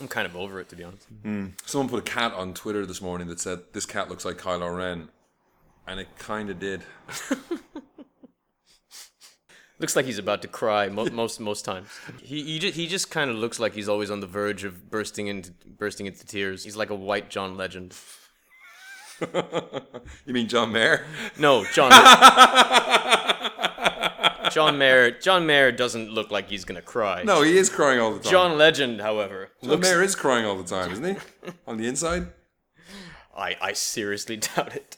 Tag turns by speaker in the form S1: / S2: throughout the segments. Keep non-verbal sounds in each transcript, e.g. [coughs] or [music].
S1: I'm kind of over it to be honest.
S2: Someone put a cat on Twitter this morning that said this cat looks like Kylo Ren, and it kind of did. [laughs]
S1: Looks like he's about to cry
S2: [laughs]
S1: mo- most most times. He he just, he just kind of looks like he's always on the verge of bursting into bursting into tears. He's like a white John Legend.
S2: You mean John Mayer? [laughs]
S1: No, John. John Mayer. John Mayer doesn't look like he's gonna cry.
S2: No, he is crying all the time.
S1: John Legend, however,
S2: John
S1: looks.
S2: Mayer is crying all the time, isn't he?
S1: [laughs]
S2: on the inside.
S1: I I seriously [laughs] doubt it.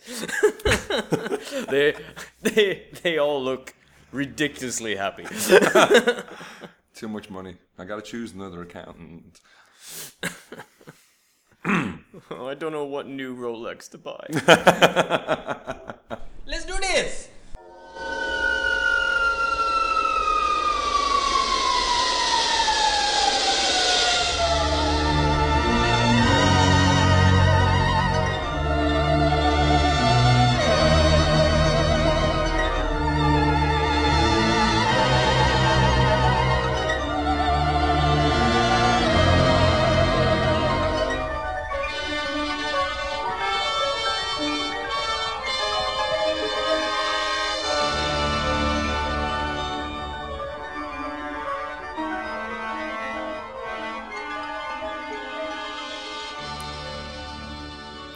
S1: they they they all look ridiculously happy. [laughs]
S2: Too much money. I gotta choose another accountant.
S1: Oh, I don't know what new Rolex to
S2: [laughs]
S1: buy.
S3: Let's do this.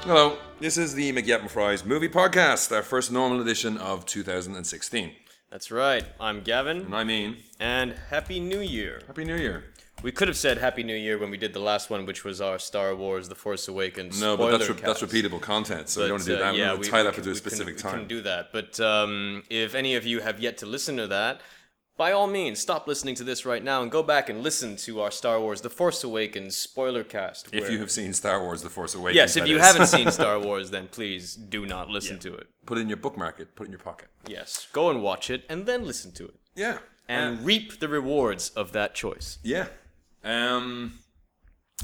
S2: Hello, this is the McYep and Fries Movie Podcast, our first normal edition of 2016.
S1: That's right. I'm Gavin,
S2: And I mean,
S1: and Happy New Year.
S2: Happy New Year.
S1: We could have said Happy New Year when we did the last one, which was our Star Wars: The Force Awakens.
S2: No, but that's,
S1: spoiler
S2: re- that's
S1: cast.
S2: repeatable content, so we
S1: But,
S2: don't want to do
S1: uh,
S2: that. we
S1: yeah,
S2: want to tie that
S1: can-
S2: to a
S1: we can-
S2: specific
S1: we
S2: time.
S1: can do that. But um, if any of you have yet to listen to that, by all means, stop listening to this right now and go back and listen to our Star Wars: The Force Awakens spoiler cast.
S2: if
S1: where-
S2: you have seen Star Wars: The Force Awakens,
S1: yes, if
S2: that
S1: you
S2: is.
S1: haven't
S2: [laughs]
S1: seen Star Wars, then please do not listen to it.
S2: put it in your bookmark it, put it in your pocket.
S1: Yes, go and watch it and then listen to it
S2: Yeah,
S1: and
S2: Uh,
S1: reap the rewards of that choice.
S2: yeah, um,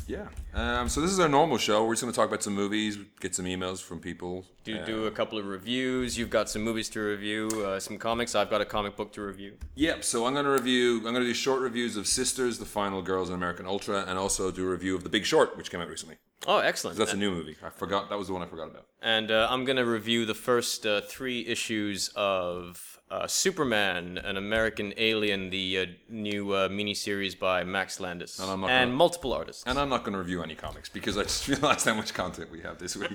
S2: yeah. Um, so this is our normal show. We're just going to talk about some movies, get some emails from people.
S1: Do,
S2: Uh,
S1: do a couple of reviews. You've got some movies to review, uh, some comics. I've got a comic book to review.
S2: Yep. So I'm going to review. I'm going to do short reviews of Sisters, The Final Girls, and American Ultra, and also do a review of The Big Short, which came out recently.
S1: Oh, excellent.
S2: That's a new movie. I forgot. That was the one I forgot about.
S1: And uh, I'm going to review the first uh, three issues of uh, Superman, An American Alien, the uh, new uh, miniseries by Max Landis. And,
S2: I'm not gonna-
S1: multiple artists.
S2: And I'm not going to review any comics because I just [laughs] realized how much content we have this week. [laughs]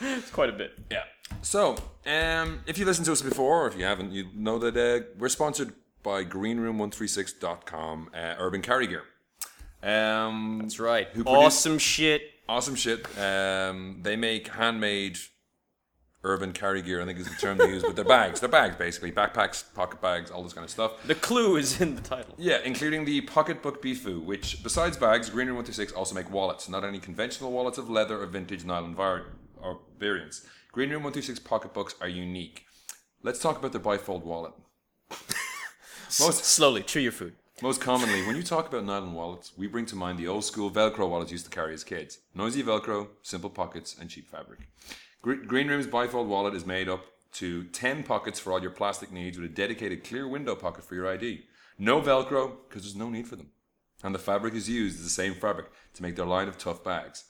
S1: That's quite a bit.
S2: Yeah. So, um, if you listened to us before, or if you haven't, you know that uh, we're sponsored by greenroom136.com, uh, Urban Carry Gear. Um,
S1: That's right.
S2: Who produced-
S1: awesome shit.
S2: Awesome shit. Um, they make handmade urban carry gear, I think is the term they use, but they're bags. They're bags, basically. Backpacks, pocket bags, all this kind of stuff.
S1: The clue is in the title.
S2: Yeah, including the Pocketbook Bifu, which, besides bags, Green Room 136 also make wallets, not only conventional wallets of leather or vintage nylon var- or variants. Green Room 136 pocketbooks are unique. Let's talk about their bifold wallet.
S1: S- slowly, chew your food.
S2: Most commonly, when you talk about nylon wallets, we bring to mind the old school Velcro wallets used to carry as kids. Noisy Velcro, simple pockets, and cheap fabric. Gre- Green Room's bifold wallet is made up to 10 pockets for all your plastic needs with a dedicated clear window pocket for your ID. No Velcro, because there's no need for them. And the fabric is used as the same fabric to make their line of tough bags.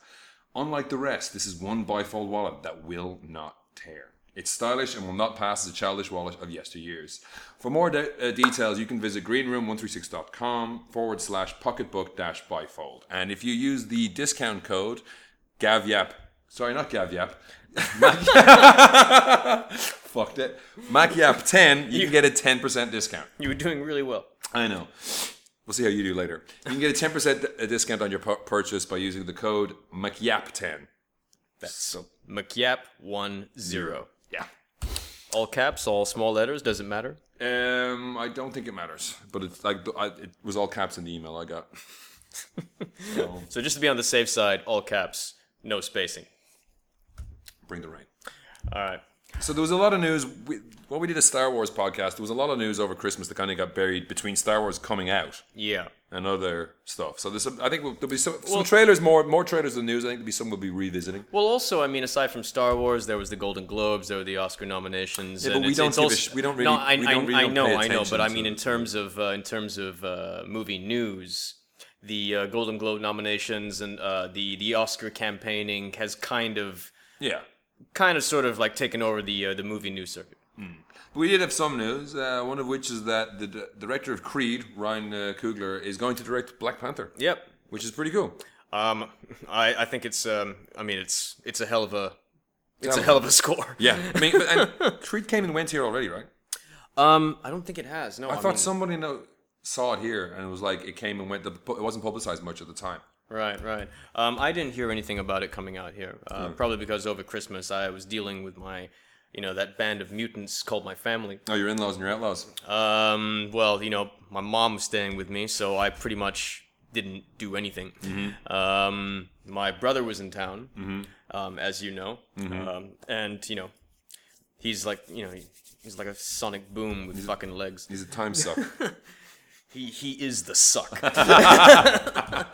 S2: Unlike the rest, this is one bifold wallet that will not tear. It's stylish and will not pass as a childish wallet of yesteryears. For more de- uh, details, you can visit greenroom136.com forward slash pocketbook dash bifold. And if you use the discount code GAVYAP, sorry, not GAVYAP, [laughs] Mac- [laughs] fucked it, MacYap10, you can get a 10% discount.
S1: You were doing really well.
S2: I know. We'll see how you do later. You can get a 10% d- a discount on your pu- purchase by using the code MacYap10.
S1: That's so. McYap10.
S2: Yeah.
S1: All caps, all small letters, doesn't matter.
S2: Um, I don't think it matters, but it's like I, it was all caps in the email I got. [laughs] so,
S1: So just to be on the safe side, all caps, no spacing.
S2: bring the rain.
S1: All right.
S2: So there was a lot of news. We, well, we did a Star Wars podcast. There was a lot of news over Christmas that kind of got buried between Star Wars coming out
S1: Yeah.
S2: and other stuff. So there's, some, I think we'll, there'll be some, some trailers, more more trailers than news. I think there'll be some we'll be revisiting.
S1: Well, also, I mean, aside from Star Wars, there was the Golden Globes, there were the Oscar nominations.
S2: but
S1: and
S2: we
S1: it's,
S2: don't
S1: it's
S2: give a
S1: also,
S2: sh- we don't really-
S1: No, I,
S2: we
S1: I,
S2: don't really
S1: I
S2: don't
S1: know,
S2: pay
S1: I know, but
S2: attention
S1: I
S2: to
S1: mean, uh, in
S2: it.
S1: terms of uh, in terms of uh, movie news, the uh, Golden Globe nominations and uh, the the Oscar campaigning has kind of
S2: Yeah.
S1: kind of sort of like taken over the uh, the movie news circuit.
S2: But we did have some news, uh, one of which is that the d- director of Creed, Ryan uh, Coogler, is going to direct Black Panther,
S1: Yep.
S2: which is pretty cool.
S1: Um, I I think it's um I mean it's it's a hell of a it's a
S2: Tell
S1: hell of a score.
S2: Yeah. I mean, but, [laughs] and Creed came and went here already, right?
S1: Um, I don't think it has. No,
S2: I thought somebody know, saw it here and it was like it came and went. The, it wasn't publicized much at the time.
S1: Right, right. Um, I didn't hear anything about it coming out here. Uh,
S2: Hmm.
S1: Probably because over Christmas I was dealing with my, you know, that band of mutants called my family.
S2: Oh, your in-laws and your outlaws.
S1: Um, well, you know, my mom was staying with me, so I pretty much didn't do anything.
S2: Mm-hmm.
S1: Um, my brother was in town, um, as you know,
S2: Mm-hmm.
S1: um, and you know, he's like, you know, he, he's like a sonic boom with fucking legs.
S2: He's a time suck.
S1: He he is the suck. [laughs]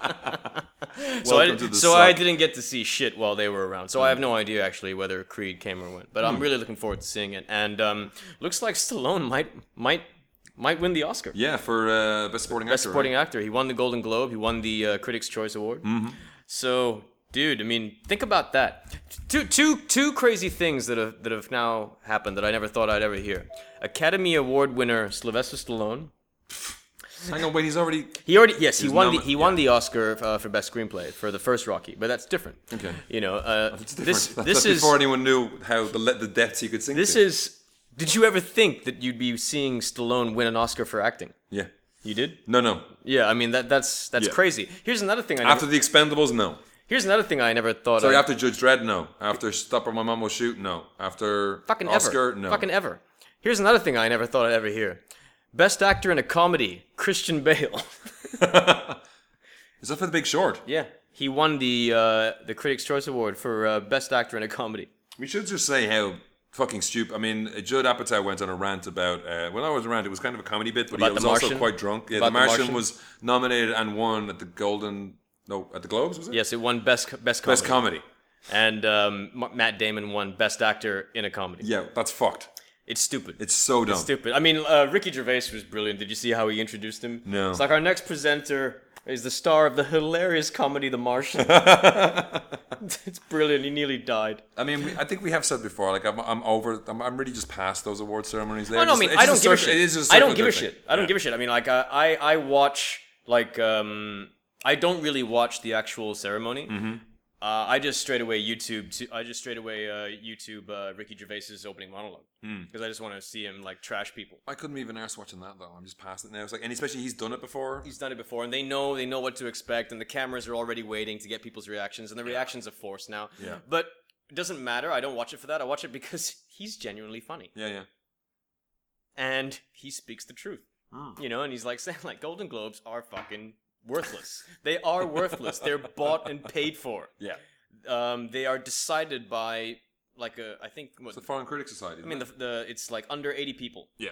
S1: so I,
S2: Welcome to the
S1: so I
S2: suck.
S1: didn't get to see shit while they were around. So I have no idea actually whether Creed came or went. But
S2: Hmm.
S1: I'm really looking forward to seeing it. And um, looks like Stallone might might might win the Oscar.
S2: [laughs] yeah, for uh, best supporting
S1: Best
S2: actor.
S1: supporting actor. He won the Golden Globe. He won the uh, Critics' Choice Award.
S2: Mm-hmm.
S1: So, dude, I mean, think about that. Two, two, two crazy things that have that have now happened that I never thought I'd ever hear. Academy Award winner Sylvester Stallone.
S2: Right? Hang on, wait. He's already
S1: He already yes he
S2: was
S1: won
S2: nomi-
S1: the he won the Oscar uh, for best screenplay for the first Rocky, but that's different.
S2: Okay.
S1: You know, uh, this
S2: different.
S1: this
S2: [laughs] That's
S1: is
S2: before anyone knew how the le- the depths he could sink.
S1: this
S2: to.
S1: is. Did you ever think that you'd be seeing Stallone win an Oscar for acting?
S2: yeah.
S1: You did.
S2: No, no.
S1: Yeah, I mean that that's that's
S2: Yeah.
S1: crazy. Here's another thing I never,
S2: After the Expendables, no.
S1: here's another thing I never thought.
S2: Sorry,
S1: I,
S2: after Judge Dredd, no. After Stop or My Mom Will Shoot, no. After
S1: fucking
S2: Oscar,
S1: ever.
S2: no.
S1: Fucking e- ever. Here's another thing I never thought I'd ever hear. Best actor in a comedy, Christian Bale. [laughs]
S2: is that for The Big Short?
S1: yeah, he won the uh, the Critics' Choice Award for uh, best actor in a comedy.
S2: We should just say how fucking stupid. I mean, uh, Judd Apatow went on a rant about. Uh, when I was around, it was kind of a comedy bit, but he
S1: About
S2: was
S1: The
S2: also
S1: Martian?
S2: quite drunk. Yeah,
S1: About
S2: The
S1: The
S2: Martian,
S1: Martian?
S2: was nominated and won at the Golden. No, at the Globes was it?
S1: Yes, it won best best comedy.
S2: Best comedy.
S1: and um, M- Matt Damon won best actor in a comedy.
S2: Yeah, that's fucked.
S1: It's stupid.
S2: It's so dumb.
S1: stupid. I mean, uh, Ricky Gervais was brilliant. Did you see how he introduced him?
S2: No.
S1: It's like our next presenter is the star of the hilarious comedy The
S2: [laughs]
S1: Martian. [laughs] it's brilliant. He nearly died.
S2: I mean, we, I think we have said before. Like, I'm, I'm over. I'm, I'm really just past those award ceremonies. There.
S1: Oh, no, I
S2: It's-
S1: mean,
S2: it's
S1: I
S2: just
S1: don't give a
S2: circ- It is
S1: shit.
S2: just
S1: I don't give a
S2: circular
S1: shit.
S2: thing.
S1: I don't give a shit. I mean, like, uh, I I watch like um, I don't really watch the actual ceremony.
S2: Mm-hmm.
S1: Uh, I just straight away YouTube. To, I just straight away uh, YouTube uh, Ricky Gervais's opening monologue
S2: Hmm.
S1: because I just want to see him like trash people.
S2: I couldn't even arse watching that though. I'm just past it now. It's like, and especially he's done it before.
S1: He's done it before, and they know they know what to expect, and the cameras are already waiting to get people's reactions, and the reactions are forced now.
S2: Yeah.
S1: But it doesn't matter. I don't watch it for that. I watch it because [laughs] he's genuinely funny,
S2: Yeah, yeah.
S1: and he speaks the truth. You know, and he's like [laughs] saying like Golden Globes are fucking worthless. they are worthless. They're bought and paid for.
S2: Yeah.
S1: Um, they are decided by like a I think what,
S2: It's the Foreign Critics Society.
S1: I mean the, the it's like under eighty people.
S2: yeah.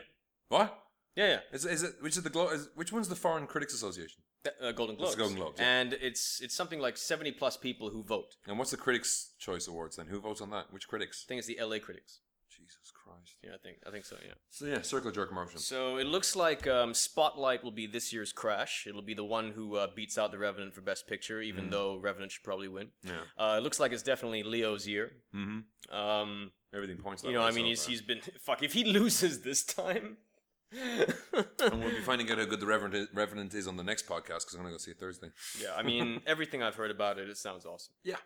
S2: What?
S1: Yeah, yeah.
S2: Is, is it which is the glo- is, which one's the Foreign Critics Association?
S1: Th- Uh, Golden Globes.
S2: That's Golden Globes, yeah.
S1: And it's it's something like seventy plus people who vote.
S2: And what's the Critics Choice Awards then? Who votes on that? Which critics?
S1: I think it's the LA critics.
S2: Jesus Christ.
S1: Yeah, I think I think so. Yeah.
S2: So yeah, circle jerk motion.
S1: So it looks like um, Spotlight will be this year's Crash. It'll be the one who uh, beats out the Revenant for Best Picture, even
S2: Mm.
S1: though Revenant should probably win.
S2: Yeah.
S1: Uh, it looks like it's definitely Leo's year.
S2: Mm-hmm.
S1: Um,
S2: Everything points. That
S1: you know, I
S2: way
S1: mean,
S2: so
S1: he's
S2: far.
S1: he's been [laughs] fuck. If he loses this time,
S2: uh, And we'll be finding out how good the Reverend is, Revenant is on the next podcast because I'm gonna go see it Thursday.
S1: [laughs] yeah, I mean, everything I've heard about it, it sounds awesome.
S2: Yeah.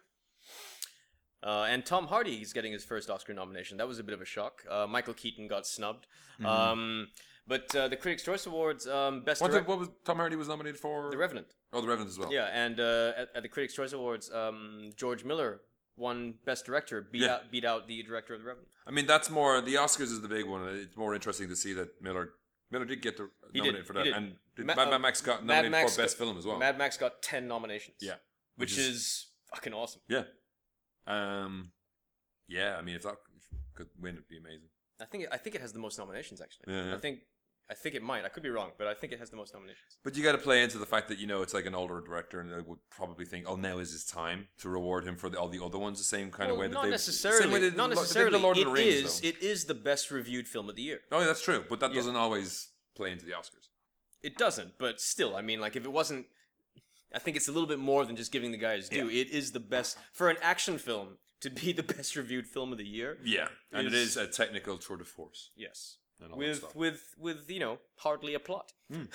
S1: Uh, and Tom Hardy is getting his first Oscar nomination. That was a bit of a shock. Uh, Michael Keaton got snubbed.
S2: Mm-hmm.
S1: Um, but uh, the Critics' Choice Awards, um, best
S2: Uh, What,
S1: Direct-
S2: did, what was Tom Hardy was nominated for?
S1: the Revenant.
S2: oh, the Revenant as well.
S1: Yeah, and uh, at, at the Critics' Choice Awards, um, George Miller won Best Director, beat
S2: Yeah.
S1: out beat out the director of The Revenant.
S2: I mean, that's more the Oscars is the big one. It's more interesting to see that Miller Miller did get the
S1: He
S2: nominated
S1: did,
S2: for
S1: he
S2: that,
S1: did.
S2: and did
S1: Ma-
S2: Mad,
S1: uh,
S2: Mad Max got
S1: Mad
S2: nominated
S1: Max
S2: for best
S1: got-
S2: film as well.
S1: Mad Max got ten nominations.
S2: yeah,
S1: which, is, fucking awesome.
S2: yeah, um, yeah. I mean, if that could win, it'd be amazing.
S1: I think it, I think it has the most nominations actually.
S2: Yeah, yeah.
S1: I think I think it might. I could be wrong, but I think it has the most nominations.
S2: But you got to play into the fact that you know it's like an older director, and they would probably think, "Oh, now is his time to reward him for the, all the other ones." The same kind of way
S1: Well,
S2: that
S1: not
S2: they
S1: necessarily.
S2: same way they did
S1: not
S2: the Lo- they did
S1: necessarily.
S2: The Lord of the
S1: It
S2: Rings,
S1: is-
S2: though.
S1: It is the best reviewed film of the year.
S2: oh, yeah, that's true, but that
S1: Yeah.
S2: doesn't always play into the Oscars.
S1: It doesn't, but still, I mean, like if it wasn't I think it's a little bit more than just giving the guy his due. It is the best for an action film to be the [laughs] best reviewed film of the year.
S2: Yeah, and it
S1: Is-
S2: is a technical tour de force.
S1: Yes.
S2: And all that
S1: With
S2: stuff.
S1: with with you know hardly a plot,
S2: And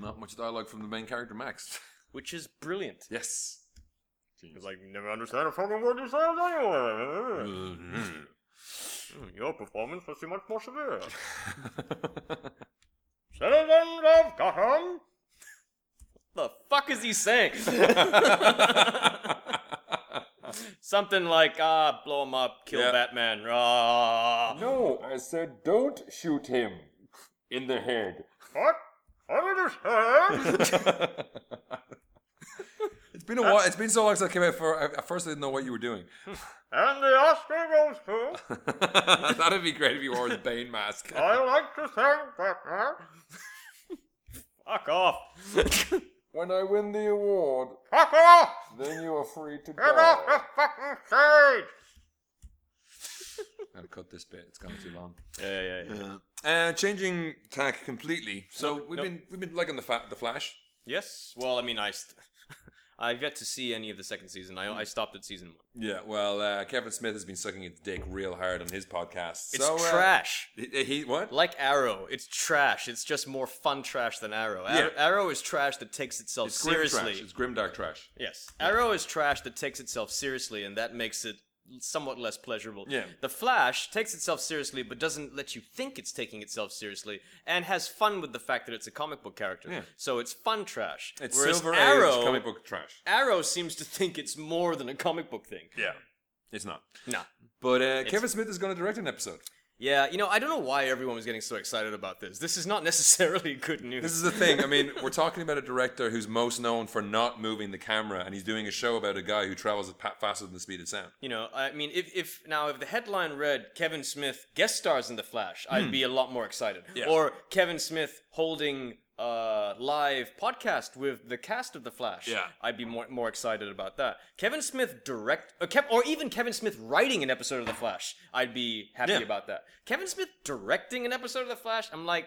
S2: not much dialogue from the main character, Max. [laughs]
S1: which is brilliant.
S2: yes.
S1: It's like you never understand a fucking word you say anyway.
S2: [laughs]
S1: [laughs] Your performance was too much more severe. Citizens of Gotham. The fuck is he saying? [laughs] Something like ah, blow him up, kill
S2: Yeah.
S1: Batman. Ah.
S3: No, I said don't shoot him in the head.
S1: What? I understand.
S2: [laughs] it's been a while. It's been so long since I came out. For at at first, I didn't know what you were doing. [laughs]
S1: and the Oscar goes to.
S2: That'd be great if you wore his Bane mask.
S1: I like to thank Batman. Fuck off.
S3: When I win the award,
S1: Fuck off.
S3: then you are free to
S1: Get off the
S3: die.
S1: fucking stage.
S2: I'll cut this bit. It's gone too long.
S1: Yeah, yeah, yeah.
S2: Uh, changing tack completely. So we've
S1: no.
S2: been we've been liking the fa- the Flash.
S1: Yes. Well, I mean, I. St- [laughs] I've yet to see any of the second season. I, I stopped at season one.
S2: Yeah. Well, uh, Kevin Smith has been sucking his dick real hard on his podcast.
S1: It's
S2: so, uh,
S1: trash.
S2: he, he what?
S1: Like Arrow, it's trash. It's just more fun trash than Arrow. Ar-
S2: Yeah.
S1: Arrow is trash that takes itself
S2: It's grim
S1: seriously.
S2: trash. It's grimdark trash.
S1: Yes. Arrow is trash that takes itself seriously, and that makes it somewhat less pleasurable.
S2: Yeah.
S1: The Flash takes itself seriously, but doesn't let you think it's taking itself seriously, and has fun with the fact that it's a comic book character.
S2: Yeah.
S1: So it's fun trash.
S2: It's
S1: Whereas
S2: silver
S1: Arrow,
S2: age comic book trash.
S1: Arrow seems to think it's more than a comic book thing.
S2: Yeah. It's not.
S1: Nah.
S2: But uh, Kevin Smith is going to direct an episode.
S1: Yeah, you know, I don't know why everyone was getting so excited about this. This is not [laughs] necessarily good news.
S2: This is the thing. I mean, we're talking about a director who's most known for not moving the camera, and he's doing a show about a guy who travels at pa- faster than the speed of sound.
S1: You know, I mean, if, if now if the headline read Kevin Smith guest stars in The Flash, I'd be a lot more excited.
S2: Hmm. Yeah.
S1: Or Kevin Smith holding a live podcast with the cast of The Flash.
S2: Yeah.
S1: I'd be more more excited about that. Kevin Smith direct, or, Kev, or even Kevin Smith writing an episode of The Flash, I'd be happy
S2: Yeah.
S1: about that. Kevin Smith directing an episode of The Flash, I'm like,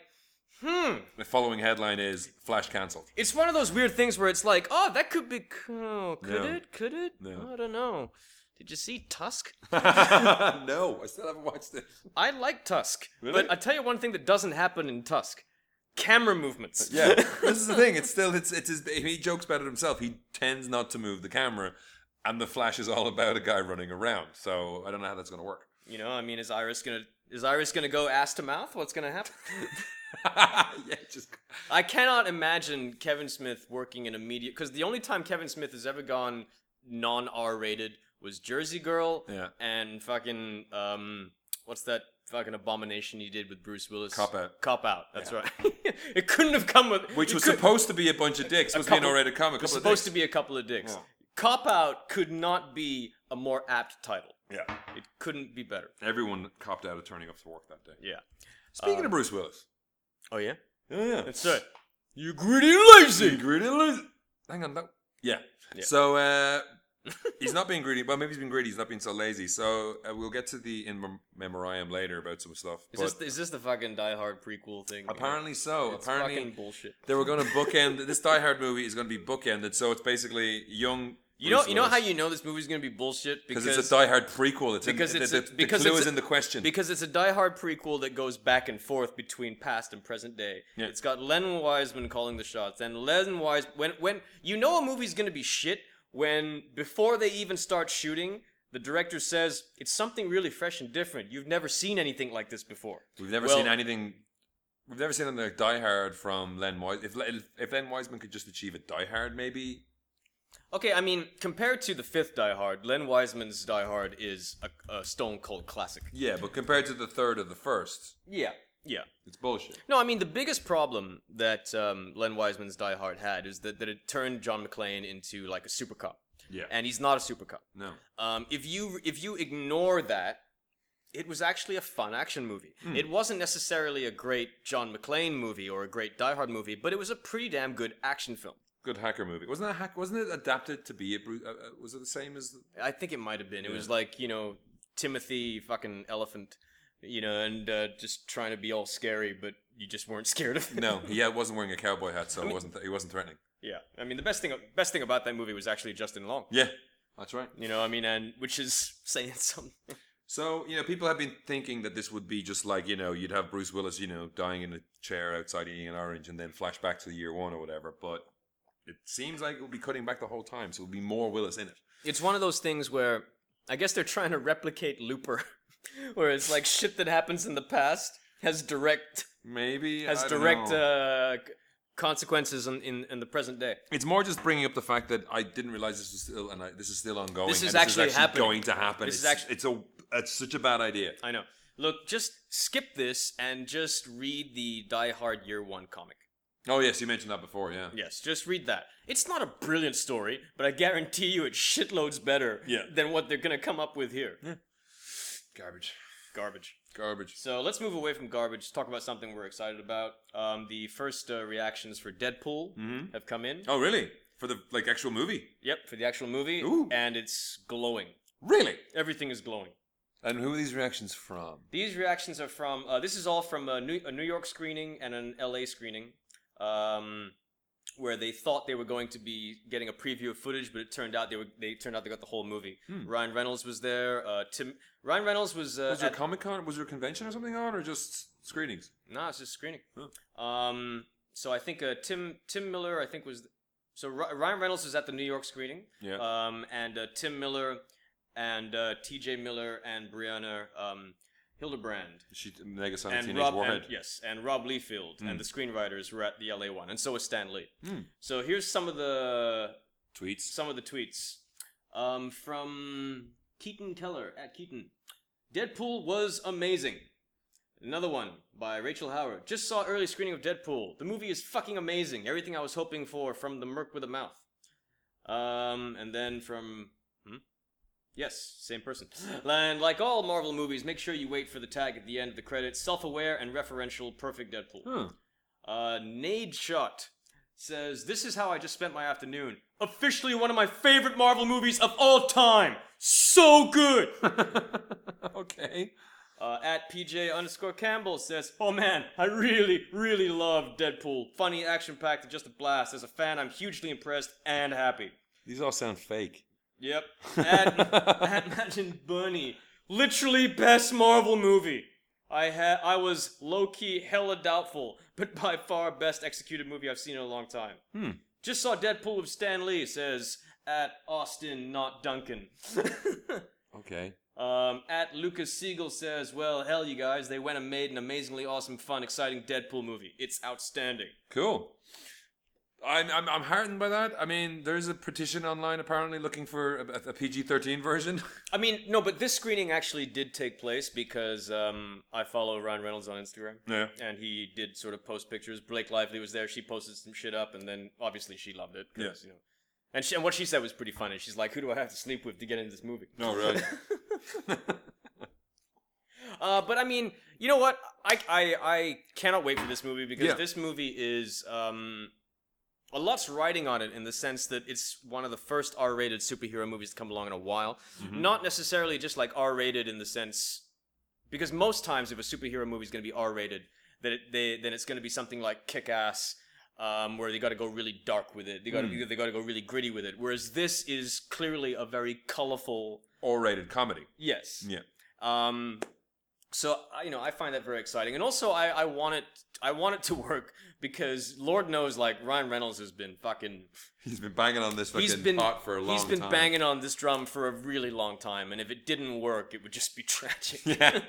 S1: hmm.
S2: The following headline is Flash [laughs] cancelled.
S1: It's one of those weird things where it's like, oh, that could be cool. Could
S2: No.
S1: it? Could it?
S2: No.
S1: I don't know. Did you see Tusk?
S2: no, I still haven't watched it.
S1: I like Tusk,
S2: Really?
S1: but I tell you one thing that doesn't happen in Tusk: camera movements.
S2: Uh, Yeah, [laughs] this is the thing. It's still it's it's his, he jokes about it himself. He tends not to move the camera, and the Flash is all about a guy running around. So I don't know how that's going to
S1: [laughs]
S2: work. [laughs]
S1: You know, I mean, is Iris gonna is Iris gonna go ass to mouth? What's gonna happen?
S2: yeah, just
S1: I cannot imagine Kevin Smith working in a media because the only time Kevin Smith has ever gone non R rated was Jersey Girl
S2: Yeah.
S1: and fucking um what's that fucking abomination he did with Bruce Willis?
S2: Cop Out.
S1: Cop out. That's right. [laughs] it couldn't have come with
S2: which
S1: it
S2: was
S1: could-
S2: supposed to be a bunch of dicks. Supposed to be an
S1: couple-
S2: R-rated comic.
S1: it was supposed to be a couple of dicks. Cop out could not be a more apt title.
S2: Yeah,
S1: It couldn't be better.
S2: everyone copped out of turning up to work that day.
S1: Yeah.
S2: Speaking of Bruce Willis,
S1: Oh yeah.
S2: yeah,
S1: That's right. You greedy lazy.
S2: greedy loser. Hang on, that. Yeah. So uh, he's not being greedy. Well, maybe he's been greedy. He's not being so lazy. So uh, we'll get to the in mem- memoriam later about some stuff.
S1: Is
S2: But
S1: this, is this the fucking Die Hard prequel thing?
S2: apparently so.
S1: It's
S2: apparently
S1: fucking bullshit.
S2: they were going to bookend this Die Hard movie is going to be bookended. So it's basically young.
S1: You know, you know how you know this movie's gonna be bullshit
S2: because it's a Die Hard prequel. It's
S1: because
S2: in,
S1: it's
S2: the,
S1: a-
S2: the- the
S1: because
S2: clue
S1: it's
S2: is
S1: a-
S2: in the question.
S1: because it's a Die Hard prequel that goes back and forth between past and present day.
S2: Yeah.
S1: It's got Len Wiseman calling the shots, and Len Wise when when you know a movie's gonna be shit when before they even start shooting. The director says it's something really fresh and different. You've never seen anything like this before.
S2: We've never
S1: Well-
S2: seen anything. We've never seen anything like Die Hard from Len Wise. If, Le- if Len Wiseman could just achieve a Die Hard, maybe
S1: Okay, I mean, compared to the fifth Die Hard, Len Wiseman's Die Hard is a, a stone cold classic.
S2: Yeah, but compared to the third or the first,
S1: Yeah, yeah.
S2: it's bullshit.
S1: No, I mean, the biggest problem that um, Len Wiseman's Die Hard had is that, that it turned John McClane into like a super cop.
S2: Yeah.
S1: And he's not a super cop.
S2: No.
S1: Um, if you if you ignore that, it was actually a fun action movie. It wasn't necessarily a great John McClane movie or a great Die Hard movie, but it was a pretty damn good action film.
S2: Good hacker movie. Wasn't that hack? Wasn't it adapted to be a Bruce? Uh, uh, was it the same as? The,
S1: I think it might have been. It was like you know Timothy fucking elephant, you know, and uh, just trying to be all scary, but you just weren't [laughs] scared of him.
S2: [laughs] no. Yeah, it wasn't wearing a cowboy hat, so it wasn't. He wasn't threatening.
S1: Yeah, I mean the best thing best thing about that movie was actually Justin Long.
S2: Yeah, that's right.
S1: You know, I mean, and which is [laughs] saying something.
S2: So, you know, people have been thinking that this would be just like, you know, you'd have Bruce Willis, you know, dying in a chair outside eating an orange and then flash back to the year one or whatever. But it seems like it'll be cutting back the whole time. So it'll be more Willis in it.
S1: It's one of those things where I guess they're trying to replicate Looper, [laughs] where it's like shit that happens in the past has direct
S2: Maybe.
S1: has
S2: I don't
S1: direct
S2: know.
S1: uh, c- consequences in, in in the present day.
S2: it's more just bringing up the fact that I didn't realize this was still, and I, this is still ongoing.
S1: This is
S2: and
S1: actually happening.
S2: going to happen.
S1: This
S2: it's,
S1: is actu-
S2: it's a, it's such a bad idea.
S1: I know. Look, just skip this and just read the Die Hard Year One comic.
S2: Oh yes, you mentioned that before. Yeah.
S1: Yes, just read that. It's not a brilliant story, but I guarantee you it's shitloads better
S2: Yeah.
S1: than what they're gonna come up with here.
S2: Garbage.
S1: Garbage.
S2: Garbage.
S1: So let's move away from garbage. Talk about something we're excited about. Um, the first uh, reactions for Deadpool have come in.
S2: Oh really? For the like actual movie?
S1: Yep, for the actual movie,
S2: Ooh.
S1: and it's glowing.
S2: Really?
S1: Everything is glowing.
S2: And who are these reactions from?
S1: These reactions are from. Uh, this is all from a New, a New York screening and an LA screening, um, where they thought they were going to be getting a preview of footage, but it turned out they were. They turned out they got the whole movie.
S2: Hmm.
S1: Ryan Reynolds was there. Uh, Tim. Ryan Reynolds was. Uh,
S2: Was there
S1: at-
S2: Comic Con? Was there a convention or something on, or just screenings?
S1: No, it's just screening.
S2: Oh.
S1: Um, so I think uh, Tim Tim Miller, I think was so Ry- Ryan Reynolds was at the New York screening.
S2: Yeah.
S1: [laughs] Um, and uh, Tim Miller and uh, T.J. Miller and Brianna um, Hildebrand
S2: She Mega Silent
S1: and
S2: Teenage
S1: Rob
S2: Warhead. Hmm.
S1: and, yes and Rob Liefeld and the screenwriters were at the L.A. one, and so was Stan Lee. So here's some of the
S2: Tweets.
S1: some of the tweets um, from Keaton Keller at Keaton. Deadpool was amazing. Another one by Rachel Howard. Just saw early screening of Deadpool. The movie is fucking amazing. Everything I was hoping for from the Merc with a Mouth. Um, and then from hmm? yes, same person. And like all Marvel movies, make sure you wait for the tag at the end of the credits. Self-aware and referential, perfect Deadpool.
S2: Huh. [laughs]
S1: Uh, Nade Shot says, This is how I just spent my afternoon. Officially one of my favorite Marvel movies of all time. So good!
S2: okay.
S1: Uh, at PJ underscore Campbell says, Oh man, I really, really love Deadpool. Funny, action packed, and just a blast. As a fan, I'm hugely impressed and happy.
S2: These all sound fake.
S1: Yep. At, at Matt and Bunny, literally best Marvel movie. I had I was low key hella doubtful, but by far best executed movie I've seen in a long time.
S2: Hmm.
S1: Just saw Deadpool with Stan Lee. Says at Austin, not Duncan. [laughs]
S2: Okay.
S1: um, at Lucas Siegel says, "Well, hell, you guys, they went and made an amazingly awesome, fun, exciting Deadpool movie. It's outstanding."
S2: Cool. I'm, I'm, I'm heartened by that. I mean, there's a petition online apparently looking for a, a- a PG-13 version.
S1: I mean, no, but this screening actually did take place because um, I follow Ryan Reynolds on Instagram.
S2: Yeah.
S1: and he did sort of post pictures. Blake Lively was there. She posted some shit up, and then obviously she loved it. 'cause,
S2: Yeah.
S1: You know, and, she, and what she said was pretty funny. She's like, "Who do I have to sleep with to get into this movie?"
S2: No, Oh,
S1: [laughs]
S2: really.
S1: Uh, but I mean, you know what? I I, I cannot wait for this movie because
S2: Yeah.
S1: this movie is um, a lot's riding on it in the sense that it's one of the first R-rated superhero movies to come along in a while. Not necessarily just like R-rated in the sense because most times if a superhero movie is going to be R-rated, that it, they then it's going to be something like Kick-Ass. Um, where they got to go really dark with it, they got to they got to go really gritty with it. Whereas this is clearly a very colorful,
S2: [laughs] or rated comedy.
S1: yes,
S2: Yeah.
S1: um, so I- you know, I find that very exciting, and also I, I want it. I want it to [laughs] work because Lord knows, like Ryan Reynolds has been fucking.
S2: He's been banging on this fucking
S1: he's been
S2: pot for a long time.
S1: He's been banging on this drum for a really long time, and if it didn't work, it would just be [laughs] tragic.
S2: [laughs] Yeah.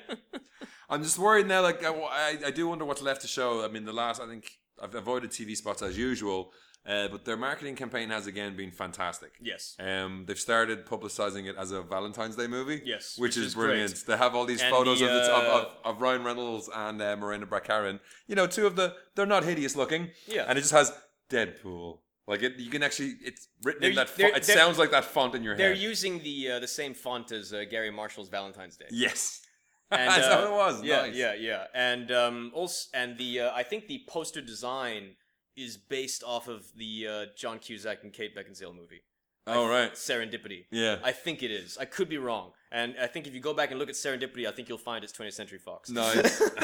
S2: I'm just worried now. Like, I, I, I do wonder what's left to show. I mean, the last, I think, I've avoided TV spots as usual, uh, but their marketing campaign has again been fantastic. [laughs]
S1: yes.
S2: Um, they've started publicizing it as a Valentine's Day movie.
S1: Yes, which
S2: which, is,
S1: is great.
S2: brilliant. They have all these
S1: And
S2: photos
S1: the,
S2: of, the, of,
S1: uh,
S2: of, of Ryan Reynolds and uh, Miranda Baccarin. You know, two of the they're not hideous looking.
S1: Yeah.
S2: and it just has Deadpool. Like it, you can actually it's written in
S1: They're-
S2: that. Fo-
S1: they're-
S2: it
S1: they're-
S2: sounds like that font in your
S1: They're
S2: head.
S1: using the uh, the same font as uh, Gary Marshall's Valentine's Day.
S2: yes,
S1: And,
S2: [laughs] that's
S1: uh,
S2: how it was.
S1: Yeah,
S2: Nice.
S1: yeah, yeah. And um, also, and the uh, I think the poster design is based off of the uh, John Cusack and Kate Beckinsale movie.
S2: All Oh, right.
S1: Serendipity.
S2: Yeah.
S1: I think it is. I could be wrong. And I think if you go back and look at Serendipity, I think you'll find it's 20th Century Fox.
S2: Nice.
S1: [laughs]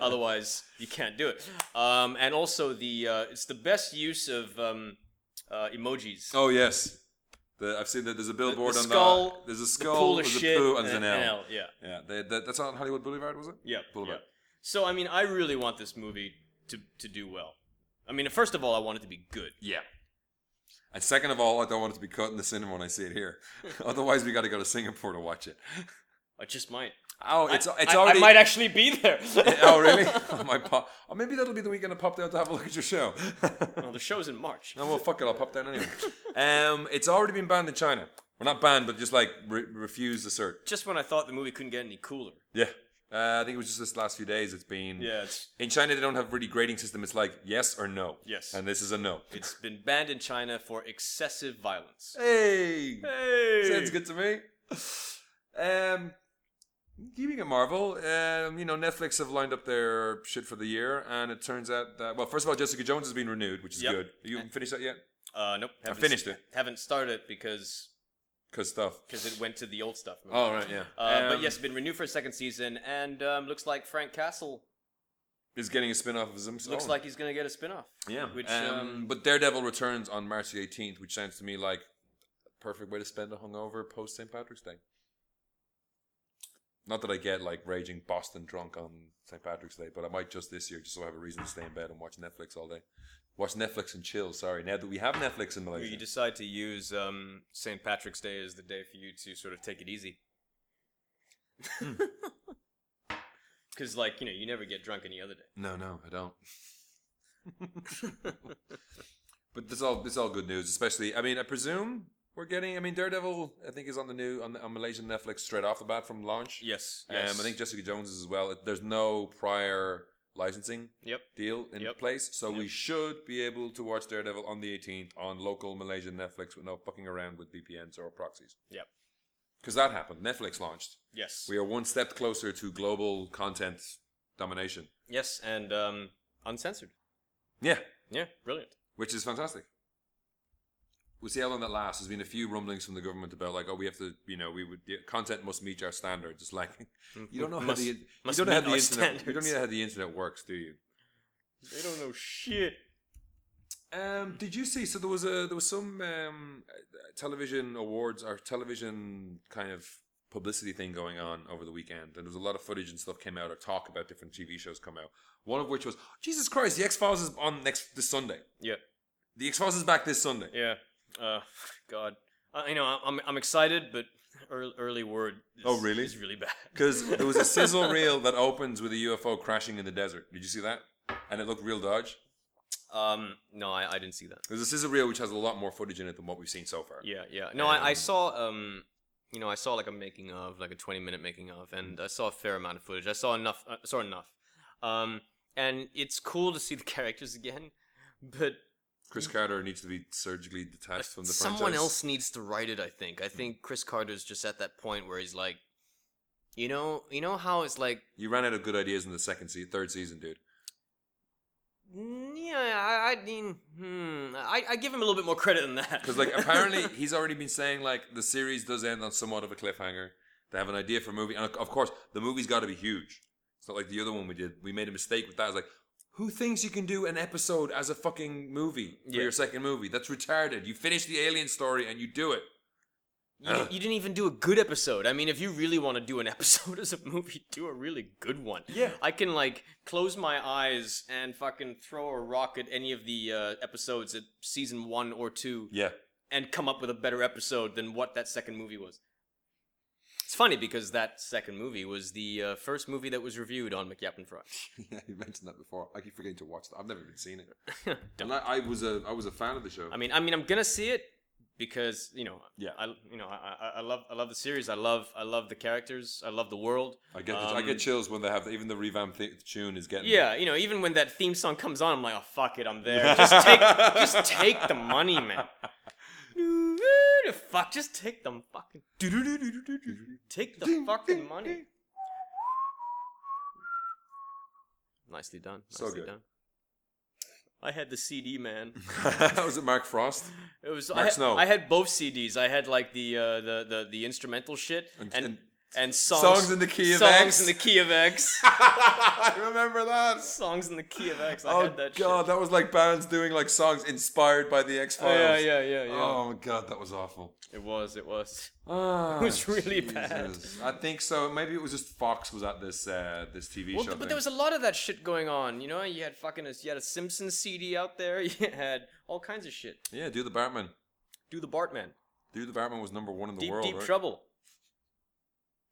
S1: Otherwise, you can't do it. Um, and also, the uh, it's the best use of um, uh, emojis.
S2: oh yes. The, I've seen that there's a billboard
S1: the
S2: on
S1: skull,
S2: the there's a
S1: the
S2: skull,
S1: pool of
S2: there's
S1: shit,
S2: a poo, and there's an L.
S1: Yeah.
S2: Yeah, they, that, that's on Hollywood Boulevard, was it?
S1: Yeah.
S2: Boulevard.
S1: yeah. So, I mean, I really want this movie to, to do well. I mean, first of all, I want it to be good.
S2: Yeah. And second of all, I don't want it to be cut in the cinema when I see it here. [laughs] Otherwise, we got to go to Singapore to watch it.
S1: I just might.
S2: Oh, it's it's
S1: I,
S2: already. [laughs]
S1: I might actually be there. [laughs]
S2: oh really? Oh, my pop. Oh, maybe that'll be the weekend I pop down to have a look at your show. [laughs]
S1: no, the show's in March.
S2: no, well, fuck it, I'll pop
S1: [laughs]
S2: down anyway. Um, it's already been banned in China. We're not banned, but just like re- refused the cert.
S1: Just when I thought the movie couldn't get any cooler.
S2: Yeah. Uh, I think it was just this last few days. It's been.
S1: Yeah, it's,
S2: In China, they don't have really grading system. It's like yes or no.
S1: Yes.
S2: And this is a no.
S1: it's been banned in China for excessive violence.
S2: Hey.
S1: Hey!
S2: Sounds good to me. Um, keeping it Marvel, um, you know, Netflix have lined up their shit for the year, and it turns out that well, first of all, Jessica Jones has been renewed, which is
S1: Yep. Eh.
S2: good. You haven't finished that yet?
S1: Uh, nope. haven't
S2: finished
S1: s-
S2: it.
S1: Haven't started it because
S2: Cause stuff.
S1: because it went to the old stuff.
S2: Oh right, yeah.
S1: Uh,
S2: Um,
S1: but yes, been renewed for a second season, and um, looks like Frank Castle
S2: is getting a spin off of himself.
S1: looks like he's gonna get a spin-off.
S2: yeah.
S1: Which
S2: Um,
S1: um,
S2: but Daredevil returns on March the 18th, which sounds to me like a perfect way to spend a hungover post St. Patrick's Day. Not that I get like raging Boston drunk on St. Patrick's Day, but I might just this year, just so I have a reason to stay in bed and watch Netflix all day. Watch Netflix and chill. Sorry, now that we have Netflix in Malaysia,
S1: you decide to use um, St. Patrick's Day as the day for you to sort of take it easy.
S2: Hmm.
S1: [laughs] Because, like, you know, you never get drunk any other day.
S2: No, no, I don't. [laughs] but this all this all good news, especially. I mean, I presume we're getting. I mean, Daredevil, I think, is on the new on, the, on Malaysian Netflix straight off the bat from launch.
S1: Yes.
S2: Um, I think Jessica Jones is as well. It- There's no prior licensing
S1: Yep.
S2: deal in
S1: Yep.
S2: place, so we
S1: Yep.
S2: should be able to watch Daredevil on the 18th on local Malaysian Netflix with no fucking around with VPNs or proxies.
S1: Yep.
S2: Because that happened. Netflix launched.
S1: Yes.
S2: We are one step closer to global content domination.
S1: yes, and um, uncensored.
S2: Yeah,
S1: Yeah, brilliant.
S2: which is fantastic. We'll see how long that lasts. There's been a few rumblings from the government about like, oh, we have to, you know, we would the content must meet our standards. [laughs] It's like you don't know how
S1: Must-
S2: the you
S1: must
S2: don't know how
S1: meet
S2: the
S1: our
S2: internet you don't
S1: standards.
S2: know how the internet works, do you?
S1: They don't know shit.
S2: Um, did you see? So there was a there was some um, uh, television awards or television kind of publicity thing going on over the weekend, and there was a lot of footage and stuff came out or talk about different TV shows come out. One of which was Jesus Christ, the X Files is on next this Sunday.
S1: Yeah.
S2: The X Files is back this Sunday.
S1: Yeah. [laughs] Uh, God. Uh, you know, I- I'm, I'm excited, but early, early word is,
S2: Oh, really?
S1: is really bad.
S2: Because there
S1: [laughs]
S2: was a sizzle reel that opens with a UFO crashing in the desert. Did you see that? And it looked real dodge.
S1: Um, no, I, I didn't see that.
S2: There's a sizzle reel which has a lot more footage in it than what we've seen so far.
S1: Yeah, yeah. No, I, I saw um you know, I saw like a making of, like a 20 minute making of and I saw a fair amount of footage. I saw enough uh, saw enough. Um and it's cool to see the [laughs] characters again, but
S2: Chris Carter needs to be surgically detached from the
S1: someone
S2: franchise. Hmm.
S1: else needs to write it, I think. I think Chris Carter's just at that point where he's like you know, you know how it's like
S2: You ran out of good ideas in the second se- third season, dude.
S1: "Mm, yeah, I, I mean, hmm, I, I give him a little bit more credit than that.
S2: Because like
S1: [laughs]
S2: apparently he's already been saying like the series does end on somewhat of a cliffhanger. They have an idea for a movie, and of- of course the movie's got to be huge. It's not like the other one we did. We made a mistake with that. It's like, who thinks you can do an episode as a fucking movie for
S1: Yeah.
S2: your second movie? That's retarded. You finish the alien story and you do it.
S1: You, di- you didn't even do a good episode. I mean, if you really want to do an [laughs] episode as a movie, do a really good one.
S2: Yeah.
S1: I can, like, close my eyes and fucking throw a rock at any of the uh, episodes at season one or two [laughs]
S2: Yeah. [laughs]
S1: and come up with a better episode than what that second movie was. It's funny because that second movie was the uh, first movie that was reviewed on McYapin Fry.
S2: yeah, you mentioned that before. I keep forgetting to watch that. I've never even seen it.
S1: [laughs] Dumb.
S2: And I, I was a I was a fan of the show.
S1: I mean, I mean, I'm gonna see it because you know,
S2: Yeah.
S1: I, you know, I, I, I love, I love the series. I love, I love the characters. I love the world.
S2: I get the, I
S1: um,
S2: get chills when they have even the revamp th- tune is getting [laughs]
S1: Yeah, you know, even when that theme song comes on, I'm like, oh fuck it, I'm there. Just take, just take the money, [laughs] man. Fuck, just take the fucking, take the fucking money. Nicely done.
S2: So
S1: Nicely
S2: good.
S1: done. I had the CD,
S2: [laughs]
S1: man.
S2: was it Mark Frost? [laughs]
S1: It was
S2: Mark
S1: I,
S2: Snow.
S1: I had both CDs. I had like the uh, the, the the instrumental shit and and,
S2: and-
S1: songs,
S2: Songs in the Key of
S1: songs
S2: X.
S1: in the key of
S2: [laughs]
S1: X.
S2: I remember that.
S1: songs in the key of X. I
S2: Oh
S1: had that
S2: god,
S1: shit.
S2: that was like bands doing like songs inspired by the X
S1: Oh,
S2: Files.
S1: yeah, yeah, yeah, yeah.
S2: Oh my god, that was awful.
S1: It was. It was.
S2: Ah,
S1: [laughs] It was really bad.
S2: I think so. Maybe it was just Fox was at this uh, this TV
S1: Well,
S2: show.
S1: but
S2: thing.
S1: there was a lot of that shit going on. You know, you had fucking a, you had a Simpsons CD out there. [laughs] You had all kinds of shit.
S2: yeah, do the Bartman.
S1: Do the Bartman.
S2: Do the Bartman was number one in the
S1: deep,
S2: world.
S1: deep
S2: right?
S1: trouble.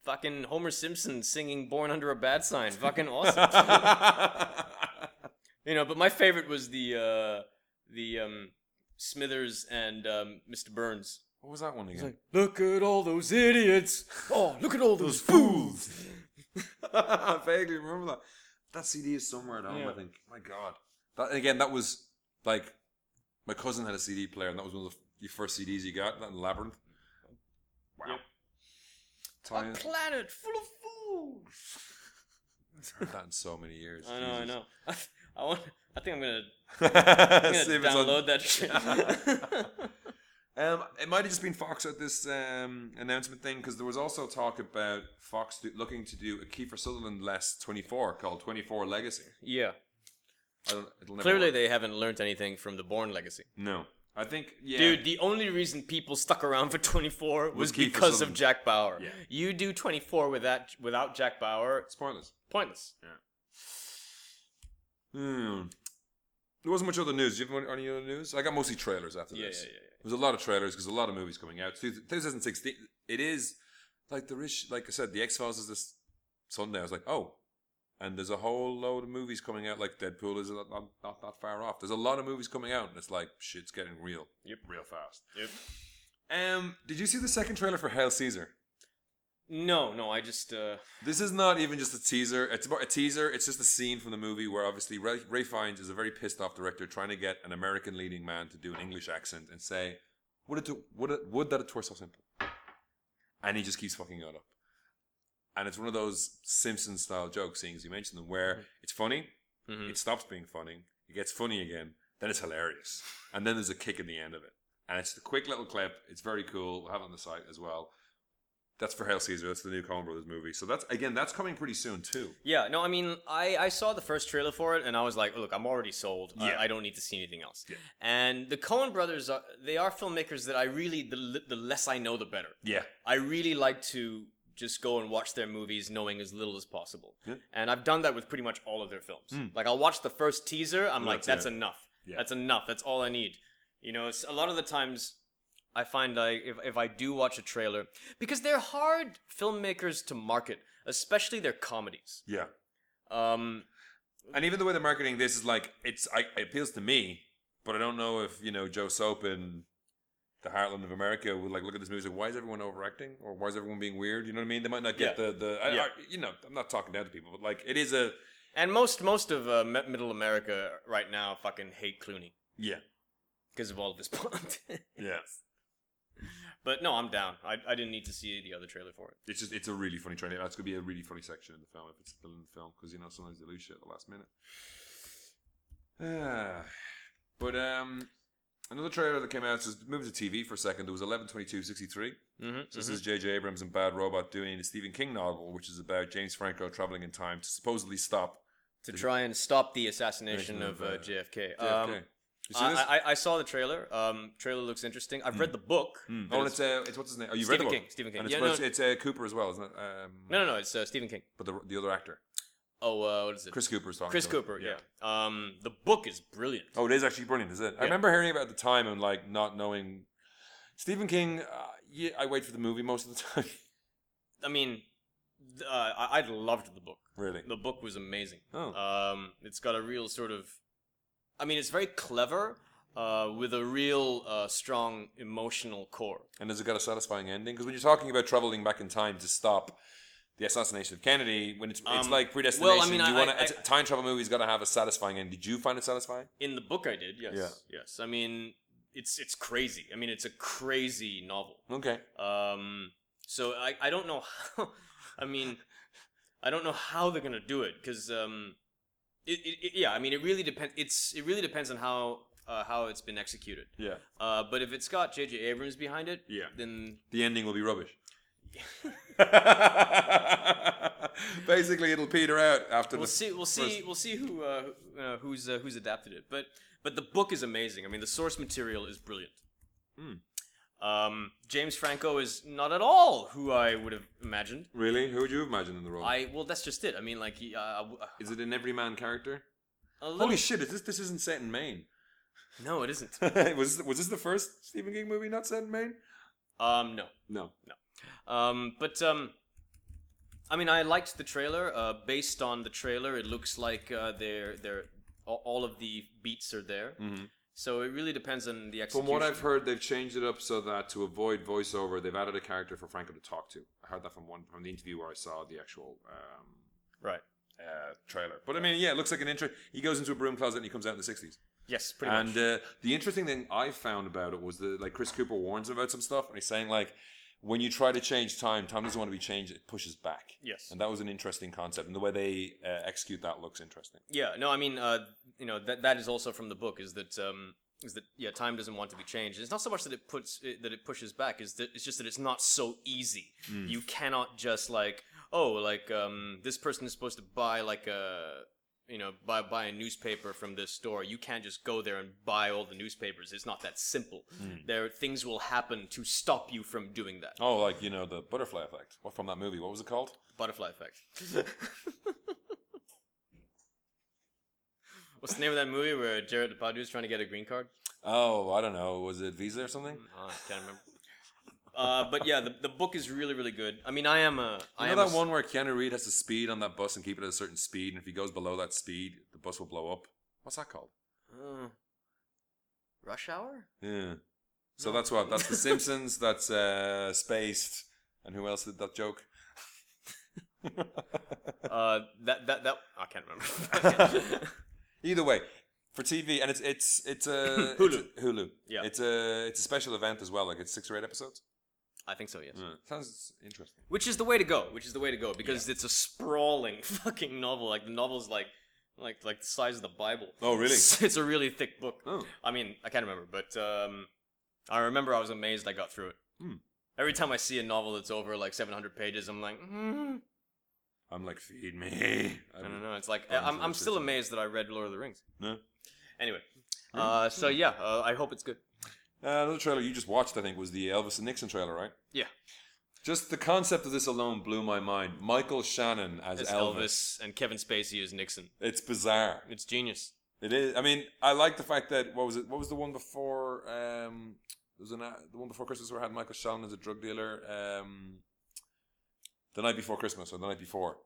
S1: Fucking Homer Simpson singing "Born Under a Bad Sign." Fucking awesome. [laughs] you know, but my favorite was the uh, the um, Smithers and um, Mr. Burns.
S2: [laughs] what was that one again?
S1: Look at all those [laughs] idiots! Oh, look at all those
S2: fools. I [laughs] vaguely remember that. That CD is somewhere at home, I
S1: Yeah.
S2: think. My God. That again, that was like my cousin had a CD player, and that was one of the f- your first CDs you got. That and Labyrinth. Wow.
S1: Yep.
S2: Time
S1: planet full of fools.
S2: heard that in so many years.
S1: I know, I
S2: [laughs]
S1: know. [laughs] I, want. I think I'm gonna,
S2: I
S1: I'm gonna download that shit.
S2: [laughs] Um, it might have just been Fox at this um, announcement thing because there was also talk about Fox do, looking to do a Kiefer Sutherland less 24 called 24 Legacy.
S1: [laughs] yeah.
S2: I don't, it'll never
S1: Clearly,
S2: work.
S1: they haven't learned anything from the Born legacy.
S2: No. I think, yeah.
S1: Dude, the only reason people stuck around for 24 was
S2: Kiefer
S1: because of
S2: Sutherland.
S1: Jack Bauer.
S2: Yeah.
S1: You do 24 with that, without Jack Bauer, it's
S2: It's pointless.
S1: pointless.
S2: Hmm. There wasn't much other news. Do you have any- any other news? I got mostly trailers after
S1: Yeah,
S2: this.
S1: yeah, yeah, yeah.
S2: There was a lot of trailers because a lot of movies coming out. Two- 2016, it is like there is, like I said, The X Files is this Sunday. I was like, oh, and there's a whole load of movies coming out. Like Deadpool is not, not, not that far off. There's a lot of movies coming out, and it's like shit's getting real.
S1: Yep.
S2: real fast.
S1: Yep.
S2: Um, did you see the second trailer for Hail Caesar?
S1: No, no, I just uh,
S2: This is not even just a teaser. It's about a teaser. It's just a scene from the movie where obviously Ray, Ray Fiennes is a very pissed off director trying to get an American leading man to do an English accent and say, "Would it? do- Would it? Would that it were so simple?" And he just keeps fucking it up. And it's one of those Simpson style jokes, seeing as you mentioned them, where it's funny,
S1: mhm.
S2: it stops being funny, it gets funny again, then it's hilarious, and then there's a kick in the end of it. And it's the quick little clip. It's very cool. We'll have it on the site as well. That's for Hail Caesar. That's the new Coen Brothers movie. So that's again, that's coming pretty soon too.
S1: yeah, no, I mean, I I saw the first trailer for it and I was like, look, I'm already sold.
S2: Yeah.
S1: I, I don't need to see anything else.
S2: Yeah.
S1: And the Coen brothers are they are filmmakers that I really the li- the less I know the better.
S2: Yeah,
S1: I really like to just go and watch their movies knowing as little as possible.
S2: Yeah. Hmm.
S1: And I've done that with pretty much all of their films. Like I'll watch the first teaser, I'm like,
S2: that's
S1: that's
S2: it.
S1: enough.
S2: Yeah.
S1: That's enough. That's all I need. You know, it's, a lot of the times I find like if, if I do watch a trailer, because they're hard filmmakers to market, especially their comedies.
S2: yeah.
S1: Um,
S2: And even the way they're marketing this is like it's I, it appeals to me, but I don't know if you know Joe Soap and the Heartland of America would like look at this movie and say, why is everyone overacting or why is everyone being weird? You know what I mean? They might not get
S1: Yeah.
S2: the the I,
S1: Yeah.
S2: I- you know I'm not talking down to people, but like it is a
S1: and most most of uh, mi- middle America right now fucking hate Clooney
S2: yeah
S1: because of all of his [laughs] politics.
S2: yeah.
S1: but no, I'm down. I, I didn't need to see the other trailer for it.
S2: It's just it's a really funny trailer. That's gonna be a really funny section in the film if it's still in the film because you know sometimes they lose shit at the last minute. [sighs] Ah. but um, another trailer that came out. So moving to TV for a second, there was eleven twenty two sixty three.
S1: Mm-hmm.
S2: So this is J.J. Abrams and Bad Robot doing a Stephen King novel, which is about James Franco traveling in time to supposedly stop
S1: to try and stop the assassination
S2: Assassination
S1: of uh,
S2: of, uh,
S1: JFK.
S2: JFK.
S1: Um,
S2: you see this?
S1: I, I, I saw the trailer. Um, trailer looks interesting. I've read the book.
S2: oh, and it's uh, it's what's his name? Oh, you read the
S1: Stephen
S2: book?
S1: King, Stephen King.
S2: And it's,
S1: Yeah,
S2: well,
S1: no.
S2: it's, it's, uh, Cooper as well, isn't it? Um,
S1: No, no, no. It's uh, Stephen King.
S2: But the the other actor,
S1: Oh, uh, what is it?
S2: Chris Cooper's talking.
S1: Chris
S2: to him.
S1: Cooper. Yeah. Um, the book is brilliant.
S2: Oh, it is actually brilliant, is it? I
S1: Yeah.
S2: remember hearing about it at the time and like not knowing. Stephen King, uh, yeah, I wait for the movie most of the [laughs] time.
S1: I mean, th- uh, I, I loved the book.
S2: really?
S1: The book was amazing.
S2: Oh.
S1: Um, it's got a real sort of, I mean, it's very clever, uh, with a real uh, strong emotional core.
S2: And has it got a satisfying ending? Because when you're talking about traveling back in time to stop the assassination of Kennedy, when it's, it's
S1: Um,
S2: like predestination,
S1: well, I mean,
S2: you
S1: I-
S2: wanna,
S1: I-
S2: it's- time travel movie's got to have a satisfying end. Did you find it satisfying?
S1: In the book, I did. Yes.
S2: Yeah.
S1: Yes. I mean, it's it's crazy. I mean, it's a crazy novel.
S2: Okay.
S1: Um, so I, I don't [laughs] know how. I mean, I don't know how they're gonna do it because um, It, it, it- yeah, I mean, it really depends. It's it really depends on how uh, how it's been executed.
S2: Yeah.
S1: Uh, but if it's got J.J. Abrams behind it,
S2: Yeah.
S1: then
S2: The ending will be
S1: [laughs]
S2: rubbish. [laughs] Basically, it'll peter out after
S1: we'll
S2: the
S1: see. We'll see. We'll see who uh, uh, who's uh, who's adapted it. But but the book is amazing. I mean, the source material is brilliant.
S2: Hmm.
S1: Um, James Franco is not at all who I would have imagined.
S2: Really? Who would you imagine in the role?
S1: I well, that's just it. I mean, like he, uh, a
S2: Is it an everyman character?
S1: little,
S2: Holy shit! Is this this isn't set in Maine? [laughs]
S1: no, it isn't.
S2: was was this the first Stephen King movie not set in Maine?
S1: Um, no.
S2: No.
S1: Um, but um, I mean, I liked the trailer. Uh, based on the trailer, it looks like uh, they're they're a- all of the beats are there. So it really depends on the
S2: Mm-hmm. From
S1: execution.
S2: what I've heard, they've changed it up so that to avoid voiceover, they've added a character for Franco to talk to. I heard that from one from the interview where I saw the actual um,
S1: right.
S2: uh, trailer. But I mean, yeah, it looks like an intro. He goes into a broom closet and he comes out in the sixties.
S1: Yes, pretty much.
S2: And uh, the interesting thing I found about it was that like Chris Cooper warns him about some stuff, and he's saying like, when you try to change time, time doesn't want to be changed; it pushes back.
S1: Yes.
S2: And that was an interesting concept, and the way they uh, execute that looks interesting.
S1: Yeah, no, I mean, uh, you know, that that is also from the book. Is that um, is that yeah, time doesn't want to be changed. It's not so much that it puts it, that it pushes back. Is that it's just that it's not so easy. You cannot just like oh, like um, this person is supposed to buy like a you know buy buy a newspaper from this store. You can't just go there and buy all the newspapers. It's not that simple. There things will happen to stop you from doing that.
S2: Oh, like you know the butterfly effect. What from that movie? What was it called?
S1: Butterfly effect. [laughs] What's the name of that movie where Jared Depardieu is trying to get a green card?
S2: Oh, I don't know. Was it Visa or something?
S1: Oh, I can't remember. Uh, but yeah, the, the book is really really good. I mean, I am a I
S2: You
S1: am
S2: know
S1: a
S2: that
S1: s-
S2: one where Keanu Reed has to speed on that bus and keep it at a certain speed, and if he goes below that speed, the bus will blow up. What's that called?
S1: Uh, rush hour.
S2: Yeah. So that's what. That's The Simpsons. That's uh, Spaced. And who else did that joke? [laughs]
S1: Uh, that that that I can't
S2: [laughs]
S1: remember.
S2: Either way, for TV, and it's it's it's a
S1: [coughs] Hulu.
S2: it's a- Hulu.
S1: Yeah.
S2: It's a it's a special event as well. Like it's six or eight episodes.
S1: I think so. Yes.
S2: Sounds interesting.
S1: Which is the way to go. Which is the way to go because it's a sprawling [laughs] fucking novel. Like the novel's like like like the size of the Bible.
S2: Oh, really?
S1: It's, [laughs] it's a really thick book.
S2: Oh.
S1: I mean, I can't remember, but um, I remember I was amazed I got through it.
S2: Hmm.
S1: Every time I see a novel that's over like 700 pages, I'm like, mm,
S2: I'm like, feed me.
S1: I don't know. It's like I'm, I'm still amazed that I read Lord of the Rings.
S2: No.
S1: Anyway, uh, so
S2: Hmm.
S1: yeah, uh, I hope it's good.
S2: Uh, another trailer you just watched, I think, was the Elvis and Nixon trailer, right?
S1: Yeah,
S2: Just the concept of this alone blew my mind. Michael Shannon as
S1: it's
S2: Elvis.
S1: Elvis. and Kevin Spacey is Nixon.
S2: It's bizarre.
S1: It's genius.
S2: It is. I mean, I like the fact that what was it? What was the one before? Um, there was an, uh, the one before Christmas where I had Michael Shannon as a drug dealer. Um, the night before Christmas or the night before,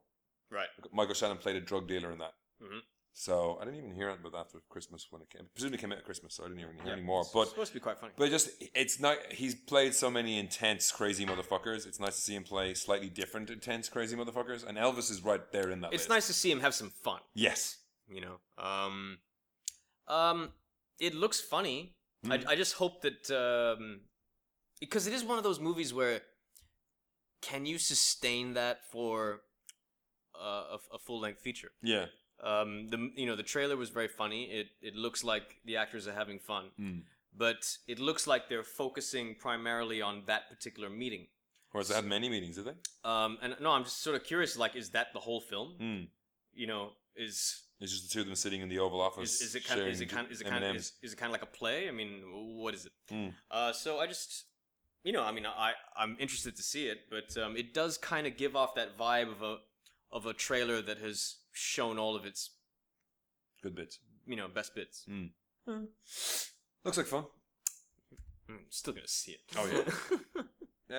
S1: Right.
S2: Michael Shannon played a drug dealer in that.
S1: Mhm.
S2: So I didn't even hear about that for Christmas when it came. Presumably it came out at Christmas, so I didn't even hear
S1: Yeah.
S2: any more.
S1: it's
S2: But
S1: supposed to be quite funny.
S2: But just it's not. He's played so many intense, crazy motherfuckers. It's nice to see him play slightly different, intense, crazy motherfuckers. And Elvis is right there in that.
S1: It's
S2: list.
S1: nice to see him have some fun.
S2: Yes.
S1: you know um um it looks funny I, I just hope that um because it is one of those movies where can you sustain that for uh, a, a full-length feature
S2: Yeah.
S1: um the you know the trailer was very funny it it looks like the actors are having fun
S2: Hmm.
S1: but it looks like they're focusing primarily on that particular meeting
S2: Whereas they had many meetings, did they?
S1: um and no i'm just sort of curious like is that the whole film
S2: Mm.
S1: you know is
S2: It's just the two of them sitting in the Oval Office.
S1: is, is it kind of is it
S2: sharing
S1: kind is it kind of
S2: M&Ms.
S1: is, is it kind of like a play? I mean, w- what is it?
S2: Mm.
S1: Uh, so I just you know, I mean, I I'm interested to see it, but um, it does kind of give off that vibe of a of a trailer that has shown all of its
S2: good bits?
S1: you know best bits.
S2: Looks like fun.
S1: Mm, still gonna see it.
S2: Oh,
S1: [laughs]
S2: yeah.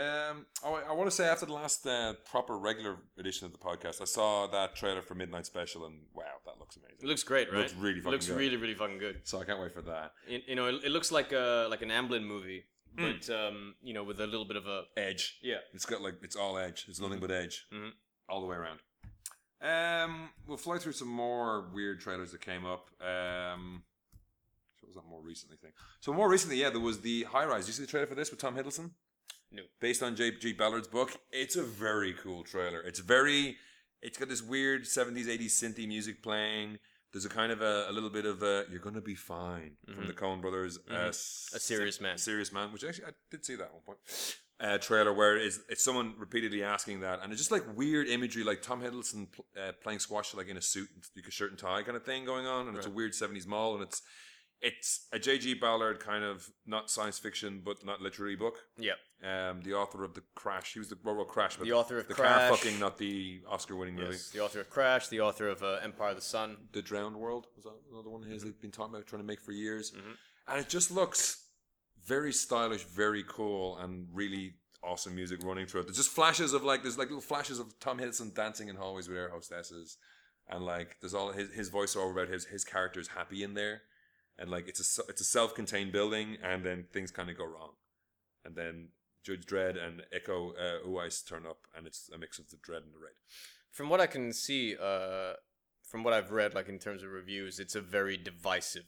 S2: Um, oh, I, I want to say after the last uh, proper regular edition of the podcast, I saw that trailer for Midnight Special, and wow, that looks
S1: it
S2: amazing.
S1: looks great, right?
S2: Looks really fucking
S1: looks
S2: good.
S1: really really fucking good.
S2: So I can't wait for that.
S1: It, you know, it, it looks like a like an Amblin movie,
S2: Hmm.
S1: but um, you know, with a little bit of a
S2: Edge.
S1: yeah.
S2: It's got like it's all edge. It's nothing but edge,
S1: Mhm.
S2: all the way around. Um, we'll fly through some more weird trailers that came up. Um, so was that more recently thing? So more recently, yeah, there was the High Rise. You see the trailer for this with Tom Hiddleston?
S1: No.
S2: Based on J.G. Ballard's book, it's a very cool trailer. It's very, it's got this weird '70s, '80s synthy music playing. There's a kind of a, a little bit of a, you're going to be fine
S1: Mm-hmm.
S2: from the Coen brothers. Uh,
S1: A serious man.
S2: Serious Man, which actually I did see that at one point. Uh, trailer where it's, it's someone repeatedly asking that, and it's just like weird imagery, like Tom Hiddleston pl- uh, playing squash like in a suit, and like a shirt and tie kind of thing going on, and it's a weird '70s mall, and it's it's a J.G. Ballard kind of not science fiction but not literary book.
S1: Yeah.
S2: Um, the author of the Crash, he was the well, well, Crash, but
S1: The author of
S2: the car
S1: Crash.
S2: fucking, not the Oscar-winning movie.
S1: Yes. The author of Crash, the author of uh, Empire of the Sun.
S2: The Drowned World was that another one of his they've been talking about trying to make for years, and it just looks very stylish, very cool, and really awesome music running through it. There's just flashes of like there's like little flashes of Tom Hiddleston dancing in hallways with air hostesses, and like there's all his his voiceover about his his character's happy in there, and like it's a s- it's a self-contained building, and then things kind of go wrong, and then. Judge Dredd and Echo uh, Uwais turn up, and it's a mix of the Dread and the Red.
S1: From what I can see, uh, from what I've read, like in terms of reviews, it's a very divisive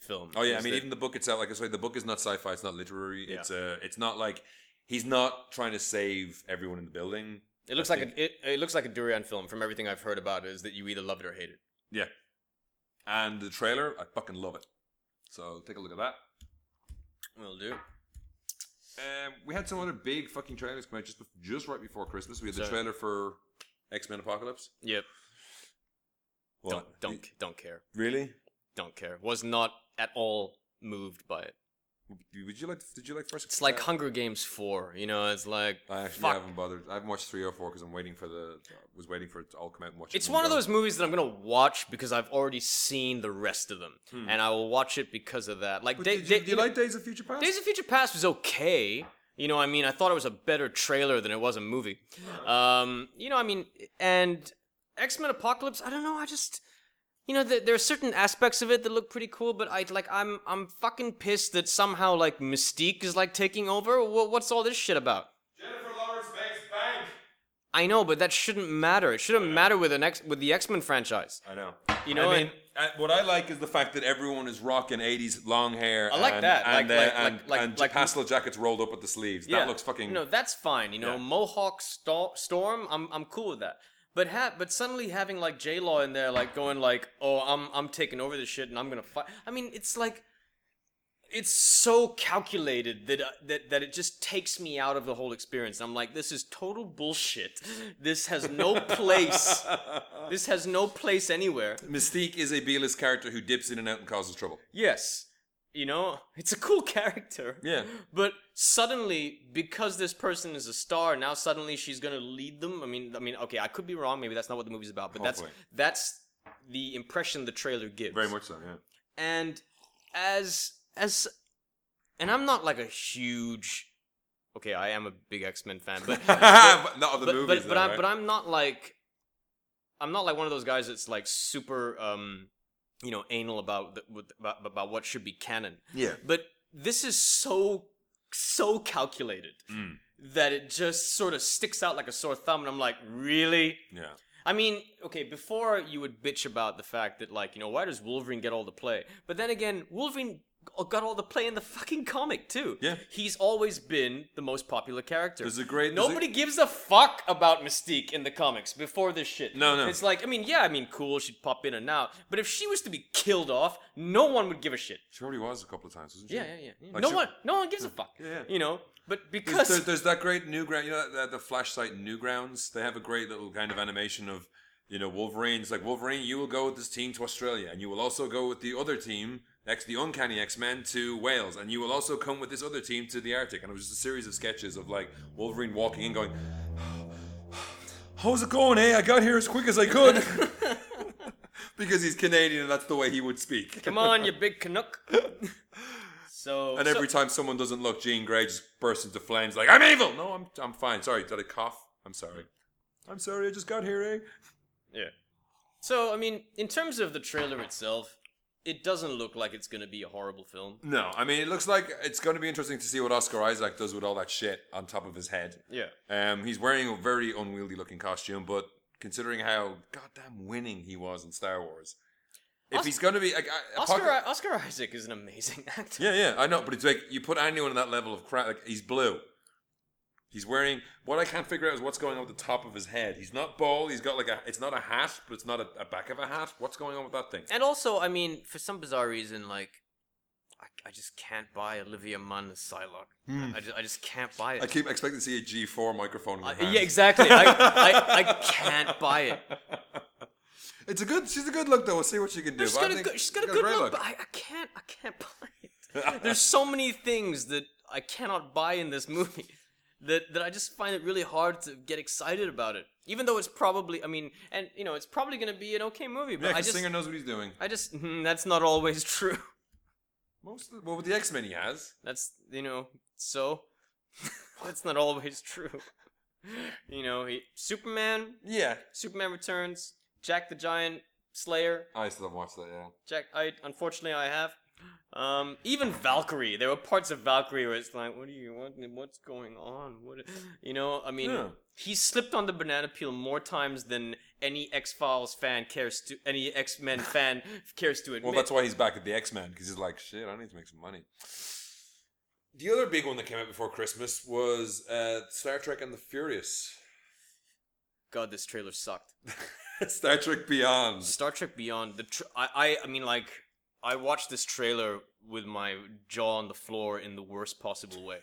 S1: film.
S2: Oh yeah, I
S1: Is
S2: mean,
S1: that-
S2: even the book itself. Like I said, the book is not sci-fi. It's not literary.
S1: Yeah.
S2: It's uh, it's not like he's not trying to save everyone in the building.
S1: it looks like a, it, it looks like a Durian film. From everything I've heard about, it, is that you either love it or hate it.
S2: Yeah, and the trailer, I fucking love it. So take a look at that.
S1: Will do.
S2: Um, we had some other big fucking trailers come out just bef- just right before Christmas. We had the
S1: Sorry.
S2: trailer for X Men Apocalypse.
S1: Yep. Don't
S2: Y-
S1: don't don't care.
S2: really?
S1: Don't care. Was not at all moved by it.
S2: Would you like? Did you like first?
S1: It's like
S2: uh,
S1: Hunger Games four. You know, it's like
S2: I actually
S1: fuck.
S2: haven't bothered. I haven't watched three or four because I'm waiting for the. Was waiting for it to all come out and watch it.
S1: It's
S2: in
S1: one of
S2: go.
S1: those movies that I'm gonna watch because I've already seen the rest of them,
S2: Hmm.
S1: and I will watch it because of that. Like,
S2: But
S1: they,
S2: did you,
S1: they-
S2: do you
S1: you know,
S2: like Days of Future Past?
S1: Days of Future Past was okay. You know, I mean, I thought it was a better trailer than it was a movie. Um, you know, I mean, and X Men Apocalypse. I don't know. I just, you know, there, there are certain aspects of it that look pretty cool, but I like, I'm, I'm fucking pissed that somehow like Mystique is like taking over. Wha what's all this shit about?
S3: Jennifer Lawrence makes bank.
S1: I know, but that shouldn't matter. It shouldn't matter with an X with the X Men franchise.
S2: I know.
S1: You know,
S2: I mean, I, what I like is the fact that everyone is rocking '80s long hair.
S1: I like
S2: and,
S1: that.
S2: and,
S1: Like-
S2: uh,
S1: like-
S2: and,
S1: like- like-
S2: and
S1: like-
S2: pastel jackets rolled up at the sleeves. That looks fucking.
S1: No, that's fine. You know,
S2: Yeah.
S1: Mohawk sto- Storm. I'm I'm cool with that. But ha- but suddenly having like J Law in there, like going like, oh, I'm I'm taking over this shit and I'm gonna fight. I mean, it's like. It's so calculated that, uh, that that it just takes me out of the whole experience. I'm like, this is total bullshit. This has no place.
S2: [laughs]
S1: this has no place anywhere.
S2: Mystique is a B-list character who dips in and out and causes trouble.
S1: Yes. You know, it's a cool [laughs] character.
S2: Yeah.
S1: But suddenly, because this person is a star, now suddenly she's gonna lead them. I mean, I mean, okay, I could be wrong. Maybe that's not what the movie's about. But
S2: Hopefully.
S1: that's that's the impression the trailer gives.
S2: Very much [laughs] so. Yeah.
S1: And as as, and I'm not like a huge. Okay, I am a big X Men fan,
S2: [laughs]
S1: but
S2: But Not of the
S1: but but,
S2: movies. though,
S1: but I'm
S2: right?
S1: but I'm not like I'm not like one of those guys that's like super um you know anal about the, with, about, about what should be canon.
S2: Yeah.
S1: But this is so so calculated
S2: Mm,
S1: that it just sort of sticks out like a sore thumb and I'm like, "Really?"
S2: Yeah.
S1: I mean, okay, before you would bitch about the fact that like, you know, why does Wolverine get all the play? But then again, Wolverine got all the play in the fucking comic too.
S2: Yeah.
S1: He's always been the most popular character.
S2: There's a great- there's a-
S1: Nobody gives a fuck about Mystique in the comics before this shit.
S2: No, no.
S1: It's like, I mean, yeah, I mean, cool, she'd pop in and out, but if she was to be killed off, no one would give a shit.
S2: She already was a couple of times, wasn't she?
S1: Yeah, yeah, yeah. yeah.
S2: Like
S1: no
S2: she-
S1: one, no one gives a fuck.
S2: Yeah, yeah.
S1: You know, but because
S2: There's, there- there's that great Newground, you know, the, the Flash site Newgrounds. They have a great little kind of animation of, you know, Wolverine. It's like Wolverine, you will go with this team to Australia, and you will also go with the other team, X, the Uncanny X Men, to Wales, and you will also come with this other team to the Arctic. And it was just a series of sketches of like Wolverine walking in, going, [sighs] "How's it going, eh? I got here as quick as I could." [laughs] Because he's Canadian and that's the way he would speak.
S1: come on, you big
S2: [laughs]
S1: Canuck. so
S2: And
S1: so-
S2: every time someone doesn't look, Jean Grey just bursts into flames like, I'm evil! No, I'm, I'm fine. Sorry, did I cough? I'm sorry. I'm sorry, I just got here, eh?
S1: Yeah. So, I mean, in terms of the trailer itself, it doesn't look like it's going to be a horrible film.
S2: No, I mean, it looks like it's going to be interesting to see what Oscar Isaac does with all that shit on top of his head.
S1: Yeah.
S2: Um, he's wearing a very unwieldy looking costume, but considering how goddamn winning he was in Star Wars, if
S1: Os-
S2: he's going to be. Like, I-
S1: Oscar,
S2: Apocalypse-
S1: Oscar Isaac is an amazing [laughs] actor.
S2: [laughs] Yeah, yeah, I know, but it's like you put anyone in that level of crap, like, he's blue. He's wearing what I can't figure out is what's going on with the top of his head. He's not bald. He's got like a. It's not a hat, but it's not a, a back of a hat. What's going on with that thing?
S1: And also, I mean, for some bizarre reason, like, I, I just can't buy Olivia Munn as Psylocke. I, just, I just can't buy it.
S2: I keep expecting to see a G4 microphone in your
S1: I-
S2: hand.
S1: Uh, yeah, exactly. I,
S2: [laughs]
S1: I, I can't buy it.
S2: It's a good. She's a good look though. We'll see what she can do.
S1: She's
S2: but I
S1: got, a
S2: think
S1: good, she's got a
S2: a
S1: good
S2: great
S1: look, but I, I can't. I can't [laughs] buy it. There's so many things that I cannot buy in this movie [laughs] that that I just find it really hard to get excited about it. Even though it's probably, I mean, and you know, it's probably going to be an okay movie. But
S2: Yeah,
S1: I
S2: 'cause
S1: just,
S2: Singer knows what he's doing.
S1: I just, mm, that's not always [laughs] true.
S2: Most of the, well, with the X Men he has.
S1: That's you know, so [laughs] that's not always true. [laughs] You know, he, Superman,
S2: Yeah,
S1: Superman Returns, Jack the Giant Slayer,
S2: I still haven't watched that. Yeah,
S1: Jack, I unfortunately I have. Um, even Valkyrie, there were parts of Valkyrie where it's like, what do you want? What's going on? What, you know? I mean,
S2: Yeah.
S1: he slipped on the banana peel more times than any X Files fan cares to, any X Men fan [laughs] cares to admit.
S2: Well, that's why he's back at the X Men because he's like, shit, I need to make some money. The other big one that came out before Christmas was uh, Star Trek and the Furious,
S1: God, this trailer sucked.
S2: [laughs] Mm-hmm. Star Trek Beyond.
S1: Star Trek Beyond. The tr- I, I, I mean, like, I watched this trailer with my jaw on the floor in the worst possible way.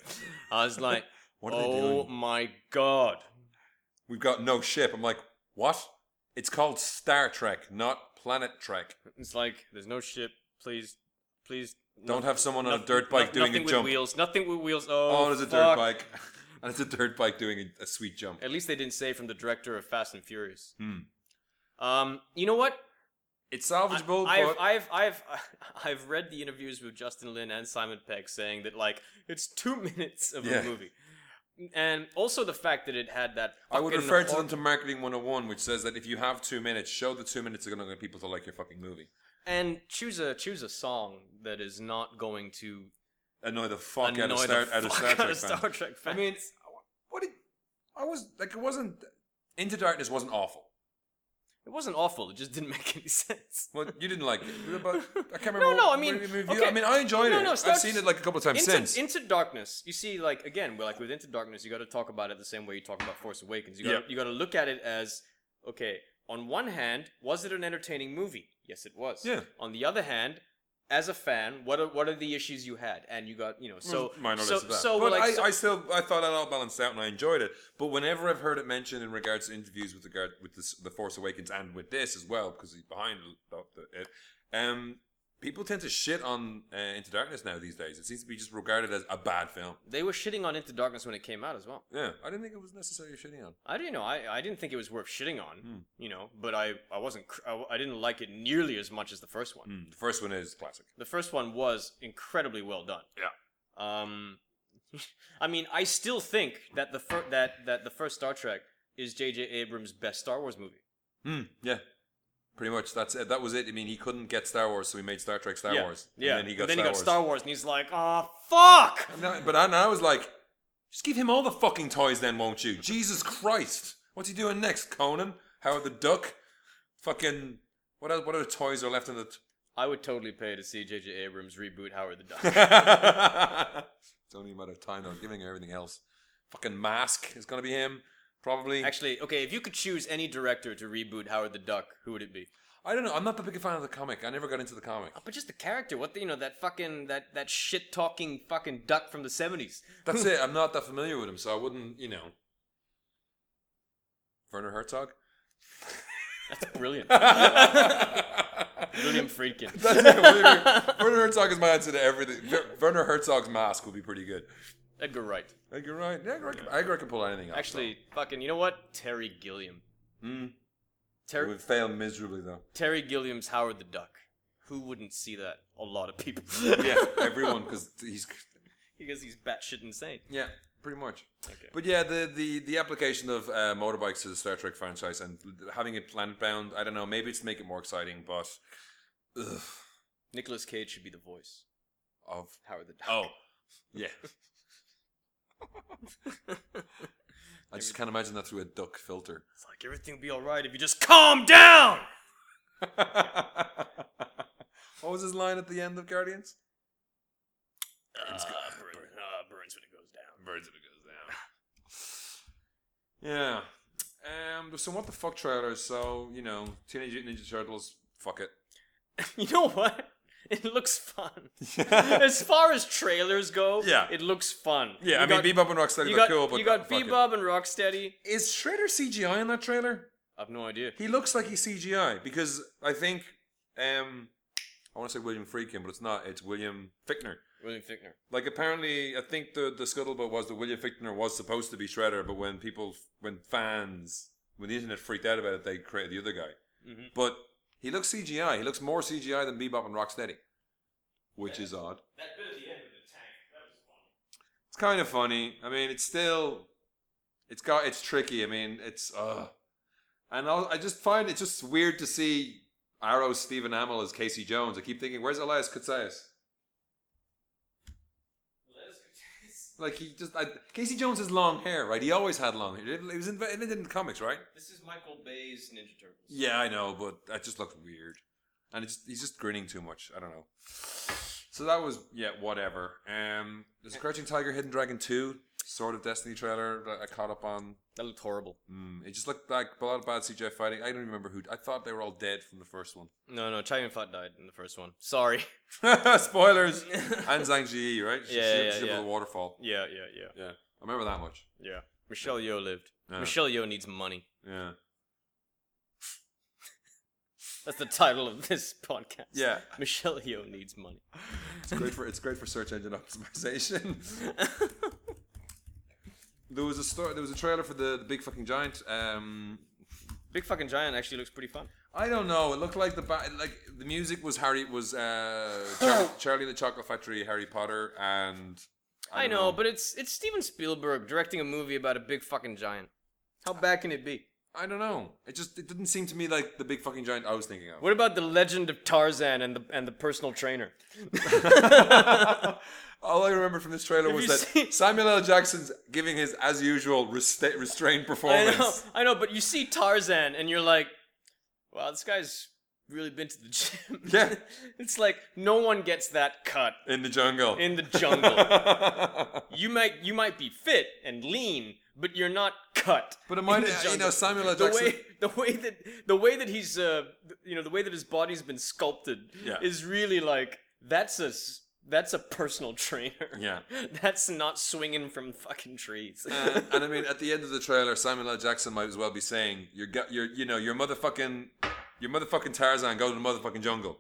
S1: I
S2: [laughs]
S1: was like,
S2: What are they
S1: oh
S2: doing?
S1: my god.
S2: We've got no ship. I'm like, what? It's called Star Trek, not Planet Trek.
S1: It's like there's no ship. Please, please.
S2: Don't
S1: noth-
S2: have someone on a
S1: noth-
S2: dirt bike
S1: noth-
S2: doing
S1: nothing
S2: a
S1: with
S2: jump.
S1: Wheels. Nothing with wheels. Oh,
S2: Oh, there's a dirt
S1: fuck.
S2: bike, [laughs] and it's a dirt bike doing a, a sweet jump.
S1: At least they didn't say from the director of Fast and Furious.
S2: Hmm.
S1: Um, you know what?
S2: It's salvageable,
S1: I, have
S2: but
S1: I've, I've, [laughs] I've read the interviews with Justin Lin and Simon Pegg saying that like it's two [laughs] minutes of
S2: Yeah.
S1: a movie, and also the fact that it had that.
S2: I would
S1: fucking
S2: refer to them
S1: hor-
S2: to Marketing 101, which says that if you have two minutes, show the two minutes are going to get people to like your fucking movie.
S1: and choose a choose a song that is not going to
S2: Annoy the fuck
S1: annoy
S2: out of Star,
S1: the
S2: out of
S1: fuck
S2: Star Trek
S1: out of
S2: fans.
S1: Star Trek
S2: I
S1: fans.
S2: mean, what did, I was like, it wasn't Into Darkness wasn't awful.
S1: It wasn't awful. It just didn't [laughs] make any sense.
S2: Well, you didn't like it, [laughs] but I can't
S1: [laughs]
S2: remember.
S1: No, no,
S2: what-
S1: I mean,
S2: what review-
S1: okay.
S2: I mean, I enjoyed
S1: No,
S2: it.
S1: no,
S2: I've
S1: Star-
S2: seen it like a couple of times
S1: Into,
S2: since.
S1: Into Darkness. You see, like again, we're like with Into Darkness, you got to talk about it the same way you talk about Force Awakens. You got
S2: Yeah.
S1: to you got to look at it as okay. On one hand, was it an entertaining movie? Yes, it was.
S2: Yeah.
S1: On the other hand, as a fan, what are, what are the issues you had? And you got you know so
S2: minor
S1: so
S2: list of that.
S1: so
S2: but
S1: like
S2: I,
S1: so-
S2: I still I thought it all balanced out and I enjoyed it. But whenever I've heard it mentioned in regards to interviews with regard with this, the Force Awakens and with this as well, because he's behind it, um, people tend to shit on uh, Into Darkness now these days. It seems to be just regarded as a bad film.
S1: they were shitting on Into Darkness when it came out as well.
S2: Yeah, I didn't think it was necessarily shitting on.
S1: I didn't know. I, I didn't think it was worth shitting on,
S2: Hmm.
S1: you know. But I I wasn't cr- I, I didn't like it nearly as much as the first one.
S2: The first one is classic.
S1: The first one was incredibly well done.
S2: Yeah.
S1: Um, [laughs] I mean, I still think that the fir- that that the first Star Trek is J.J. Abrams' best Star Wars movie. Mm,
S2: Hmm. Yeah. Pretty much. That's it. That was it. I mean, he couldn't get Star Wars, so he made Star Trek Star
S1: yeah.
S2: Wars.
S1: Yeah.
S2: And then he got,
S1: then
S2: Star,
S1: he got
S2: Wars.
S1: Star Wars, and he's like, "Oh fuck!"
S2: And I- but I, and I was like, just give him all the fucking toys, then, won't you? Jesus Christ! What's he doing next? Conan, Howard the Duck, fucking what? Else, what other toys are left in the? T- [laughs]
S1: I would totally pay to see J.J. Abrams reboot Howard the Duck.
S2: it's only a matter of time. I'm giving her everything else. Fucking Mask is gonna be him, probably.
S1: Actually, okay, if you could choose any director to reboot Howard the Duck, who would it be? Uh,
S2: I don't know. I'm not the big fan of the comic. I never got into the comic.
S1: But just the character, what the, you know, that fucking that that shit talking fucking duck from the seventies.
S2: That's it. I'm not that familiar with him, so I wouldn't, you know. Werner Herzog. [laughs]
S1: That's brilliant.
S2: William
S1: William Friedkin.
S2: That's it. [laughs] Werner, Werner Herzog is my answer to everything. Ver- Werner Herzog's mask would be pretty good.
S1: [laughs] Edgar Wright.
S2: Edgar Wright. Yeah, Edgar Wright, can- Edgar Wright can pull anything off.
S1: Actually, fucking, you know what? Terry Gilliam.
S2: Mm.
S1: Ter-
S2: it would fail miserably though.
S1: Terry Gilliam's Howard the Duck. Who wouldn't see that? A lot of people.
S2: [laughs] Yeah, everyone because he's
S1: [laughs] because he's batshit insane.
S2: yeah, pretty much. But yeah, the the the application of uh, motorbikes to the Star Trek franchise and having it planet bound. I don't know. Maybe it's to make it more exciting, but ugh,
S1: Nicolas Cage should be the voice.
S2: of
S1: Howard the Duck.
S2: oh [laughs] yeah. I just can't imagine that through a duck filter.
S1: It's like everything will be alright if you just calm down!
S2: what was his line at the end of Guardians?
S1: Ah, burn, ah, burns when it goes down.
S2: Birds of it goes down. Yeah. Um, there's some what the fuck trailers, so you know, Teenage Mutant Ninja Turtles. Fuck [laughs] it.
S1: [laughs] You know what? It looks
S2: [laughs]
S1: fun. as far as trailers go,
S2: Yeah.
S1: it looks fun.
S2: Yeah,
S1: You
S2: I
S1: got-
S2: mean, Bebop and Rocksteady
S1: You
S2: look
S1: got,
S2: cool, but
S1: you got
S2: fuck it.
S1: Bebop and Rocksteady.
S2: Is Shredder CGI in that trailer?
S1: I have no idea.
S2: He looks like he's CGI because I think um, I want to say William Freakin, but it's not. It's William Fickner.
S1: William Fickner.
S2: Like apparently, I think the the scuttlebutt was that William Fichtner was supposed to be Shredder, but when people, when fans, when the internet freaked out about it, they created the other guy.
S1: Mhm.
S2: But he looks CGI. He looks more CGI than Bebop and Rocksteady, which is odd.
S1: That bit at the end of the tank, that was fun.
S2: It's kind of funny. I mean, it's still, it's got, it's tricky. I mean, it's, uh, and I'll, I just find it just weird to see Arrow Stephen Amell as Casey Jones. I keep thinking, where's Elias Koteas? Like he just I, Casey Jones has long hair, right? He always had long hair. It, it was invented in the comics, right?
S1: This is Michael Bay's Ninja Turtles.
S2: Yeah, I know, but that just looks weird. And it's he's just grinning too much. I don't know. So that was yeah, whatever. Um, there's a Crouching Tiger, Hidden Dragon two sort of Destiny trailer that I caught up on.
S1: That looked horrible.
S2: Mm, it just looked like a lot of bad CGI fighting. I don't remember who. I thought they were all dead from the first one. [laughs]
S1: No, no, Chang and Fat died in the first one. Sorry. [laughs]
S2: Spoilers. and Zhang Ji, right? She,
S1: Yeah,
S2: she,
S1: yeah,
S2: she up
S1: yeah.
S2: at the waterfall.
S1: Yeah, yeah, yeah,
S2: Yeah, I remember that much.
S1: yeah. Michelle Yeoh lived.
S2: Yeah.
S1: Michelle Yeoh needs money.
S2: Yeah.
S1: That's the title of this [laughs] podcast.
S2: Yeah.
S1: Michelle Yeoh needs money.
S2: It's great for it's great for search engine [laughs] optimization. [laughs] there was a story. There was a trailer for the, the big fucking giant. Um,
S1: [laughs] Big fucking giant actually looks pretty fun.
S2: I don't know. It looked like the ba- like the music was Harry was uh,
S1: [gasps]
S2: Charlie, Charlie and the Chocolate Factory, Harry Potter, and
S1: I,
S2: don't
S1: know, but it's it's Steven Spielberg directing a movie about a big fucking giant. How bad can it be?
S2: I don't know. It just it didn't seem to me like the big fucking giant I was thinking of.
S1: What about the legend of Tarzan and the and the personal trainer?
S2: [laughs] All I remember from this trailer
S1: Have
S2: was
S1: you
S2: that
S1: seen-
S2: Samuel L. Jackson's giving his as usual resta- restrained
S1: I
S2: performance.
S1: know, [laughs] I know, but you see Tarzan and you're like, wow, this guy's really been to the gym.
S2: Yeah.
S1: [laughs] it's like no one gets that cut
S2: In the jungle.
S1: in the jungle.
S2: [laughs]
S1: you might you might be fit and lean, but you're not cut.
S2: But it might-
S1: in the
S2: uh, you
S1: jungle.
S2: know, Samuel L.
S1: The
S2: Jackson-
S1: way [laughs] the way that the way that he's uh th- you know the way that his body's been sculpted
S2: Yeah.
S1: is really like that's a s- that's a personal trainer.
S2: Yeah.
S1: [laughs] that's not swinging from fucking trees.
S2: Uh, and I mean, at the end of the trailer, Samuel L. Jackson might as well be saying, "Your, gu- your, you know, your motherfucking, your motherfucking Tarzan, go to the motherfucking jungle."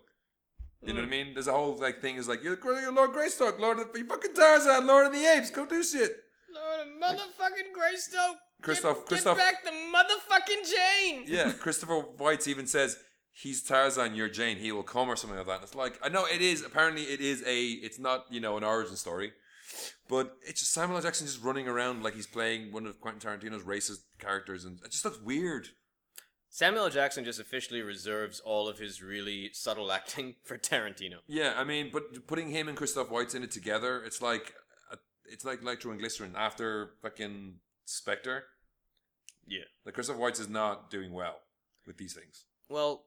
S2: You know what I mean? There's a whole like thing is like, "You're, you're Lord Greystock, Lord of the you fucking Tarzan, Lord of the Apes, go do shit."
S1: Lord, motherfucking Greystoke.
S2: Christoph- get Christoph- back
S1: the motherfucking Jane.
S2: Yeah, Christopher White's even says he's Tarzan, you're Jane, he will come or something like that. It's like I know it is. Apparently, it is a. It's not you know an origin story, but it's just Samuel L. Jackson just running around like he's playing one of Quentin Tarantino's racist characters, and it just looks weird.
S1: [laughs] Samuel L. Jackson just officially reserves all of his really subtle acting [laughs] for Tarantino.
S2: Yeah, I mean, but putting him and Christoph Waltz in it together, it's like uh, it's like Nitro and Glycerin after fucking Spectre.
S1: Yeah.
S2: Like Christoph Waltz is not doing well with these things.
S1: Well,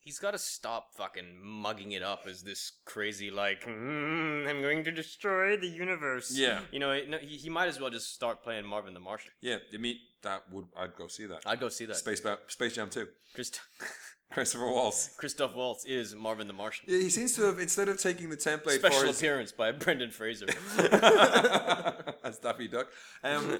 S1: he's got to stop fucking mugging it up as this crazy like mm, I'm going to destroy the universe.
S2: Yeah.
S1: You know, no, he, he might as well just start playing Marvin the Martian.
S2: Yeah, I mean that would I'd go see that.
S1: I'd go see that.
S2: Space ba- Space Jam Two, [laughs]
S1: Christ-
S2: Christopher Waltz.
S1: Christoph Waltz is Marvin the Martian.
S2: Yeah, he seems to have instead of taking the template for
S1: Special
S2: his
S1: appearance by [laughs] Brendan
S2: [laughs]
S1: Fraser.
S2: as Daffy Duck.
S1: [laughs]
S2: Um,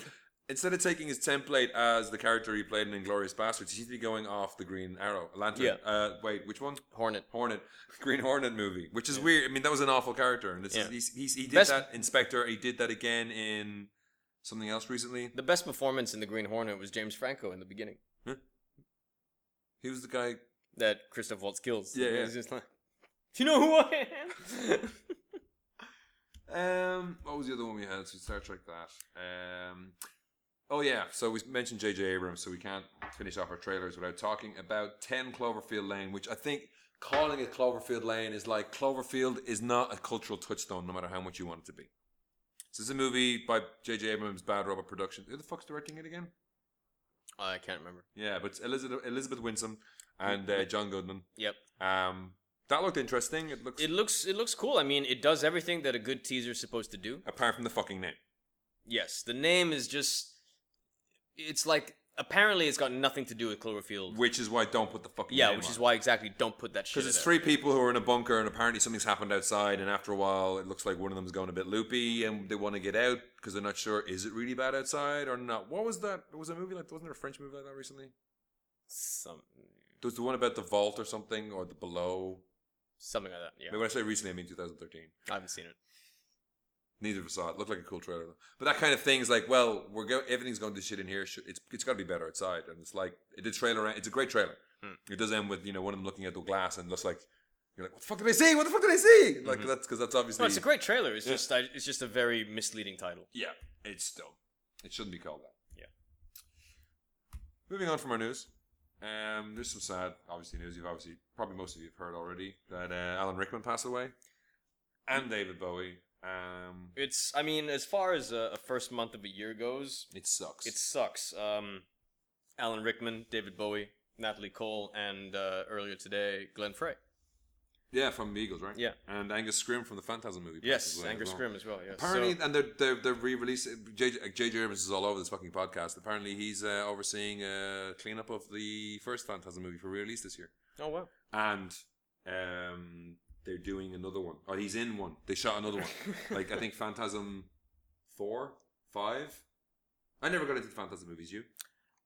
S2: instead of taking his template as the character he played in Inglorious Bastards, he seems to be going off the Green Arrow, Lantern.
S1: Yeah.
S2: Uh, wait, which one?
S1: Hornet.
S2: Hornet, [laughs] Green Hornet movie, which is weird. I mean, that was an awful character, and this
S1: Yeah.
S2: is, he's, he's, he did
S1: Best-
S2: that Inspector. He did that again in something else recently.
S1: The best performance in The Green Hornet was James Franco in the beginning.
S2: He was the guy.
S1: That Christoph Waltz kills.
S2: Yeah, yeah.
S1: He's just like, [laughs] Do you know who I
S2: [laughs]
S1: am?
S2: Um, what was the other one we had? So Star Trek that. Um, oh yeah. So we mentioned J.J. Abrams, so we can't finish off our trailers without talking about Ten Cloverfield Lane, which I think calling it Cloverfield Lane is like Cloverfield is not a cultural touchstone, no matter how much you want it to be. So this is a movie by J.J. Abrams, Bad Robot Productions. Who the fuck's directing it again?
S1: I can't remember.
S2: Yeah, but it's Elizabeth Elizabeth Winsome and uh, John Goodman.
S1: Mm-hmm. Yep.
S2: Um, that looked interesting. It looks
S1: It looks it looks cool. I mean, it does everything that a good teaser's supposed to do.
S2: apart from the fucking name.
S1: Yes, the name is just it's like apparently it's got nothing to do with Cloverfield.
S2: Which is why don't put the fucking
S1: yeah, which is why exactly don't put that shit.
S2: Because it's
S1: in
S2: three people who are in a bunker, and apparently something's happened outside. And after a while, it looks like one of them's going a bit loopy, and they want to get out because they're not sure is it really bad outside or not. What was that? There Was a movie like wasn't there a French movie like that recently?
S1: Some,
S2: There was the one about the vault or something or the below.
S1: something like that. Yeah,
S2: Maybe when I say recently, I mean 2013.
S1: I haven't seen it.
S2: Neither of us saw it. Looked like a cool trailer, though. but that kind of thing is like, well, we're go- everything's going to shit in here. Sh- It's it's got to be better outside, and it's like it did trailer. It's a great trailer.
S1: Hmm.
S2: It does end with you know one of them looking at the glass and looks like you're like, what the fuck did I see? What the fuck did I see? Like that's because that's obviously
S1: Mm-hmm. No, it's a great trailer. It's
S2: Yeah.
S1: just I, it's just a very misleading title.
S2: yeah, it's dumb. It shouldn't be called that.
S1: Yeah.
S2: Moving on from our news, um, there's some sad, obviously news. You've obviously probably most of you have heard already that uh, Alan Rickman passed away, and David Bowie. Um,
S1: It's I mean as far as a, a first month of a year goes,
S2: it sucks.
S1: it sucks. Um, Alan Rickman, David Bowie, Natalie Cole, and uh, earlier today Glenn Frey.
S2: Yeah, from the Eagles, right?
S1: Yeah.
S2: And Angus Scrim from the Phantasm movie. passed
S1: Yes,
S2: away as
S1: Angus
S2: well.
S1: Scrim as well. Yeah.
S2: Apparently,
S1: So-
S2: and they're they're, they're re-releasing. JJ J.J. Abrams is all over this fucking podcast. Apparently, he's uh, overseeing a cleanup of the first Phantasm movie for re-release this year,
S1: oh wow.
S2: and um, they're doing another one. Oh, he's in one. They
S1: [laughs]
S2: shot another one. [laughs] like I think Phantasm four, five. I never got into the Phantasm movies. You?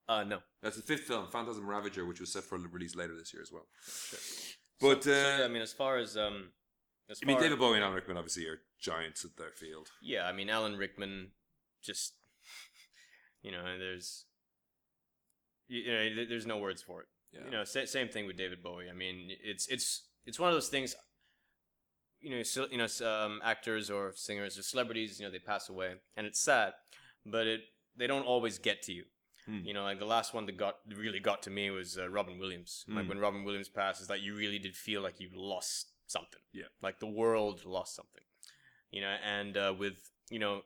S1: Uh, no.
S2: That's the fifth film, Phantasm Ravager, which was set for release later this year as well. But
S1: So,
S2: uh,
S1: yeah, I mean, as far as um, as
S2: I mean,
S1: far-
S2: David Bowie and Alan Rickman obviously are giants at their field.
S1: Yeah, I mean, Alan Rickman, just [laughs] you know, there's you you know, there- there's no words for it.
S2: Yeah.
S1: You know, sa- same thing with David Bowie. I mean, it's it's it's one of those things. You know, so, you know, s- um, actors or singers or celebrities, you know, they pass away, and it's sad, but it they don't always get to you.
S2: Hmm.
S1: You know, like the last one that got really got to me was uh, Robin Williams. Like
S2: Hmm.
S1: when Robin Williams passed, it's like you really did feel like you lost something.
S2: Yeah.
S1: like the world lost something. You know, and uh, with you know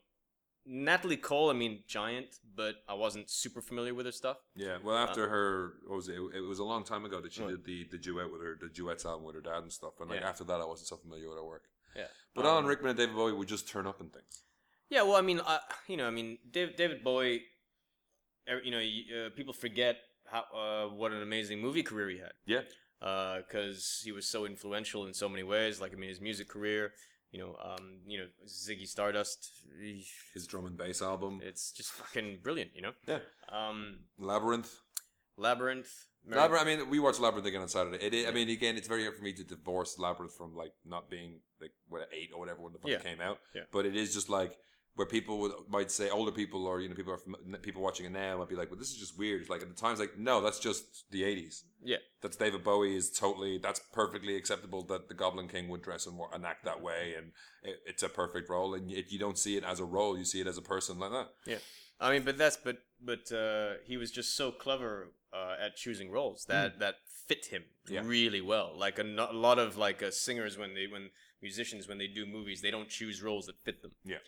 S1: Natalie Cole, I mean, giant, but I wasn't super familiar with her stuff.
S2: Yeah. Well, after her, what was it? It was a long time ago that she
S1: Uh, Right.
S2: did the, the duet with her, the duets album with her dad and stuff. And like
S1: Yeah.
S2: after that, I wasn't so familiar with her work.
S1: Yeah. Um,
S2: But Alan Rickman and David Bowie would just turn up in things.
S1: Yeah, well, I mean, uh, you know, I mean, David, David Bowie, er, you know, y- uh, people forget how uh, what an amazing movie career he had
S2: Yeah.
S1: because he was so influential in so many ways. Like, I mean, his music career, you know, um, you know, Ziggy Stardust, eh,
S2: His drum and bass album,
S1: it's just fucking brilliant, you know.
S2: Yeah.
S1: Um,
S2: Labyrinth.
S1: Labyrinth. Mary-
S2: Labyrinth. I mean, we watched Labyrinth again on Saturday. It, I mean, again, it's very hard for me to divorce Labyrinth from like not being like what eight or whatever when the fuck
S1: Yeah.
S2: came out.
S1: Yeah.
S2: But it is just like where people would, might say older people or you know people are fam- people watching it now might be like, well, this is just weird. It's Like at the time, it's like no, that's just the eighties.
S1: Yeah.
S2: That's David Bowie is totally that's perfectly acceptable that the Goblin King would dress and, wa- and act that way, and it, it's a perfect role. And it, you don't see it as a role, you see it as a person like that.
S1: I mean, but that's but but uh, he was just so clever uh, at choosing roles that that fit him
S2: Yeah.
S1: really well. Like a, no- a lot of like uh, singers when they when musicians when they do movies they don't choose roles that fit them.
S2: Yeah.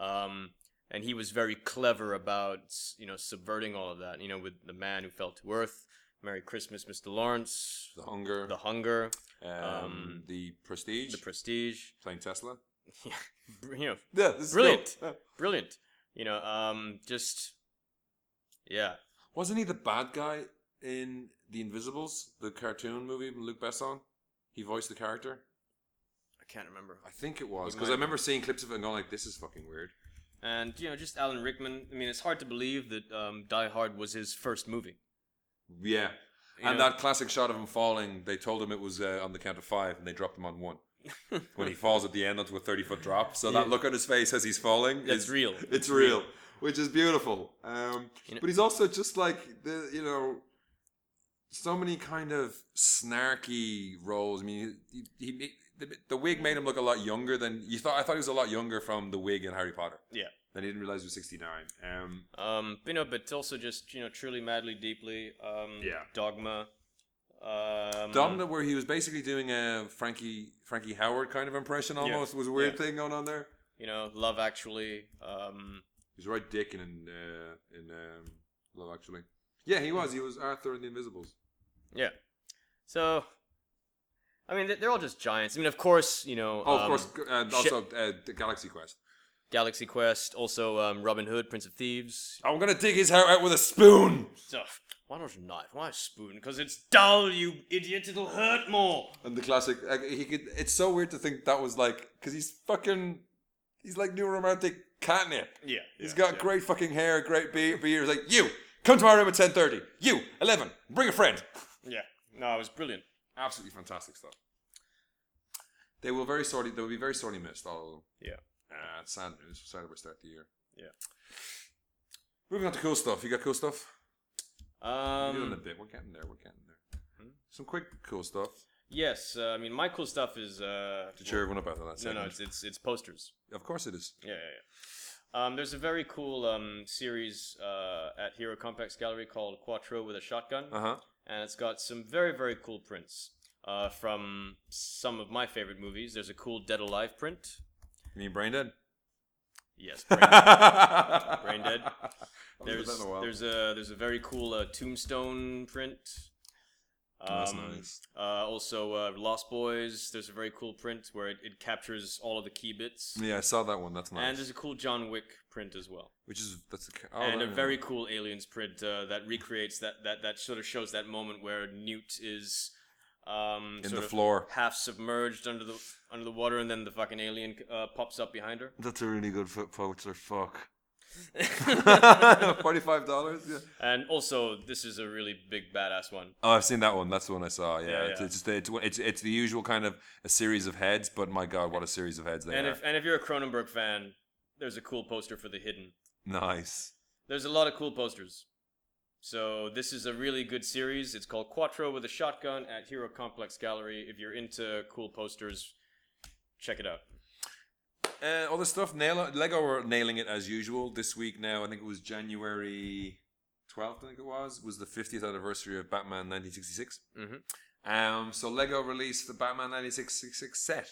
S1: Um, and he was very clever about s- you know subverting all of that. You know, with the man who fell to earth, Merry Christmas, Mr. Lawrence,
S2: The Hunger,
S1: The Hunger,
S2: um,
S1: um,
S2: the Prestige,
S1: The Prestige.
S2: playing Tesla.
S1: Br- You know,
S2: Yeah, this is
S1: Brilliant.
S2: cool. Yeah.
S1: brilliant. You know, um, just yeah.
S2: Wasn't he the bad guy in The Invisibles, the cartoon movie with Luke Besson? He voiced the character.
S1: I can't remember.
S2: I think it was
S1: He
S2: because
S1: might-
S2: I remember seeing clips of it and going like, "This is fucking weird."
S1: And you know, just Alan Rickman. I mean, it's hard to believe that um, Die Hard was his first movie.
S2: Yeah.
S1: You
S2: and
S1: know?
S2: that classic shot of him falling, they told him it was uh, on the count of five, and they dropped him [laughs] on one. when he falls at the end onto a thirty-foot drop, so that
S1: Yeah.
S2: look on his face as he's falling,
S1: That's
S2: is- [laughs]
S1: real.
S2: It's real, which is beautiful. Um,
S1: You know-
S2: but he's also just like the, you know, so many kind of snarky roles. I mean, he, he, he- the, the wig made him look a lot younger than you thought. I thought he was a lot younger from the wig in Harry Potter.
S1: Yeah.
S2: Then he didn't realize he was sixty-nine. Um,
S1: Um, you know, but also just you know, truly, madly, deeply. Um,
S2: Yeah.
S1: Dogma. Um,
S2: Domino, where he was basically doing a Frankie Frankie Howard kind of impression almost, was a weird
S1: Yeah.
S2: thing going on there.
S1: You know, Love Actually. Um,
S2: He was right dick in in, uh, in um, Love Actually. Yeah, he was. He was Arthur in The Invisibles.
S1: yeah. So, I mean, they- they're all just giants. I mean, of course, you know.
S2: Oh, of
S1: um,
S2: course, g- and
S1: shit.
S2: also uh, the Galaxy Quest.
S1: Galaxy Quest, also um, Robin Hood, Prince of Thieves.
S2: I'm gonna dig his hair out with a spoon.
S1: Ugh, why not a knife? Why a spoon? Because it's dull, you idiot. It'll hurt more.
S2: And the classic, like, he could. It's so weird to think that was like, because he's fucking, he's like new romantic catnip.
S1: Yeah.
S2: He's
S1: yeah,
S2: got
S1: yeah.
S2: great fucking hair, great beard. beard. He's like, you come to my room at ten thirty. You eleven, bring a friend.
S1: Yeah. No, it was brilliant.
S2: Absolutely fantastic stuff. They will very sorely, they will be very sorely missed. All of them.
S1: Yeah.
S2: Uh, it's sad news. Sad way to start the year.
S1: Yeah.
S2: Moving on to cool stuff. You got cool stuff. We're doing a
S1: Um, Hmm?
S2: bit. We're getting there. We're getting there. Some quick cool stuff
S1: yes, uh, I mean my cool stuff is. Uh,
S2: to cheer everyone up after that.
S1: no, no,
S2: segment.
S1: it's, it's it's posters.
S2: Of course it is.
S1: Yeah, yeah, yeah. Um, there's a very cool um, series uh, at Hero Complex Gallery called Quattro with a Shotgun,
S2: Uh huh.
S1: and it's got some very very cool prints uh, from some of my favorite movies. There's a cool Dead Alive print.
S2: You mean brain dead? [laughs]
S1: Yes.
S2: brain [laughs]
S1: dead.
S2: There's,
S1: There's, there's a there's a very cool uh, tombstone print.
S2: Oh, That's
S1: Um,
S2: nice.
S1: Uh, also, uh, Lost Boys. There's a very cool print where it, it captures all of the key bits,
S2: yeah, I saw that one. That's nice.
S1: and there's a cool John Wick print as well,
S2: Which is that's the. ca- Oh,
S1: and a
S2: that-
S1: very cool Aliens print uh, that recreates that, that that sort of shows that moment where Newt is um,
S2: in
S1: sort
S2: the
S1: of
S2: floor.
S1: half submerged under the under the water, and then the fucking alien uh, pops up behind
S2: [laughs]
S1: her.
S2: [laughs] That's a really good foot poacher. Fuck. [laughs] Forty-five dollars. Yeah.
S1: And also, this is a really big badass one.
S2: Oh, I've seen that one. That's the one I saw. Yeah,
S1: Yeah,
S2: It's,
S1: yeah.
S2: it's just it's, it's it's the usual kind of a series of heads, but my god, what a series of heads they
S1: And
S2: are.
S1: if and if you're a Cronenberg fan, there's a cool poster for the hidden.
S2: nice.
S1: There's a lot of cool posters. So this is a really good series. It's called Quattro with a Shotgun at Hero Complex Gallery. If you're into cool posters, check it out.
S2: Uh, other stuff, nail Lego were nailing it as usual this week. Now I think it was January twelfth. I think it was was the fiftieth anniversary of Batman nineteen sixty six.
S1: Mhm.
S2: Um, so Lego released the Batman ninety six six six set,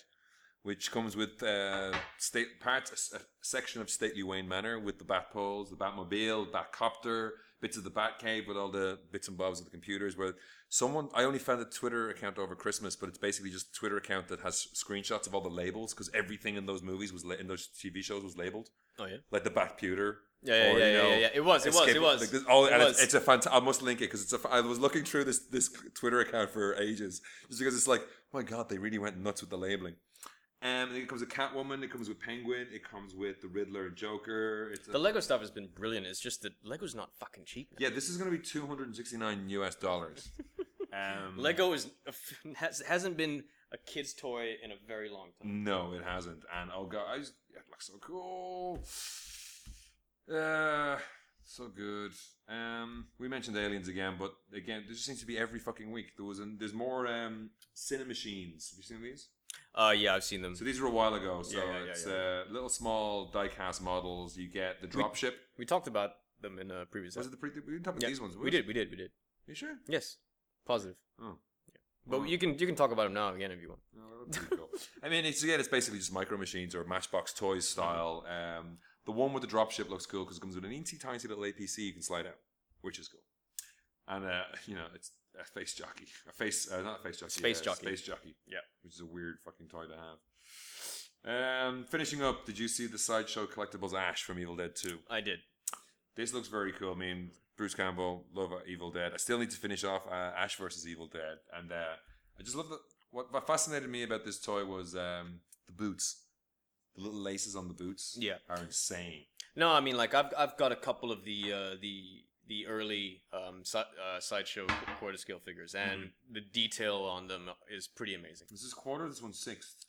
S2: which comes with uh, state parts a s- a, section of stately Wayne Manor with the bat poles, the Batmobile, Batcopter, bits of the Batcave with all the bits and bobs of the computers. Where someone I only found a Twitter account over Christmas, but it's basically just a Twitter account that has screenshots of all the labels because everything in those movies was la- in those TV shows was labeled
S1: Oh yeah.
S2: like the Batputer.
S1: Yeah, yeah, yeah,
S2: or, you know,
S1: yeah, yeah, yeah. It was, it was, it
S2: escaping-
S1: was.
S2: like this- all-
S1: It
S2: and
S1: was.
S2: It's, it's a fant- I must link it because it's a. fa- I was looking through this this Twitter account for ages just because it's like, oh my God, they really went nuts with the labeling. Um, and it comes with Catwoman. It comes with Penguin. It comes with the Riddler and Joker. It's a-
S1: The Lego stuff has been brilliant. It's just that Lego's not fucking cheap. now.
S2: yeah, this is gonna be two hundred and sixty nine US
S1: [laughs]
S2: dollars. um,
S1: Lego is [laughs] has, hasn't been a kid's toy in a very long time.
S2: No, it hasn't. And oh god, I just, it looks so cool. Uh, so good. Um, we mentioned aliens again, but again, there just seems to be every fucking week. There was an, there's more um cinemachines. Have you seen these?
S1: Uh yeah, I've seen them.
S2: So these were a while ago. So
S1: Yeah, yeah, yeah,
S2: it's
S1: yeah.
S2: Uh, little small diecast models. You get the dropship.
S1: We talked about them in a previous
S2: Was
S1: episode.
S2: it the pre? We didn't talk about
S1: Yeah,
S2: these ones.
S1: We did, we did, we did.
S2: you sure?
S1: Yes. Positive.
S2: Oh.
S1: But
S2: Well-
S1: you can you can talk about them now again if you want.
S2: No, that's
S1: [laughs]
S2: pretty cool. I mean, it's again, it's basically just micro machines or Matchbox toys style. Um, the one with the dropship looks cool because it comes with an teensy tiny little APC you can slide out, which is cool. And uh, you know, it's a face jockey, a face, uh, not a face jockey,
S1: Space
S2: uh,
S1: jockey.
S2: space jockey.
S1: Yeah.
S2: which is a weird fucking toy to have. Um, finishing up, did you see the sideshow collectibles Ash from Evil Dead Two?
S1: I did.
S2: This looks very cool. I mean, Bruce Campbell, love Evil Dead. I still need to finish off uh, Ash versus Evil Dead, and uh, I just love that. What, what fascinated me about this toy was um, the boots. The little laces on the boots
S1: Yeah.
S2: are insane.
S1: No, I mean like I've I've got a couple of the uh, the the early um, si- uh, sideshow quarter scale figures, and
S2: Mm-hmm.
S1: the detail on them is pretty amazing.
S2: Is this quarter? This one's sixth.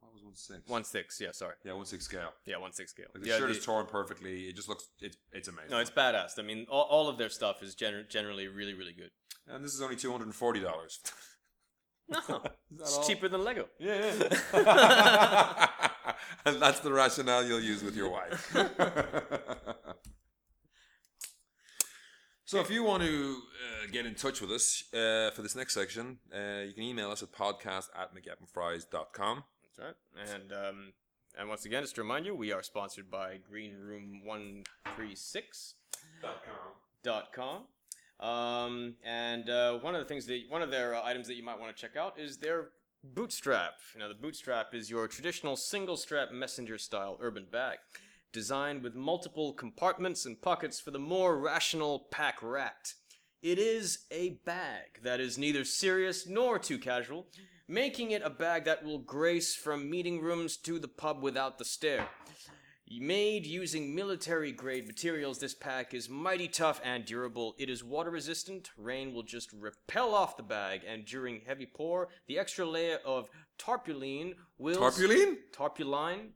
S2: What was one sixth?
S1: One six, yeah, sorry,
S2: Yeah, one sixth scale.
S1: yeah, one six scale.
S2: Like the
S1: yeah,
S2: shirt
S1: the-
S2: is torn perfectly. It just looks. It's it's amazing.
S1: no, it's badass. I mean, all, all of their stuff is gener- generally really really
S2: [laughs]
S1: good.
S2: and this is only two hundred and forty dollars. [laughs]
S1: No, it's cheaper than Lego.
S2: Yeah, yeah. and [laughs] that's the rationale you'll use with your wife. [laughs] so if you want to uh, get in touch with us uh, for this next section, uh, you can email us at podcast at mcgappenfries.com.
S1: That's right. And um, and once again, just to remind you, we are sponsored by Green Room One Three Six. dot com. Um, and uh, one of the things that one of their uh, items that you might want to check out is their Bootstrap. Now, the bootstrap is your traditional single strap messenger style urban bag, designed with multiple compartments and pockets for the more rational pack rat. It is a bag that is neither serious nor too casual, making it a bag that will grace from meeting rooms to the pub without the stare. Made using military grade materials, this pack is mighty tough and durable. It is water resistant, rain will just repel off the bag, and during heavy pour, the extra layer of tarpaulin will.
S2: Tarpaulin?
S1: Tarpaulin?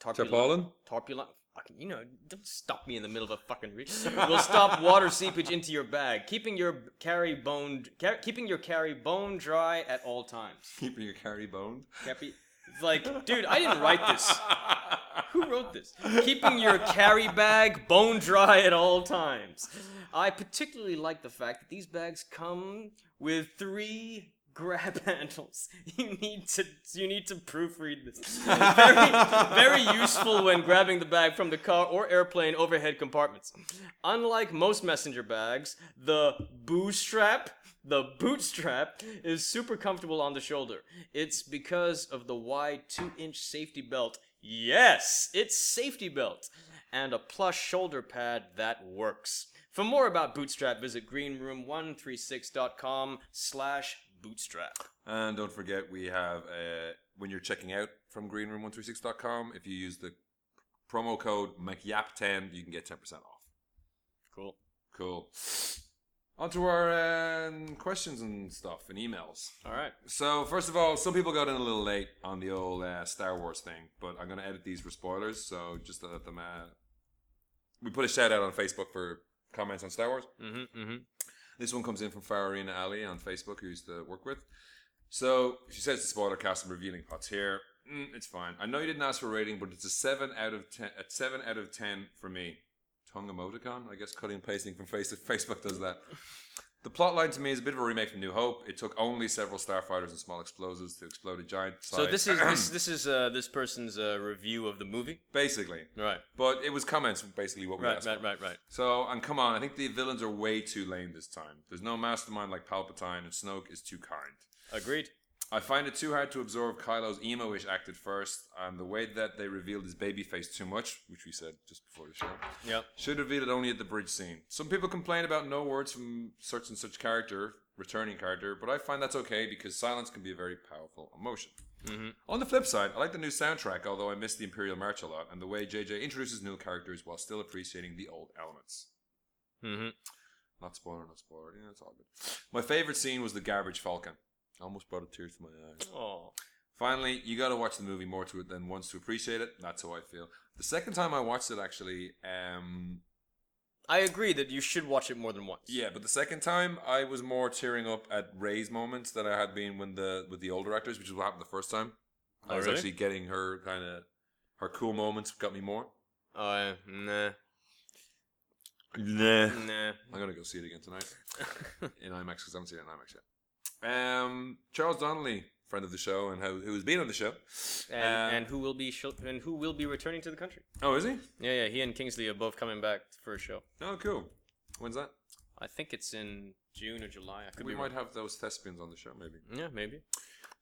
S2: Tarpaulin?
S1: Tarpaulin? Fucking, you know, don't stop me in the middle of a fucking reach. will stop water seepage into your bag, keeping your carry bone, car- keeping your carry bone dry at all times.
S2: Keeping your carry boned.
S1: Can't be- It's like, dude, I didn't write this. Who wrote this? Keeping your carry bag bone dry at all times. I particularly like the fact that these bags come with three grab [laughs] handles. You need to you need to proofread this. Very, very useful when grabbing the bag from the car or airplane overhead compartments. Unlike most messenger bags, the boo strap the bootstrap is super comfortable on the shoulder. It's because of the wide 2 inch safety belt. Yes, it's safety belt. And a plush shoulder pad that works. For more about Bootstrap, visit greenroom136.com slash bootstrap.
S2: [laughs] And don't forget, we have uh, when you're checking out from greenroom136.com, if you use the promo code MacYap10, you can get 10% off.
S1: Cool.
S2: Cool. On to our um, questions and stuff and emails.
S1: All right.
S2: So, first of all, some people got in a little late on the old uh, Star Wars thing, but I'm going to edit these for spoilers. So, just to let them. Uh, we put a shout out on Facebook for comments on Star Wars.
S1: Mm-hmm, mm-hmm.
S2: This one comes in from Farina Ali on Facebook, who I used to work with. So she says the spoiler cast and revealing pots here. Mm, it's fine. I know you didn't ask for a rating, but it's a seven out of ten. A seven out of ten for me. Tongue emoticon, I guess. Cutting and pasting from face- [laughs] Facebook does that. The plotline to me is a bit of a remake from New Hope. It took only several starfighters and small explosives to explode a giant.
S1: So this is
S2: [clears throat]
S1: this this is uh, this person's uh, review of the movie.
S2: basically,
S1: Right.
S2: but it was comments basically what we
S1: Right.
S2: asked.
S1: Right. Right. Right.
S2: So, and come on, I think the villains are way too lame this time. There's no mastermind like Palpatine, and Snoke is too kind.
S1: Agreed.
S2: I find it too hard to absorb Kylo's emo-ish act at first, and the way that they revealed his baby face too much, which we said just before the show,
S1: Yep.
S2: should reveal it only at the bridge scene. Some people complain about no words from such and such character, returning character, but I find that's okay because silence can be a very powerful emotion.
S1: Mm-hmm,
S2: On the flip side, I like the new soundtrack, although I miss the Imperial March a lot, and the way JJ introduces new characters while still appreciating the old elements.
S1: Mm-hmm.
S2: Not spoiler, not spoiler. Yeah, it's all good. My favorite scene was the garbage Falcon. Almost brought a tear to my eyes.
S1: Oh.
S2: Finally, you got to watch the movie more to it than once to appreciate it. That's how I feel. The second time I watched it, actually, um,
S1: I agree that you should watch it more than once.
S2: yeah, but the second time I was more tearing up at Ray's moments than I had been when the with the older actors, which is what happened the first time. I
S1: Oh,
S2: was
S1: really?
S2: actually getting her kind of her cool moments got me more.
S1: Uh, nah.
S2: Nah.
S1: [laughs] Nah.
S2: I'm gonna go see it again tonight in IMAX because I haven't seen it in IMAX yet. Um, Charles Donnelly, friend of the show, and who, who has been on the show.
S1: and,
S2: Um,
S1: and who will be shil- and who will be returning to the country?
S2: oh, is he?
S1: Yeah, yeah. He and Kingsley are both coming back for a show.
S2: Oh, cool. When's that?
S1: I think it's in June or July. I could
S2: we
S1: be
S2: might
S1: wrong.
S2: have those thespians on the show, maybe.
S1: Yeah, maybe.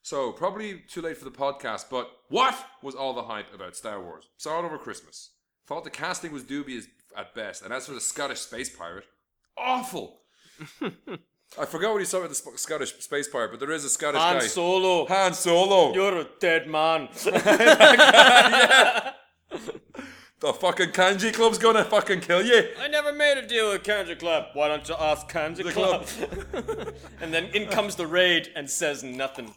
S2: So probably too late for the podcast. But what was all the hype about Star Wars? Saw it over Christmas. Thought the casting was dubious at best, and as for the Scottish space pirate,
S1: [laughs]
S2: awful. I forgot what he saw about the sp- Scottish space pirate, but there is a Scottish guy.
S1: Solo,
S2: Han Solo.
S1: you're a dead
S2: [laughs]
S1: man. [laughs]
S2: The fucking kanji club's gonna fucking kill you.
S1: I never made a deal with Kanji Club. Why don't you ask Kanji
S2: club.
S1: Club? [laughs] and then in comes the raid and says
S2: [laughs]
S1: nothing.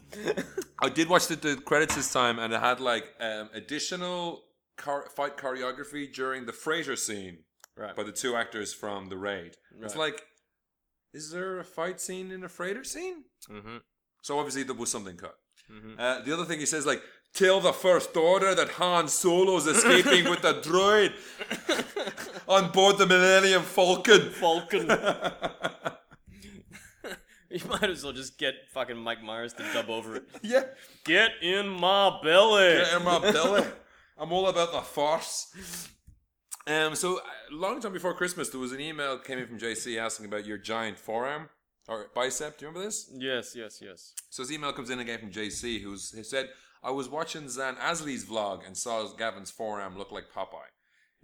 S2: I did watch the, the credits this time, and it had like um, additional chor- fight choreography during the Fraser scene
S1: Right.
S2: by the two actors from the raid. It's like, is there a fight scene in a Fraser scene?
S1: Mhm.
S2: So obviously there was something cut. Uh, the other thing he says like, tell the First Order that Han Solo's escaping with the droid on board the Millennium
S1: [laughs]
S2: Falcon.
S1: Falcon. you might as well just get fucking Mike Myers to dub over it.
S2: Yeah.
S1: [laughs] Get in my belly.
S2: Get in my belly. [laughs] I'm all about the force. uh, Um, so a long time before Christmas, there was an email that came in from JC asking about your giant forearm. All right, bicep. Do you remember this?
S1: Yes, yes, yes.
S2: So his email comes in again from JC, who's who said, "I was watching Zan Asley's vlog and saw Gavin's forearm look like Popeye.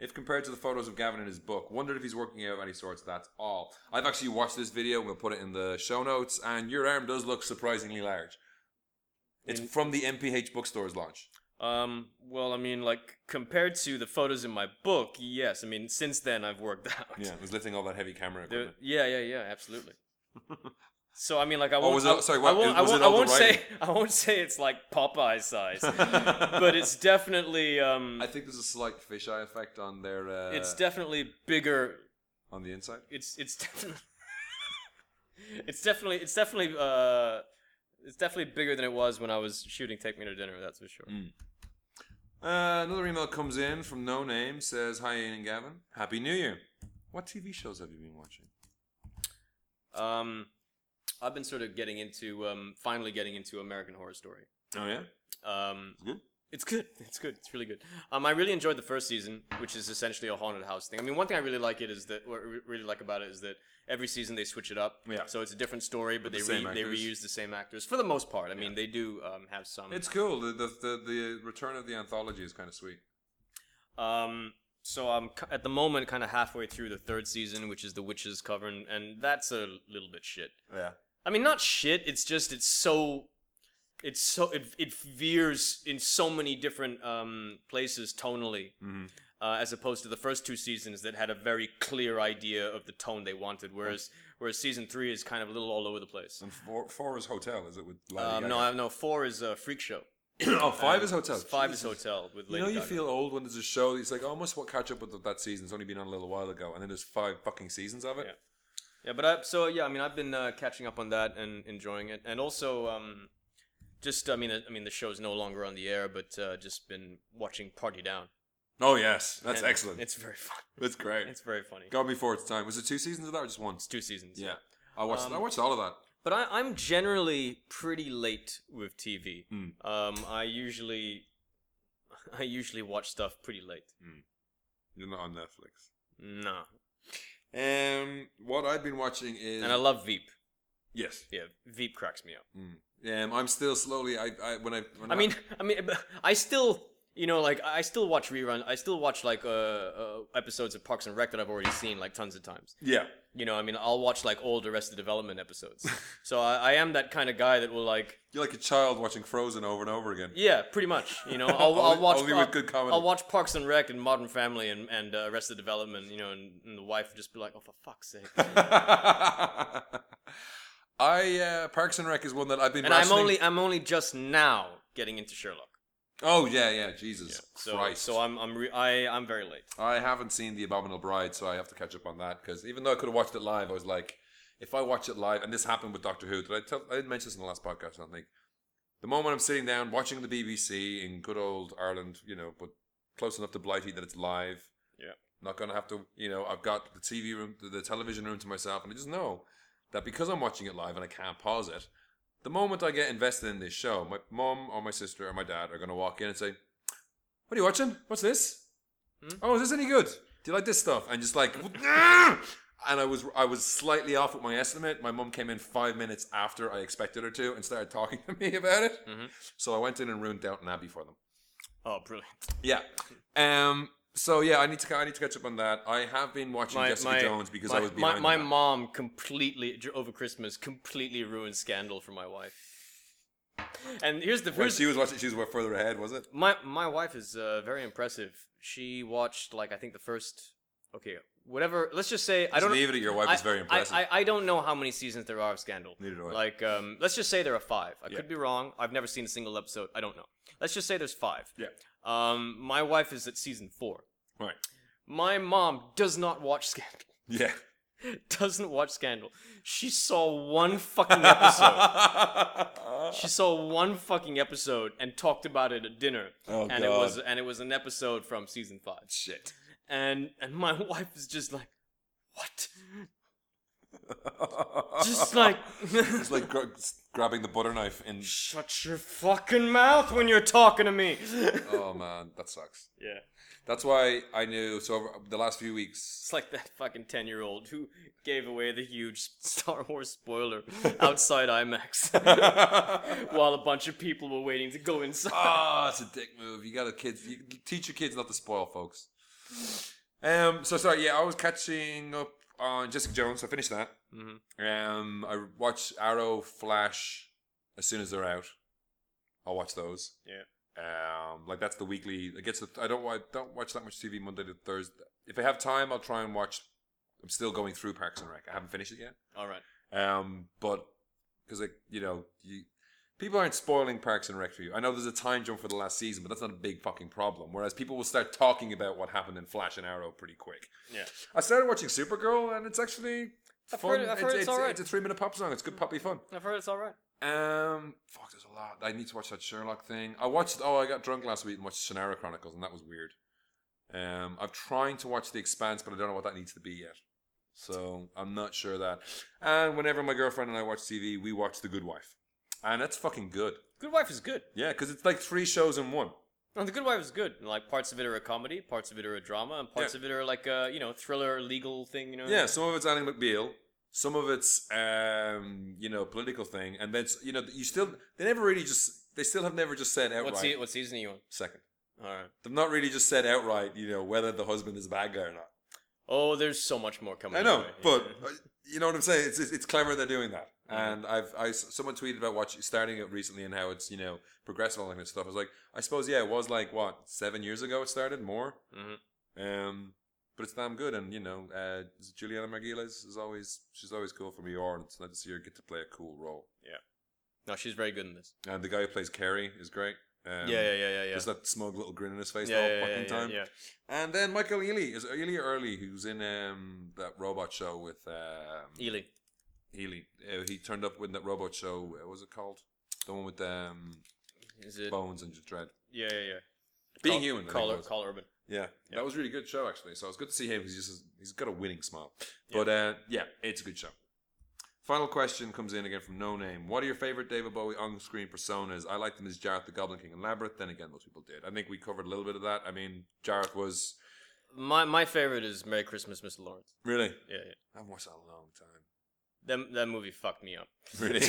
S2: If compared to the photos of Gavin in his book, wondered if he's working out of any sorts. That's all. I've actually watched this video. We'll put it in the show notes. And your arm does look surprisingly large. It's from the MPH bookstore's launch.
S1: Um, well, I mean, like compared to the photos in my book, yes. I mean, since then I've worked [laughs] out.
S2: Yeah, it was lifting all that heavy camera
S1: There-
S2: equipment.
S1: yeah, yeah, yeah,
S2: [laughs]
S1: absolutely. so I mean, like I won't.
S2: Oh, was it-
S1: I,
S2: sorry,
S1: I
S2: what-
S1: won't. I
S2: was it
S1: won't, I
S2: all the
S1: won't say.
S2: writing?
S1: [laughs] I won't say it's like Popeye size,
S2: [laughs]
S1: [laughs] but it's definitely. Um,
S2: I think there's a slight fisheye effect on their uh,
S1: it's definitely bigger.
S2: on the inside.
S1: It's it's definitely. [laughs] it's definitely it's definitely uh, it's definitely bigger than it was when I was shooting Take Me to Dinner. That's for sure.
S2: Uh, another email comes in from No Name says, "Hi Ian and Gavin, Happy New Year. What TV shows have you been watching?
S1: Um, I've been sort of getting into um, finally getting into American Horror Story.
S2: Oh yeah,
S1: Um,
S2: good.
S1: It's good. [laughs] It's good. It's really good. Um, I really enjoyed the first season, which is essentially a haunted house thing. I mean, one thing I really like it is that what I re- really like about it is that every season they switch it up.
S2: Yeah.
S1: So it's a different story, but
S2: With the
S1: they
S2: same
S1: re- they
S2: actors.
S1: reuse the same actors for the most part. I mean, they do um, have some.
S2: It's cool. The, the the the return of the anthology is kind of sweet.
S1: um, so I'm cu- at the moment kind of halfway through the third season, which is the witches cover, and- and that's a little bit shit.
S2: Yeah,
S1: I mean, not shit. It's just it's so, it's so it, it veers in so many different um, places tonally,
S2: Mm-hmm.
S1: uh, as opposed to the first two seasons that had a very clear idea of the tone they wanted. Whereas whereas season three is kind of a little all over the place.
S2: and four, four is hotel, is it? With Lady
S1: Um, no, I- no, four is a freak show.
S2: Gaga? [coughs] oh, five is hotel.
S1: Five
S2: Jesus.
S1: is hotel with
S2: You
S1: Lady
S2: know, you
S1: Gaga.
S2: feel old when there's a show. It's like, oh, I must wa- catch up with that season. It's only been on a little while ago, and then there's five fucking seasons of it.
S1: Yeah. Yeah, but I, so yeah, I mean, I've been uh, catching up on that and enjoying it, and also um, just I mean, I, I mean, the show's no longer on the air, but uh, just been watching Party Down.
S2: Oh yes, that's
S1: And
S2: excellent.
S1: It's very
S2: [laughs]
S1: fun.
S2: That's great.
S1: It's very funny.
S2: God before its time. Was it two seasons of that or just one?
S1: It's two seasons.
S2: Yeah, I watched.
S1: Um,
S2: I watched all of that.
S1: But I, I'm generally pretty late with TV.
S2: Hmm.
S1: Um, I usually, [laughs] I usually watch stuff pretty late.
S2: You're not on Netflix.
S1: No.
S2: Um, what I've been watching is
S1: And I love Veep.
S2: yes.
S1: Yeah, Veep cracks me up.
S2: Um, I'm still slowly. I, I when I when
S1: I mean, [laughs] I mean, but I still, you know, like I still watch rerun. I still watch like uh, uh episodes of Parks and Rec that I've already seen like tons of times.
S2: yeah.
S1: You know, I mean, I'll watch like all the rest of the development
S2: [laughs]
S1: episodes. so I, I am that kind of guy that will like
S2: You're like a child watching Frozen over and over again.
S1: Yeah, pretty much. You know, I'll, I'll
S2: [laughs] Only-
S1: watch.
S2: only
S1: I'll,
S2: with good comedy.
S1: I'll watch Parks and Rec and Modern Family and and uh, Arrested Development. You know, and, and the wife would just be like, "Oh, for fuck's sake!"
S2: [laughs] [laughs] I uh, Parks and Rec is one that I've been.
S1: And I'm
S2: rationing-
S1: only I'm only just now getting into Sherlock.
S2: Oh yeah, yeah. Jesus
S1: So
S2: Christ.
S1: so I'm I'm re- I I'm very late.
S2: I haven't seen The Abominable Bride, so I have to catch up on that because even though I could have watched it live, I was like, if I watch it live, and this happened with Doctor Who, did I tell? I didn't mention this in the last podcast. I don't think. The moment I'm sitting down watching the BBC in good old Ireland, you know, but close enough to Blighty that it's live.
S1: Yeah.
S2: Not gonna have to, you know. I've got the TV room, the- the television room to myself, and I just know that because I'm watching it live and I can't pause it. The moment I get invested in this show, my mom or my sister or my dad are gonna walk in and say, "What are you watching? What's this?" oh, is this any good? Do you like this stuff? And just like, [laughs] "Ah!" and I was I was slightly off with my estimate. My mum came in five minutes after I expected her to and started [laughs] talking to me about it.
S1: Mm-hmm.
S2: So I went in and ruined Downton Abbey for them.
S1: Oh, brilliant!
S2: Yeah. Um. So yeah, I need to ca- I need to catch up on that. I have been watching Jessica Jones because
S1: my,
S2: I was
S1: my,
S2: behind.
S1: my
S2: on that.
S1: mom completely dur- over Christmas completely ruined Scandal for my wife. And here's the
S2: When
S1: first.
S2: she was watching, she was further ahead, was it?
S1: My my wife is uh, very impressive. She watched like I think the first okay whatever. Let's just say I don't
S2: leave it at your wife
S1: I,
S2: is very
S1: I-
S2: impressive.
S1: I, I, don't know how many seasons there are of Scandal.
S2: Neither do I.
S1: Like um, let's just say there are five. I could be wrong. I've never seen a single episode. I don't know. Let's just say there's five.
S2: Yeah.
S1: Um, my wife is at season four.
S2: Right.
S1: My mom does not watch Scandal. [laughs]
S2: Yeah.
S1: Doesn't watch Scandal. She saw one fucking
S2: [laughs]
S1: episode. She saw one fucking episode and talked about it at dinner.
S2: Oh,
S1: and it
S2: God.
S1: was and it was an episode from season five.
S2: Shit.
S1: And and my [laughs] wife is just like,
S2: [laughs]
S1: what? Just like, [laughs]
S2: It's like gra- grabbing the butter knife and [laughs]
S1: shut your fucking mouth when you're talking to me.
S2: oh man, that sucks.
S1: yeah.
S2: That's why I knew. So over the last few weeks,
S1: [laughs] It's like that fucking 10 year old who gave away the huge [laughs] Star Wars
S2: [laughs]
S1: spoiler outside IMAX [laughs] while a bunch of people were waiting to go inside.
S2: ah, it's a dick move. You got to kids. You, you teach your kids not to spoil, folks. Um. So sorry. Yeah, I was catching up on Jessica Jones. I finished that.
S1: Mhm.
S2: Um. I watch Arrow, Flash, as soon as they're out. I'll watch those.
S1: Yeah.
S2: Um. Like that's the weekly. It gets. The, I don't. I don't watch that much TV Monday to Thursday. If I have time, I'll try and watch. I'm still going through Parks and Rec. I haven't finished it yet.
S1: All right.
S2: Um, but because like you know, you, people aren't spoiling Parks and Rec for you. I know there's a time jump for the last season, but that's not a big fucking problem. Whereas people will start talking about what happened in Flash and Arrow pretty quick.
S1: Yeah.
S2: I started watching Supergirl, and it's actually
S1: I've
S2: fun.
S1: heard- I've heard it's
S2: it's,
S1: alright.
S2: it's a three minute pop song. It's good poppy fun.
S1: I've heard it's all right.
S2: Um, fuck, there's a lot. I need to watch that Sherlock thing. I watched. Oh, I got drunk last week and watched Shannara Chronicles, and that was weird. Um, I'm trying to watch The Expanse, but I don't know what that needs to be yet. So I'm not sure that. And whenever my girlfriend and I watch TV, we watch The Good Wife, and that's fucking good.
S1: Good Wife is good.
S2: Yeah, because it's like three shows in one.
S1: No, The Good Wife is good. Like parts of it are a comedy, parts of it are a drama, and parts
S2: Yeah.
S1: of it are like a you know thriller, legal thing. You know.
S2: Yeah, some of it's Annie McBeal, some of it's um, you know political thing, and then you know you still they never really just they still have never just said outright
S1: What, se- what season are you on?
S2: second.
S1: All right.
S2: They've not really just said outright, you know, whether the husband is a bad guy or not.
S1: Oh, there's so much more coming.
S2: I know,
S1: your way.
S2: but
S1: Yeah.
S2: uh, you know what I'm saying. It's it's, it's clever they're doing that.
S1: Mhm.
S2: And I've I s- someone tweeted about watching starting it recently and how it's you know progressive and all that kind of stuff. I was like, I suppose yeah, it was like what seven years ago it started more.
S1: Mhm.
S2: Um, but it's damn good, and you know, uh, is it Juliana Margulies is always she's always cool from ER, and it's nice to see her get to play a cool role.
S1: no, she's very good in this.
S2: And the guy who plays Carrie is great. Um,
S1: yeah, yeah, yeah, yeah, yeah.
S2: There's that smug little grin on his face the
S1: yeah,
S2: whole
S1: yeah, yeah,
S2: fucking
S1: yeah,
S2: time.
S1: yeah.
S2: And then Michael Ealy is Ealy Early, who's in um, that robot show with um,
S1: Ely.
S2: Ealy. Uh, he turned up with that robot show. What was it called? The one with um,
S1: Is it?
S2: Bones and Dread.
S1: Yeah, yeah, yeah.
S2: Being
S1: Call-
S2: human. I think
S1: Call,
S2: it
S1: Ur-
S2: was.
S1: call Urban.
S2: Yeah,
S1: Yeah.
S2: that was a really good show actually. So it's good to see him. He's just he's got a winning smile.
S1: Yeah.
S2: But uh, yeah, it's a good show. Final question comes in again from No Name. What are your favorite David Bowie on-screen personas? I liked him as Jareth the Goblin King and Labyrinth. Then again, most people did. I think we covered a little bit of that. I mean, Jareth was
S1: My my favorite is Merry Christmas, Mr. Lawrence.
S2: really.
S1: Yeah, yeah.
S2: I've watched that a long time.
S1: That that movie fucked me up.
S2: [laughs] Really.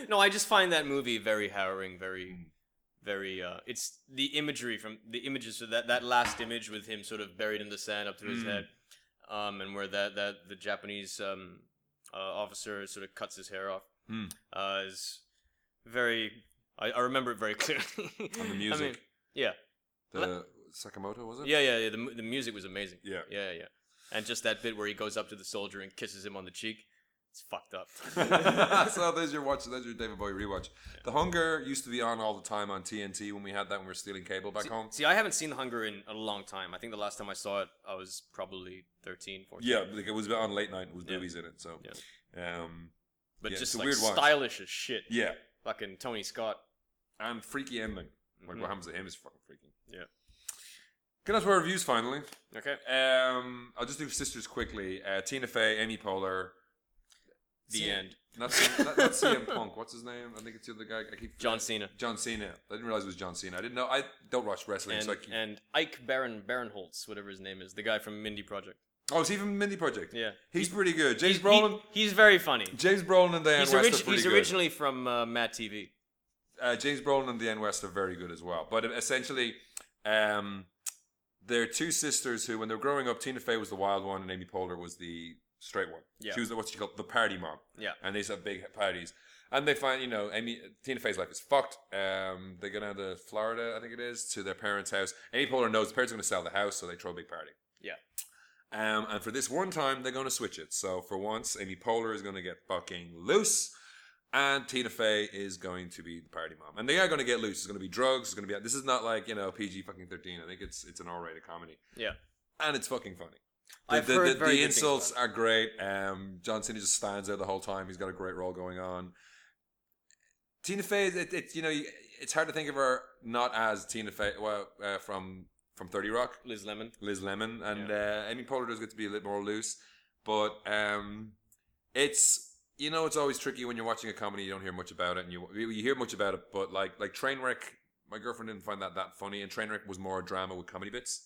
S1: [laughs] no, I just find that movie very harrowing,
S2: Hmm.
S1: very, very. Uh, it's the imagery from the images. So that that last image with him sort of buried in the sand up to his
S2: Mm.
S1: head, um, and where that that the Japanese um, uh, officer sort of cuts his hair off
S2: Mm.
S1: uh, is very. I, I remember it very [laughs] clearly.
S2: and the music.
S1: yeah.
S2: The Sakamoto was it?
S1: yeah, yeah, yeah. The mu- the music was amazing.
S2: Yeah.
S1: Yeah, yeah. And just that bit where he goes up to the soldier and kisses him on the cheek. It's fucked
S2: [laughs]
S1: up. [laughs]
S2: so there's your watch. There's your David Bowie rewatch. The Hunger used to be on all the time on TNT when we had that when we were stealing cable back home.
S1: See, I haven't seen The Hunger in a long time. I think the last time I saw it, I was probably 13, 14.
S2: Yeah, like it was on late night with
S1: Yeah.
S2: boobies in it. So, um,
S1: But
S2: yeah,
S1: just
S2: it's a
S1: like
S2: weird watch.
S1: stylish as shit.
S2: yeah,
S1: Fucking Tony Scott.
S2: and freaky ending. Like
S1: Mhm.
S2: what happens to him is fucking freaky.
S1: Yeah.
S2: Get on to our reviews finally.
S1: Okay.
S2: Um, I'll just do sisters quickly. Uh, Tina Fey, Amy Poehler.
S1: The
S2: See-
S1: end.
S2: Not, C- [laughs] not, not CM Punk. What's his name? I think it's the other guy. I keep
S1: John Cena.
S2: John Cena. I didn't realize it was John Cena. I didn't know. I don't watch wrestling,
S1: And,
S2: so I keep.
S1: and Ike Baron Barinholtz, whatever his name is, the guy from Mindy Project.
S2: oh, it's even Mindy Project.
S1: Yeah.
S2: He's pretty good. James
S1: He's-
S2: Brolin.
S1: he- he's very funny.
S2: James Brolin and Diane
S1: He's,
S2: West
S1: orig-
S2: are pretty
S1: he's
S2: good.
S1: originally from uh, Matt TV.
S2: uh, James Brolin and Diane West are very good as well. But essentially, um, they're two sisters who, when they were growing up, Tina Fey was the wild one and Amy Poehler was the straight one.
S1: Yeah.
S2: She was the, what she called the party mom.
S1: Yeah.
S2: And they used to have big parties. And they find, you know, Amy Tina Fey's life is fucked. Um, they go down to Florida, I think it is, to their parents' house. Amy Poehler knows the parents are going to sell the house, so they throw a big party.
S1: Yeah.
S2: Um, and for this one time, they're going to switch it. So for once, Amy Poehler is going to get fucking loose, and Tina Fey is going to be the party mom. And they are going to get loose. It's going to be drugs. It's going to be. This is not like you know PG fucking thirteen. I think it's it's an R rated comedy.
S1: Yeah.
S2: And it's fucking funny. The,
S1: I've
S2: the,
S1: heard
S2: the-
S1: very
S2: the
S1: good things
S2: insults
S1: about
S2: are great. Um, John Cena just stands there the whole time. He's got a great role going on. Tina Fey, it, it, you know, you- it's hard to think of her not as Tina Fey well, uh, from from Thirty Rock.
S1: it. Liz Lemon.
S2: Liz Lemon, and uh, Amy Poehler does get to be a little more loose, but um, it's you know it's always tricky when you're watching a comedy you don't hear much about it and you you hear much about it, but like like Trainwreck, my girlfriend didn't find that that funny, and Trainwreck was more a drama with comedy bits.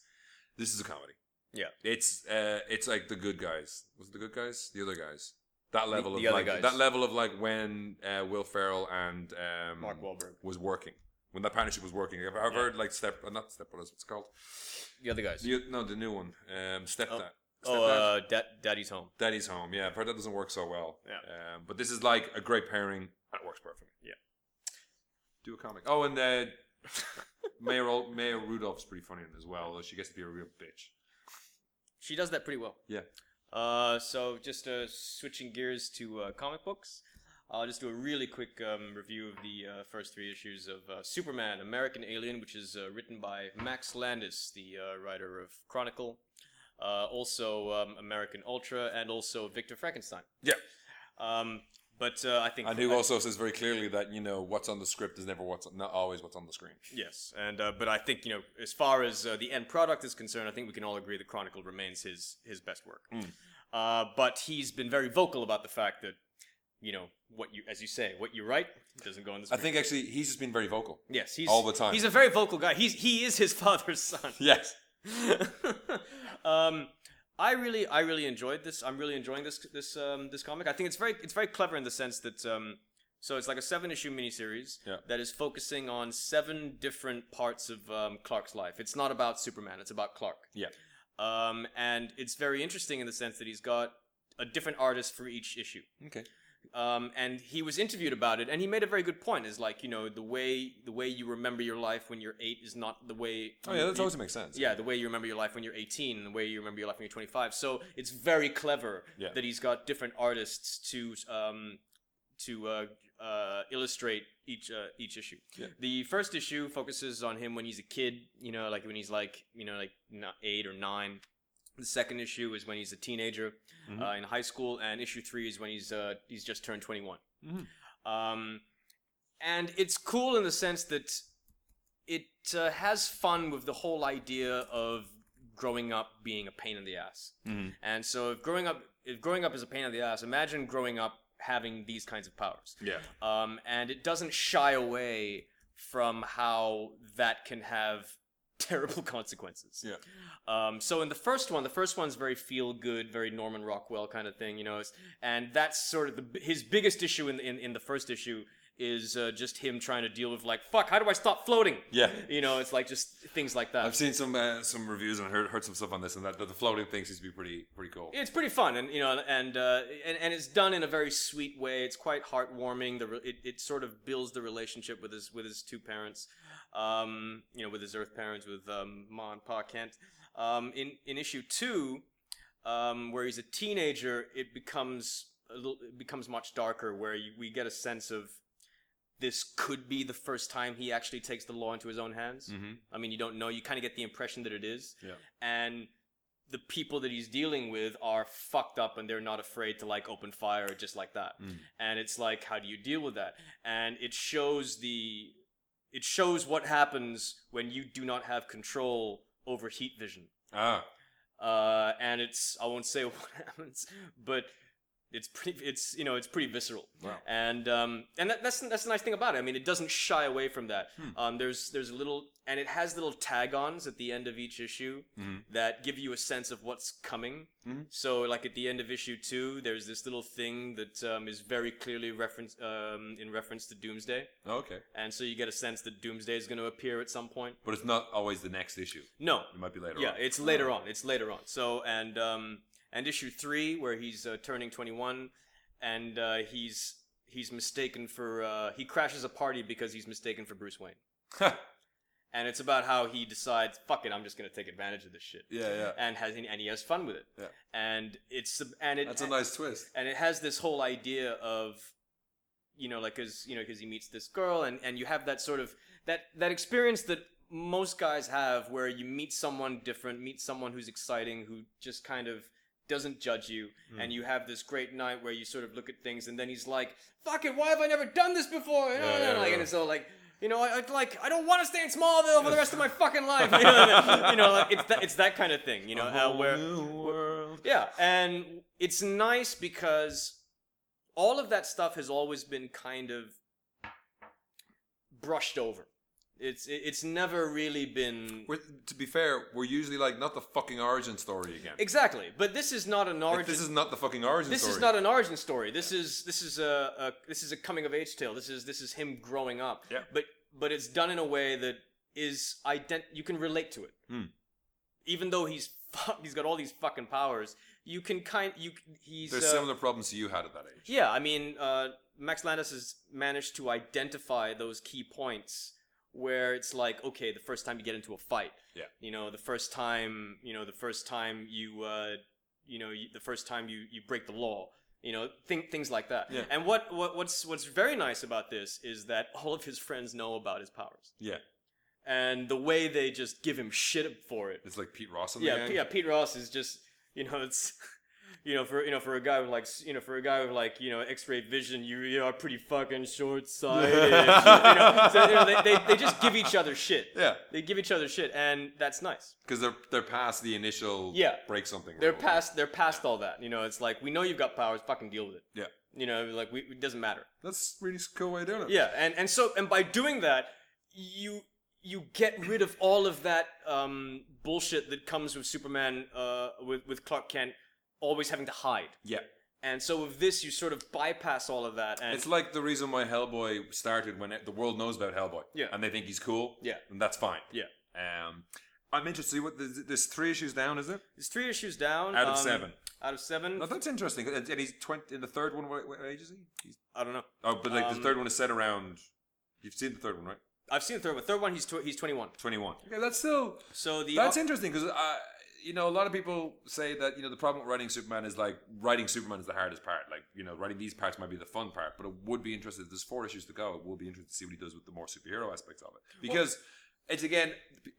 S2: This is a comedy.
S1: Yeah.
S2: It's uh, it's like the good guys. Was it the good guys? The other guys. That level
S1: The-
S2: of
S1: the other
S2: like
S1: guys.
S2: that level of like when uh, Will Ferrell and um,
S1: Mark Wahlberg.
S2: was working when that partnership was working. I've, I've heard like step uh, not step brothers. What's it called?
S1: The other guys.
S2: The, no, the new one. Um, step
S1: Oh.
S2: that.
S1: oh, uh, da- Daddy's Home.
S2: Daddy's home. Yeah, I've heard that doesn't work so well.
S1: Yeah.
S2: Um, but this is like a great pairing. That works perfectly.
S1: Yeah.
S2: Do a comic. Oh,
S1: [laughs]
S2: and uh, Mayor Ol- Mayor Rudolph's pretty funny in it as well. Though she gets to be a real bitch.
S1: She does that pretty well.
S2: Yeah.
S1: Uh, so just uh, switching gears to uh, comic books, I'll just do a really quick um, review of the uh, first three issues of uh, Superman: American Alien, which is uh, written by Max Landis, the uh, writer of Chronicle, uh, also um, American Ultra, and also Victor Frankenstein.
S2: Yeah.
S1: Um, but uh, I think
S2: And who also says very clearly that you know what's on the script is never what's not always what's on the screen.
S1: Yes, and uh, but I think you know, as far as uh, the end product is concerned, I think we can all agree the Chronicle remains his his best work.
S2: Hmm.
S1: Uh, but he's been very vocal about the fact that you know what you, as you say, what you write doesn't go in the.
S2: I
S1: Screen.
S2: think actually he's just been very vocal.
S1: yes, he's
S2: all the time.
S1: He's a very vocal guy. He's he is his [laughs] father's son.
S2: Yes.
S1: [laughs] um, I really, I really enjoyed this. I'm really enjoying this this um, this comic. I think it's very it's very clever in the sense that um, so it's like a seven issue miniseries
S2: Yeah.
S1: that is focusing on seven different parts of um, Clark's life. It's not about Superman. It's about Clark.
S2: Yeah.
S1: Um, and it's very interesting in the sense that he's got a different artist for each issue
S2: Okay.
S1: um, and he was interviewed about it, and he made a very good point. Is like you know the way the way you remember your life when you're eight is not the way.
S2: Oh yeah,
S1: you-
S2: that always makes sense.
S1: yeah, the way you remember your life when you're 18, and the way you remember your life when you're 25. So it's very clever
S2: Yeah.
S1: that he's got different artists to um, to uh, uh, illustrate each uh, each issue.
S2: Yeah.
S1: The first issue focuses on him when he's a kid, you know, like when he's like you know like n- eight or nine. The second issue is when he's a teenager
S2: Mm-hmm.
S1: uh, in high school, and issue three is when he's uh, he's just turned 21.
S2: Mhm.
S1: Um, and it's cool in the sense that it uh, has fun with the whole idea of growing up being a pain in the ass.
S2: Mhm.
S1: And so if growing up if growing up is a pain in the ass, imagine growing up having these kinds of powers.
S2: Yeah.
S1: Um, and it doesn't shy away from how that can have [laughs] terrible consequences.
S2: Yeah.
S1: Um, so in the first one, the first one's very feel good, very Norman Rockwell kind of thing, you know, it's- and that's sort of the, his biggest issue in, in in the first issue is uh, just him trying to deal with like fuck, how do I stop floating?
S2: Yeah.
S1: You know, it's like just things like that.
S2: I've seen some uh, some reviews and heard, heard some stuff on this, and that, that the floating thing seems to be pretty pretty cool.
S1: it's pretty fun and you know and uh, and, and it's done in a very sweet way it's quite heartwarming the re- it, it sort of builds the relationship with his with his two parents um, you know with his earth parents with um, ma and pa kent um, in in issue two um, where he's a teenager it becomes a little it becomes much darker where you, we get a sense of this could be the first time he actually takes the law into his own hands
S2: Mhm.
S1: i mean you don't know you kind of get the impression that it is
S2: Yeah.
S1: and the people that he's dealing with are fucked up and they're not afraid to like open fire just like that.
S2: Mm.
S1: And it's like, how do you deal with that? And it shows the it shows what happens when you do not have control over heat vision.
S2: Ah.
S1: Uh, and it's I won't say [laughs] what happens, but it's pretty it's you know it's pretty visceral.
S2: Wow.
S1: And um, and that, that's that's the nice thing about it. I mean, it doesn't shy away from that. Um, there's there's little and it has little tag-ons at the end of each issue
S2: Mhm.
S1: that give you a sense of what's coming.
S2: Mhm.
S1: So like at the end of issue two, there's this little thing that um, is very clearly reference um, in reference to Doomsday,
S2: Oh, okay.
S1: and so you get a sense that Doomsday is going to appear at some point.
S2: But it's not always the next issue.
S1: No,
S2: It might be later.
S1: yeah,
S2: on.
S1: it's later on. It's later on. So and um and issue three where he's uh, turning twenty one, and uh, he's he's mistaken for uh, he crashes a party because he's mistaken for Bruce Wayne,
S2: yeah,
S1: and it's about how he decides fuck it, I'm just gonna take advantage of this shit,
S2: yeah.
S1: and has and he has fun with it,
S2: Yeah.
S1: and it's and it
S2: That's a nice twist.
S1: and it has this whole idea of you know like because you know because he meets this girl and and you have that sort of that that experience that most guys have where you meet someone different meet someone who's exciting who just kind of doesn't judge you
S2: Hmm.
S1: and you have this great night where you sort of look at things and then he's like fuck it why have i never done this before you know,
S2: Yeah,
S1: and,
S2: yeah,
S1: like,
S2: yeah.
S1: and it's all like you know, I, I'd like I don't want to stay in Smallville for the rest of
S2: [laughs]
S1: my fucking life. [laughs] You know, you know like, it's that it's that kind of thing. You know, uh, where
S2: world.
S1: yeah, and it's nice because all of that stuff has always been kind of brushed over. It's it, it's never really been
S2: We're, to be fair, we're usually like not the fucking origin story again.
S1: exactly. But this is not an origin.
S2: This is not the fucking origin
S1: this
S2: story.
S1: is not an origin story. This is this is a, a this is a coming of age tale. This is this is him growing up.
S2: Yeah.
S1: But but it's done in a way that is ident. You can relate to it.
S2: Hmm.
S1: Even though he's fuck, [laughs] he's got all these fucking powers. You can kind you c- he's
S2: There's
S1: uh,
S2: similar problems you had at that age.
S1: yeah. I mean, uh, Max Landis has managed to identify those key points where it's like okay, the first time you get into a fight.
S2: Yeah.
S1: You know, the first time you know the first time you uh, you know you, the first time you you break the law you know think, things like that
S2: Yeah.
S1: and what, what what's what's very nice about this is that [laughs] all of his friends know about his powers
S2: Yeah.
S1: and the way they just give him shit for it
S2: It's like Pete Ross in the
S1: yeah
S2: gang.
S1: P- yeah pete ross is just you know it's [laughs] you know for you know for a guy with like s- you know for a guy with like you know x-ray vision you, you are pretty fucking short-sighted you know, so, you know, they, they, they just give each other shit
S2: Yeah,
S1: they give each other shit and that's nice
S2: because they're they're past the initial
S1: Yeah.
S2: break something.
S1: they're
S2: rule.
S1: past they're past all that you know it's like we know you've got powers fucking deal with it
S2: Yeah.
S1: you know like we, it doesn't matter
S2: That's a really cool way of doing it.
S1: yeah and and so and by doing that you you get rid of all of that um, bullshit that comes with superman uh, with, with clark kent always having to hide
S2: yeah.
S1: and so with this you sort of bypass all of that and
S2: It's like the reason why Hellboy started when it, the world knows about Hellboy.
S1: Yeah.
S2: And they think he's cool.
S1: Yeah.
S2: And that's fine.
S1: Yeah.
S2: Um, I'm interested. to See what there's, there's three issues down, is it?
S1: it's three issues down
S2: Out of
S1: um,
S2: [laughs] seven.
S1: out of seven
S2: No, that's interesting. And and he's twenty in the third one. What, what age is he? He's,
S1: i don't know
S2: oh, but like the
S1: Um,
S2: third one is set around. You've seen the third one, right?
S1: i've seen the third one third one he's tw- he's 21
S2: Twenty-one. Okay, that's still
S1: so the
S2: that's interesting because uh, you know a lot of people say that you know the problem with writing Superman is like writing Superman is the hardest part. Like you know writing these parts might be the fun part, but it would be interesting. There's four issues to go. It will be interesting to see what he does with the more superhero aspects of it because. it's again,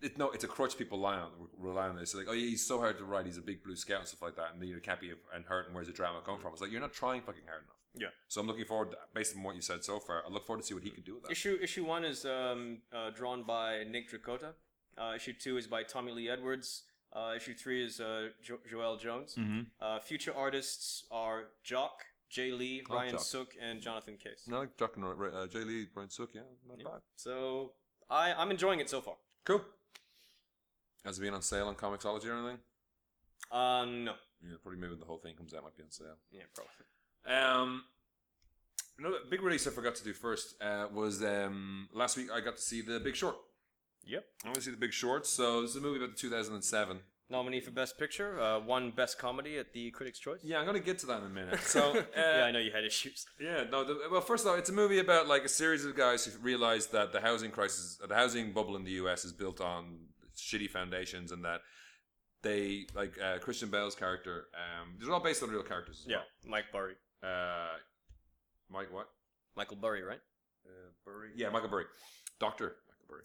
S2: it, no, it's a crutch people rely on. Rely on this, like, oh, yeah, he's so hard to write. He's a big blue scout and stuff like that, and you can't be and hurt. And where's the drama come from? It's like you're not trying fucking hard enough.
S1: Yeah.
S2: So I'm looking forward, based on what you said so far, I look forward to see what he can do with that.
S1: Issue issue one is um, uh, drawn by Nick Dracota. Uh, issue two is by Tommy Lee Edwards. Uh, issue three is uh, jo- Joel Jones.
S2: Mm-hmm.
S1: Uh, future artists are Jock, Jay Lee,
S2: Oh,
S1: Ryan
S2: Jock.
S1: Sook, and Jonathan Case.
S2: No, like Jock and uh, Jay Lee, Brian Sook, yeah, not
S1: Yeah.
S2: bad.
S1: So I I'm enjoying it so far.
S2: Cool. Has it been on sale on Comixology or anything?
S1: Um, no,
S2: Yeah, probably maybe when the whole thing comes out, it might be on sale.
S1: yeah, probably.
S2: Um, another big release I forgot to do first uh, was um, last week I got to see The Big Short.
S1: Yep.
S2: I went to see The Big Short. So this is a movie about 2007.
S1: Nominee for Best Picture, uh, won Best Comedy at the Critics' Choice. [laughs]
S2: Yeah, I'm going to get to that in a minute. So [laughs] uh,
S1: yeah, I know you had issues.
S2: Yeah, no. The, well, first of all, it's a movie about like a series of guys who realize that the housing crisis, the housing bubble in the U.S. is built on shitty foundations, and that they like uh, Christian Bale's character. Um, these are all based on real characters.
S1: [laughs]
S2: As
S1: Yeah, Mike Burry,
S2: Well. Uh, Mike what?
S1: Michael Burry, right?
S2: Uh, Burry. Yeah, Michael Burry, Doctor Michael Burry,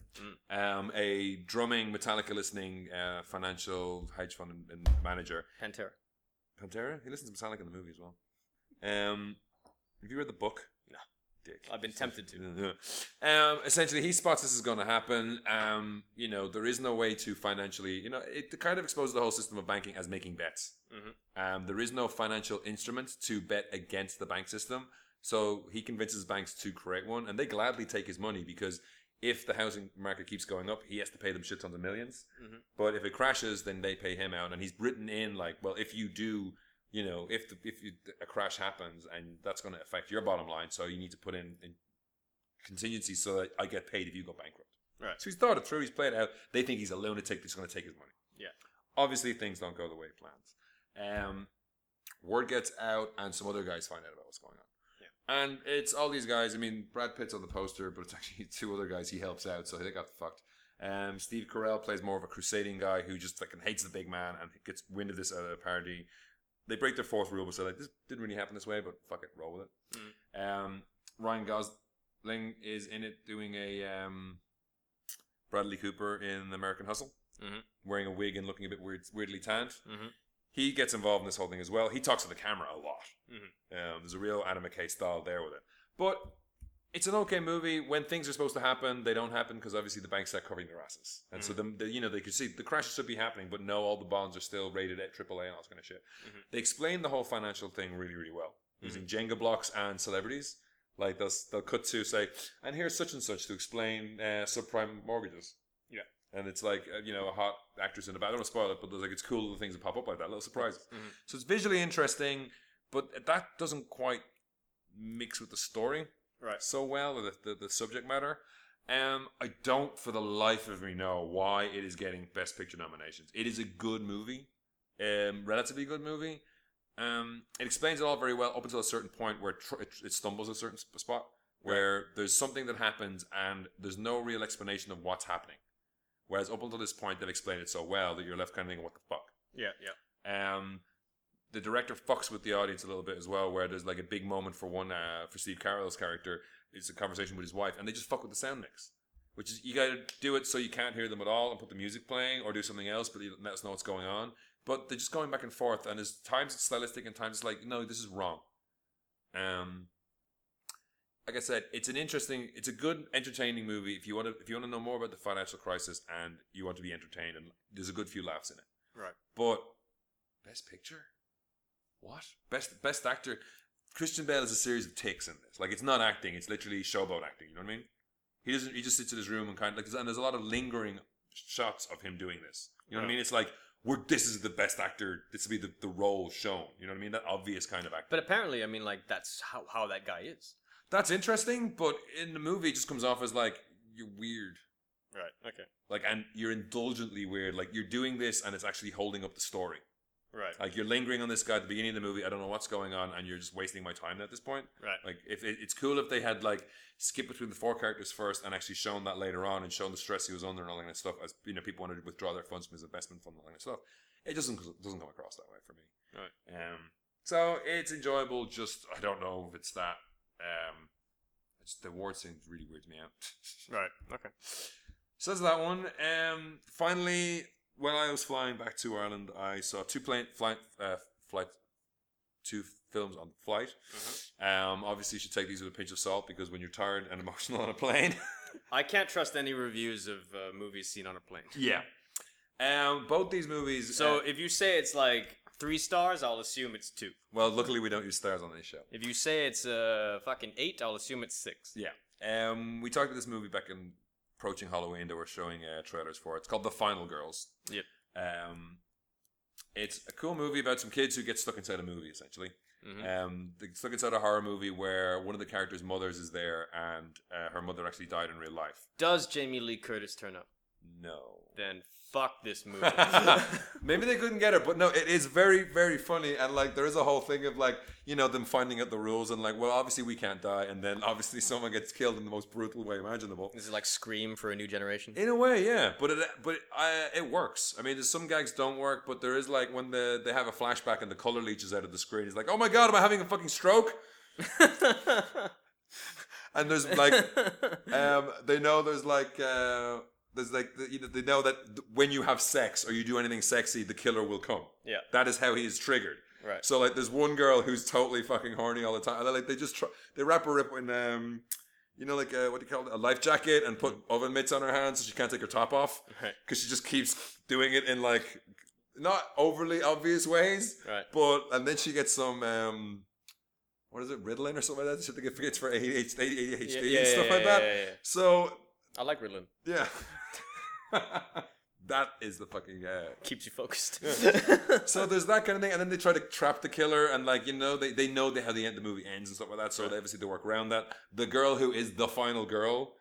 S1: Mm.
S2: um, a drumming Metallica listening uh, financial hedge fund and, and manager.
S1: Pantera.
S2: Pantera. He listens to Metallica in the movie as well. Um, have you read the book?
S1: No.
S2: Dick.
S1: I've been tempted to.
S2: [laughs] um, essentially, he spots this is going to happen. Um, you know, there is no way to financially, you know, it kind of exposes the whole system of banking as making bets.
S1: Mhm.
S2: Um, there is no financial instrument to bet against the bank system. So he convinces banks to create one, and they gladly take his money because if the housing market keeps going up, he has to pay them shit tons of 1000000s
S1: Mhm.
S2: But if it crashes, then they pay him out, and he's written in like, well, if you do, you know, if the, if you, a crash happens, and that's going to affect your bottom line, so you need to put in, in contingency so that I get paid if you go bankrupt.
S1: Right.
S2: So he's thought it through. He's played it out. They think he's a lunatic that's going to take his money.
S1: Yeah.
S2: Obviously, things don't go the way he plans. Um, word gets out, and some other guys find out about what's going on. Yeah. And it's all these guys. I mean, Brad Pitt's on the poster, but it's [laughs] actually two other guys he helps out, so they got fucked. Um, Steve Carell plays more of a crusading guy who just fucking hates the big man and gets wind of this uh, parody. They break their fourth rule, but say like, this didn't really happen this way, but fuck it, roll with it. Um, Ryan Gosling is in it doing a um, Bradley Cooper in American Hustle,
S1: Mhm.
S2: wearing a wig and looking a bit weird, weirdly tanned.
S1: Mhm.
S2: He gets involved in this whole thing as well. He talks to the camera a lot.
S1: Mhm.
S2: Um, there's a real Adam McKay style there with it. But it's an okay movie. When things are supposed to happen, they don't happen because obviously the banks are covering their asses. And so, them, they, you know, they could see the crashes should be happening, but no, all the bonds are still rated at AAA and all this kind of shit.
S1: Mhm.
S2: They explain the whole financial thing really, really well using Jenga blocks and celebrities. Like they'll s- they'll cut to say, and here's such and such to explain uh, subprime mortgages.
S3: Yeah.
S2: And it's like uh, you know a hot actress in the back. I don't want to spoil it, but there's like it's cool the things that pop up like that, little surprises. So it's visually interesting, but that doesn't quite mix with the story
S1: Right.
S2: so well the, the, the subject matter. Um, I don't for the life of me know why it is getting Best Picture nominations. It is a good movie, um, relatively good movie. Um, it explains it all very well up until a certain point where tr- it, it stumbles a certain sp- spot where there's something that happens and there's no real explanation of what's happening. Whereas up until this point, they've explained it so well that you're left kind of thinking, "What the fuck."
S1: Yeah, yeah.
S2: Um, the director fucks with the audience a little bit as well, where there's like a big moment for one uh, for Steve Carroll's character. It's a conversation with his wife, and they just fuck with the sound mix, which is you gotta do it so you can't hear them at all, and put the music playing, or do something else, but you let us know what's going on. But they're just going back and forth, and there's times it's stylistic, and times it's like, no, this is wrong. Um, like I said, it's an interesting, it's a good, entertaining movie. If you want to, if you want to know more about the financial crisis, and you want to be entertained, and there's a good few laughs in it.
S1: Right.
S2: But best picture? What? Best best actor? Christian Bale is a series of takes in this. Like it's not acting; it's literally showboat acting. You know what I mean? He doesn't. He just sits in his room and kind of like. And there's a lot of lingering shots of him doing this. You know what I
S1: Yeah.
S2: mean? It's like we're this is the best actor. This will be the, the role shown. You know what I mean? That obvious kind of acting.
S1: But apparently, I mean, like that's how how that guy is.
S2: That's interesting, but in the movie, it just comes off as like you're weird.
S1: Right. Okay.
S2: Like, and you're indulgently weird. Like, you're doing this and it's actually holding up the story.
S1: Right.
S2: Like you're lingering on this guy at the beginning of the movie. I don't know what's going on, and you're just wasting my time at this point.
S1: Right.
S2: Like if it, it's cool if they had like skipped between the four characters first and actually shown that later on and shown the stress he was under and all that kind of stuff. As you know, people wanted to withdraw their funds from his investment fund and all that kind of stuff. It doesn't doesn't come across that way for me.
S1: Right.
S2: Um. So it's enjoyable. Just I don't know if it's that. Um. It's, the award seems really weird to me [laughs] out.
S1: Right. Okay.
S2: So that's that one. Um, finally, when I was flying back to Ireland, I saw two plane flight uh, flight two films on the flight. Um, obviously, you should take these with a pinch of salt because when you're tired and emotional on a plane,
S1: I can't trust any reviews of uh, movies seen on a plane.
S2: yeah. [laughs] Um, both these movies.
S1: So
S2: uh,
S1: if you say it's like three stars, I'll assume it's two.
S2: well, luckily we don't use stars on this show.
S1: If you say it's uh, fucking eight, I'll assume it's six.
S2: Yeah. Um, we talked about this movie back in approaching Halloween. They were showing uh, trailers for it. It's called The Final Girls.
S1: Yep.
S2: Um, it's a cool movie about some kids who get stuck inside a movie, essentially. Um, they get stuck inside a horror movie where one of the characters' mothers is there, and uh, her mother actually died in real life.
S1: Does Jamie Lee Curtis turn up?
S2: No.
S1: Then fuck this
S2: [laughs]
S1: movie.
S2: Maybe they couldn't get her, but no, it is very, very funny, and like there is a whole thing of like you know them finding out the rules and like well obviously we can't die, and then obviously someone gets killed in the most brutal way imaginable.
S1: this is like Scream for a new generation.
S2: In a way, yeah, but it but it, I, it works. I mean, there's some gags don't work, but there is like when the they have a flashback and the color leeches out of the screen. It's like, oh my god, am I having a fucking stroke? and there's
S1: [laughs]
S2: like, um, they know there's like. Uh, there's like the- you know, they know that th- when you have sex or you do anything sexy, the killer will come.
S1: Yeah.
S2: that is how he is triggered.
S1: Right.
S2: So like, there's one girl who's totally fucking horny all the time. And they're like they just try, they wrap her up in um, you know, like a, what do you call it, a life jacket, and put
S1: Mm.
S2: oven mitts on her hands so she can't take her top off
S1: [laughs] Right.
S2: because she just keeps doing it in like not overly obvious ways.
S1: Right.
S2: But and then she gets some um, what is it, Ritalin or something like that? She think it forgets for ADHD, ADHD
S1: Yeah,
S2: and stuff
S1: yeah,
S2: like that.
S1: yeah, yeah.
S2: So
S1: I like Ritalin.
S2: yeah, [laughs] that is the fucking uh,
S1: Keeps you focused.
S2: so there's that kind of thing, and then they try to trap the killer, and like you know, they, they know they, how the end the movie ends and stuff like that. So they obviously they work around that. The girl who is the final girl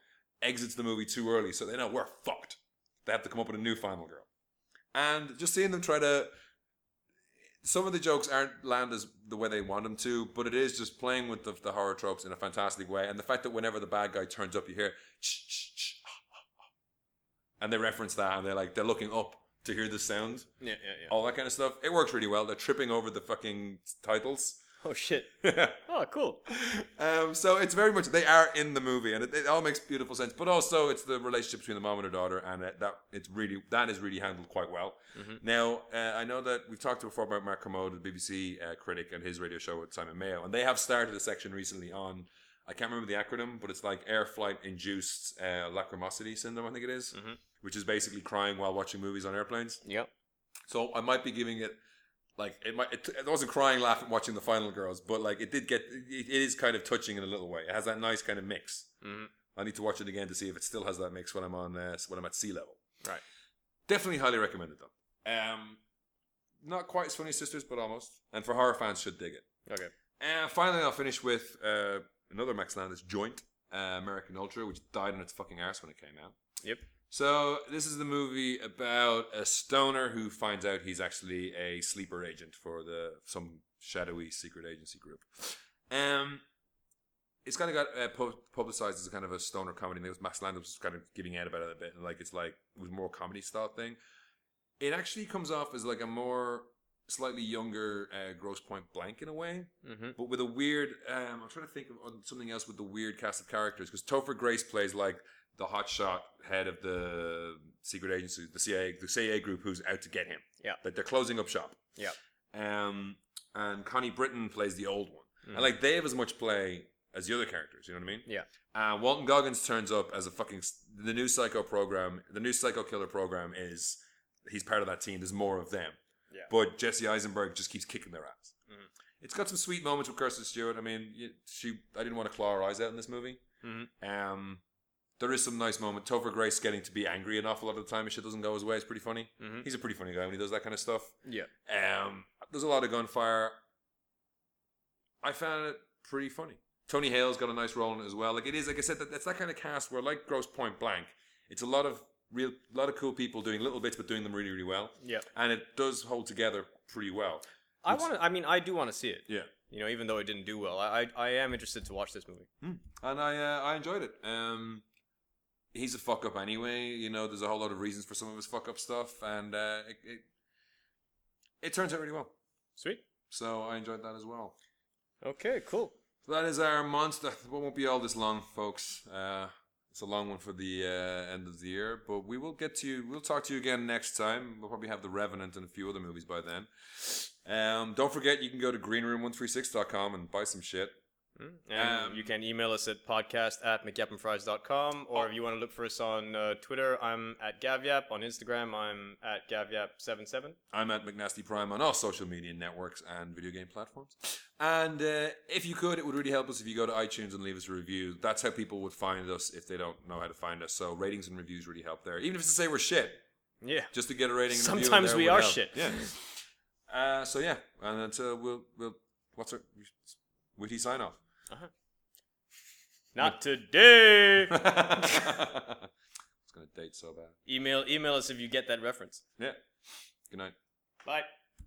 S2: exits the movie too early, so they know we're fucked. They have to come up with a new final girl, and just seeing them try to. Some of the jokes aren't land as the way they want them to, but it is just playing with the, the horror tropes in a fantastic way. And the fact that whenever the bad guy turns up, you hear, "Shh, shh, shh, ah, ah, ah." and they reference that, and they're like they're looking up to hear the sound
S1: [laughs] yeah, yeah, yeah.
S2: all that kind of stuff. It works really well. They're tripping over the fucking titles. [laughs]
S1: Oh shit. Oh, cool.
S2: um, so it's very much they are in the movie, and it, it all makes beautiful sense. But also, it's the relationship between the mom and her daughter, and it, that it's really that is really handled quite well. Now, uh, I know that we've talked before about Mark Kermode, the BBC uh, critic, and his radio show with Simon Mayo, and they have started a section recently on. I can't remember the acronym, but it's like air flight induced uh, lacrimosity syndrome, I think it is, which is basically crying while watching movies on airplanes.
S1: Yep.
S2: So I might be giving it like it might. It, I wasn't crying laughing watching the final girls, but like it did get. It, it is kind of touching in a little way. It has that nice kind of mix.
S1: Mhm.
S2: I need to watch it again to see if it still has that mix when I'm on uh, when I'm at sea level.
S1: Right.
S2: Definitely highly recommended though. Um, not quite as funny as Sisters, but almost. And for horror fans, should dig it.
S1: Okay.
S2: And finally, I'll finish with uh, another Max Landis joint, uh, American Ultra, which died on its fucking arse when it came out.
S1: Yep.
S2: So this is the movie about a stoner who finds out he's actually a sleeper agent for the some shadowy secret agency group. Um, it's kind of got uh, pu- publicized as a kind of a stoner comedy. There was Max Landis was kind of giving out about it a bit, and like it's like it was more comedy style thing. It actually comes off as like a more slightly younger uh, Gross Point Blank in a way
S1: Mm-hmm.
S2: but with a weird. Um, I'm trying to think of on something else with the weird cast of characters because Topher Grace plays like the hotshot head of the secret agency, the CIA, the CIA group who's out to get him.
S1: Yeah.
S2: like they're closing up shop.
S1: Yeah.
S2: um, and Connie Britton plays the old one,
S1: Mhm.
S2: and like they have as much play as the other characters. You know what I mean?
S1: Yeah.
S2: Uh, Walton Goggins turns up as a fucking s- the new psycho program. The new psycho killer program is he's part of that team. There's more of them.
S1: Yeah.
S2: But Jesse Eisenberg just keeps kicking their ass.
S1: Mhm.
S2: It's got some sweet moments with Kirsten Stewart. I mean, you- she I didn't want to claw her eyes out in this movie.
S1: Mhm.
S2: Um, there is some nice moment. Topher Grace getting to be angry an awful lot of the time if shit doesn't go his way is pretty funny.
S1: Mhm.
S2: He's a pretty funny guy when he does that kind of stuff.
S1: Yeah.
S2: Um, there's a lot of gunfire. I found it pretty funny. Tony Hale's got a nice role in it as well. Like it is, like I said, that that's that kind of cast where, like Gross Point Blank, it's a lot of real, lot of cool people doing little bits, but doing them really, really well,
S1: Yeah.
S2: and it does hold together pretty well.
S1: I want. to I mean, I do want to see it.
S2: Yeah.
S1: You know, even though it didn't do well, I I, I am interested to watch this movie.
S2: and I uh, I enjoyed it. Um, he's a fuck up anyway. You know, there's a whole lot of reasons for some of his fuck up stuff, and uh, it, it it turns out really well.
S1: Sweet.
S2: So I enjoyed that as well.
S1: Okay. Cool.
S2: So that is our monster. [laughs] It won't be all this long, folks. Uh, it's a long one for the uh, end of the year, but we will get to you. We'll talk to you again next time. We'll probably have The Revenant and a few other movies by then. Um, don't forget, you can go to greenroom136.com and buy some shit.
S1: Mm. And
S2: Um,
S1: you can email us at podcast at mcyappandfries.com, or if you want to look for us on uh, Twitter, I'm at gavyap. On Instagram, I'm at gavyap77.
S2: I'm at McNasty Prime on all social media networks and video game platforms. And uh, if you could, it would really help us if you go to iTunes and leave us a review. That's how people would find us if they don't know how to find us. So ratings and reviews really help there. Even if it's to say we're shit,
S1: Yeah.
S2: just to get a rating. And a review in
S1: Sometimes
S2: there
S1: we
S2: would
S1: are
S2: help.
S1: shit.
S2: Yeah. Uh, so yeah, and until we'll we'll what's our witty sign off. [laughs]
S1: Not today.
S2: I was gonna date so bad.
S1: email email us if you get that reference.
S2: Yeah. Good night.
S1: Bye.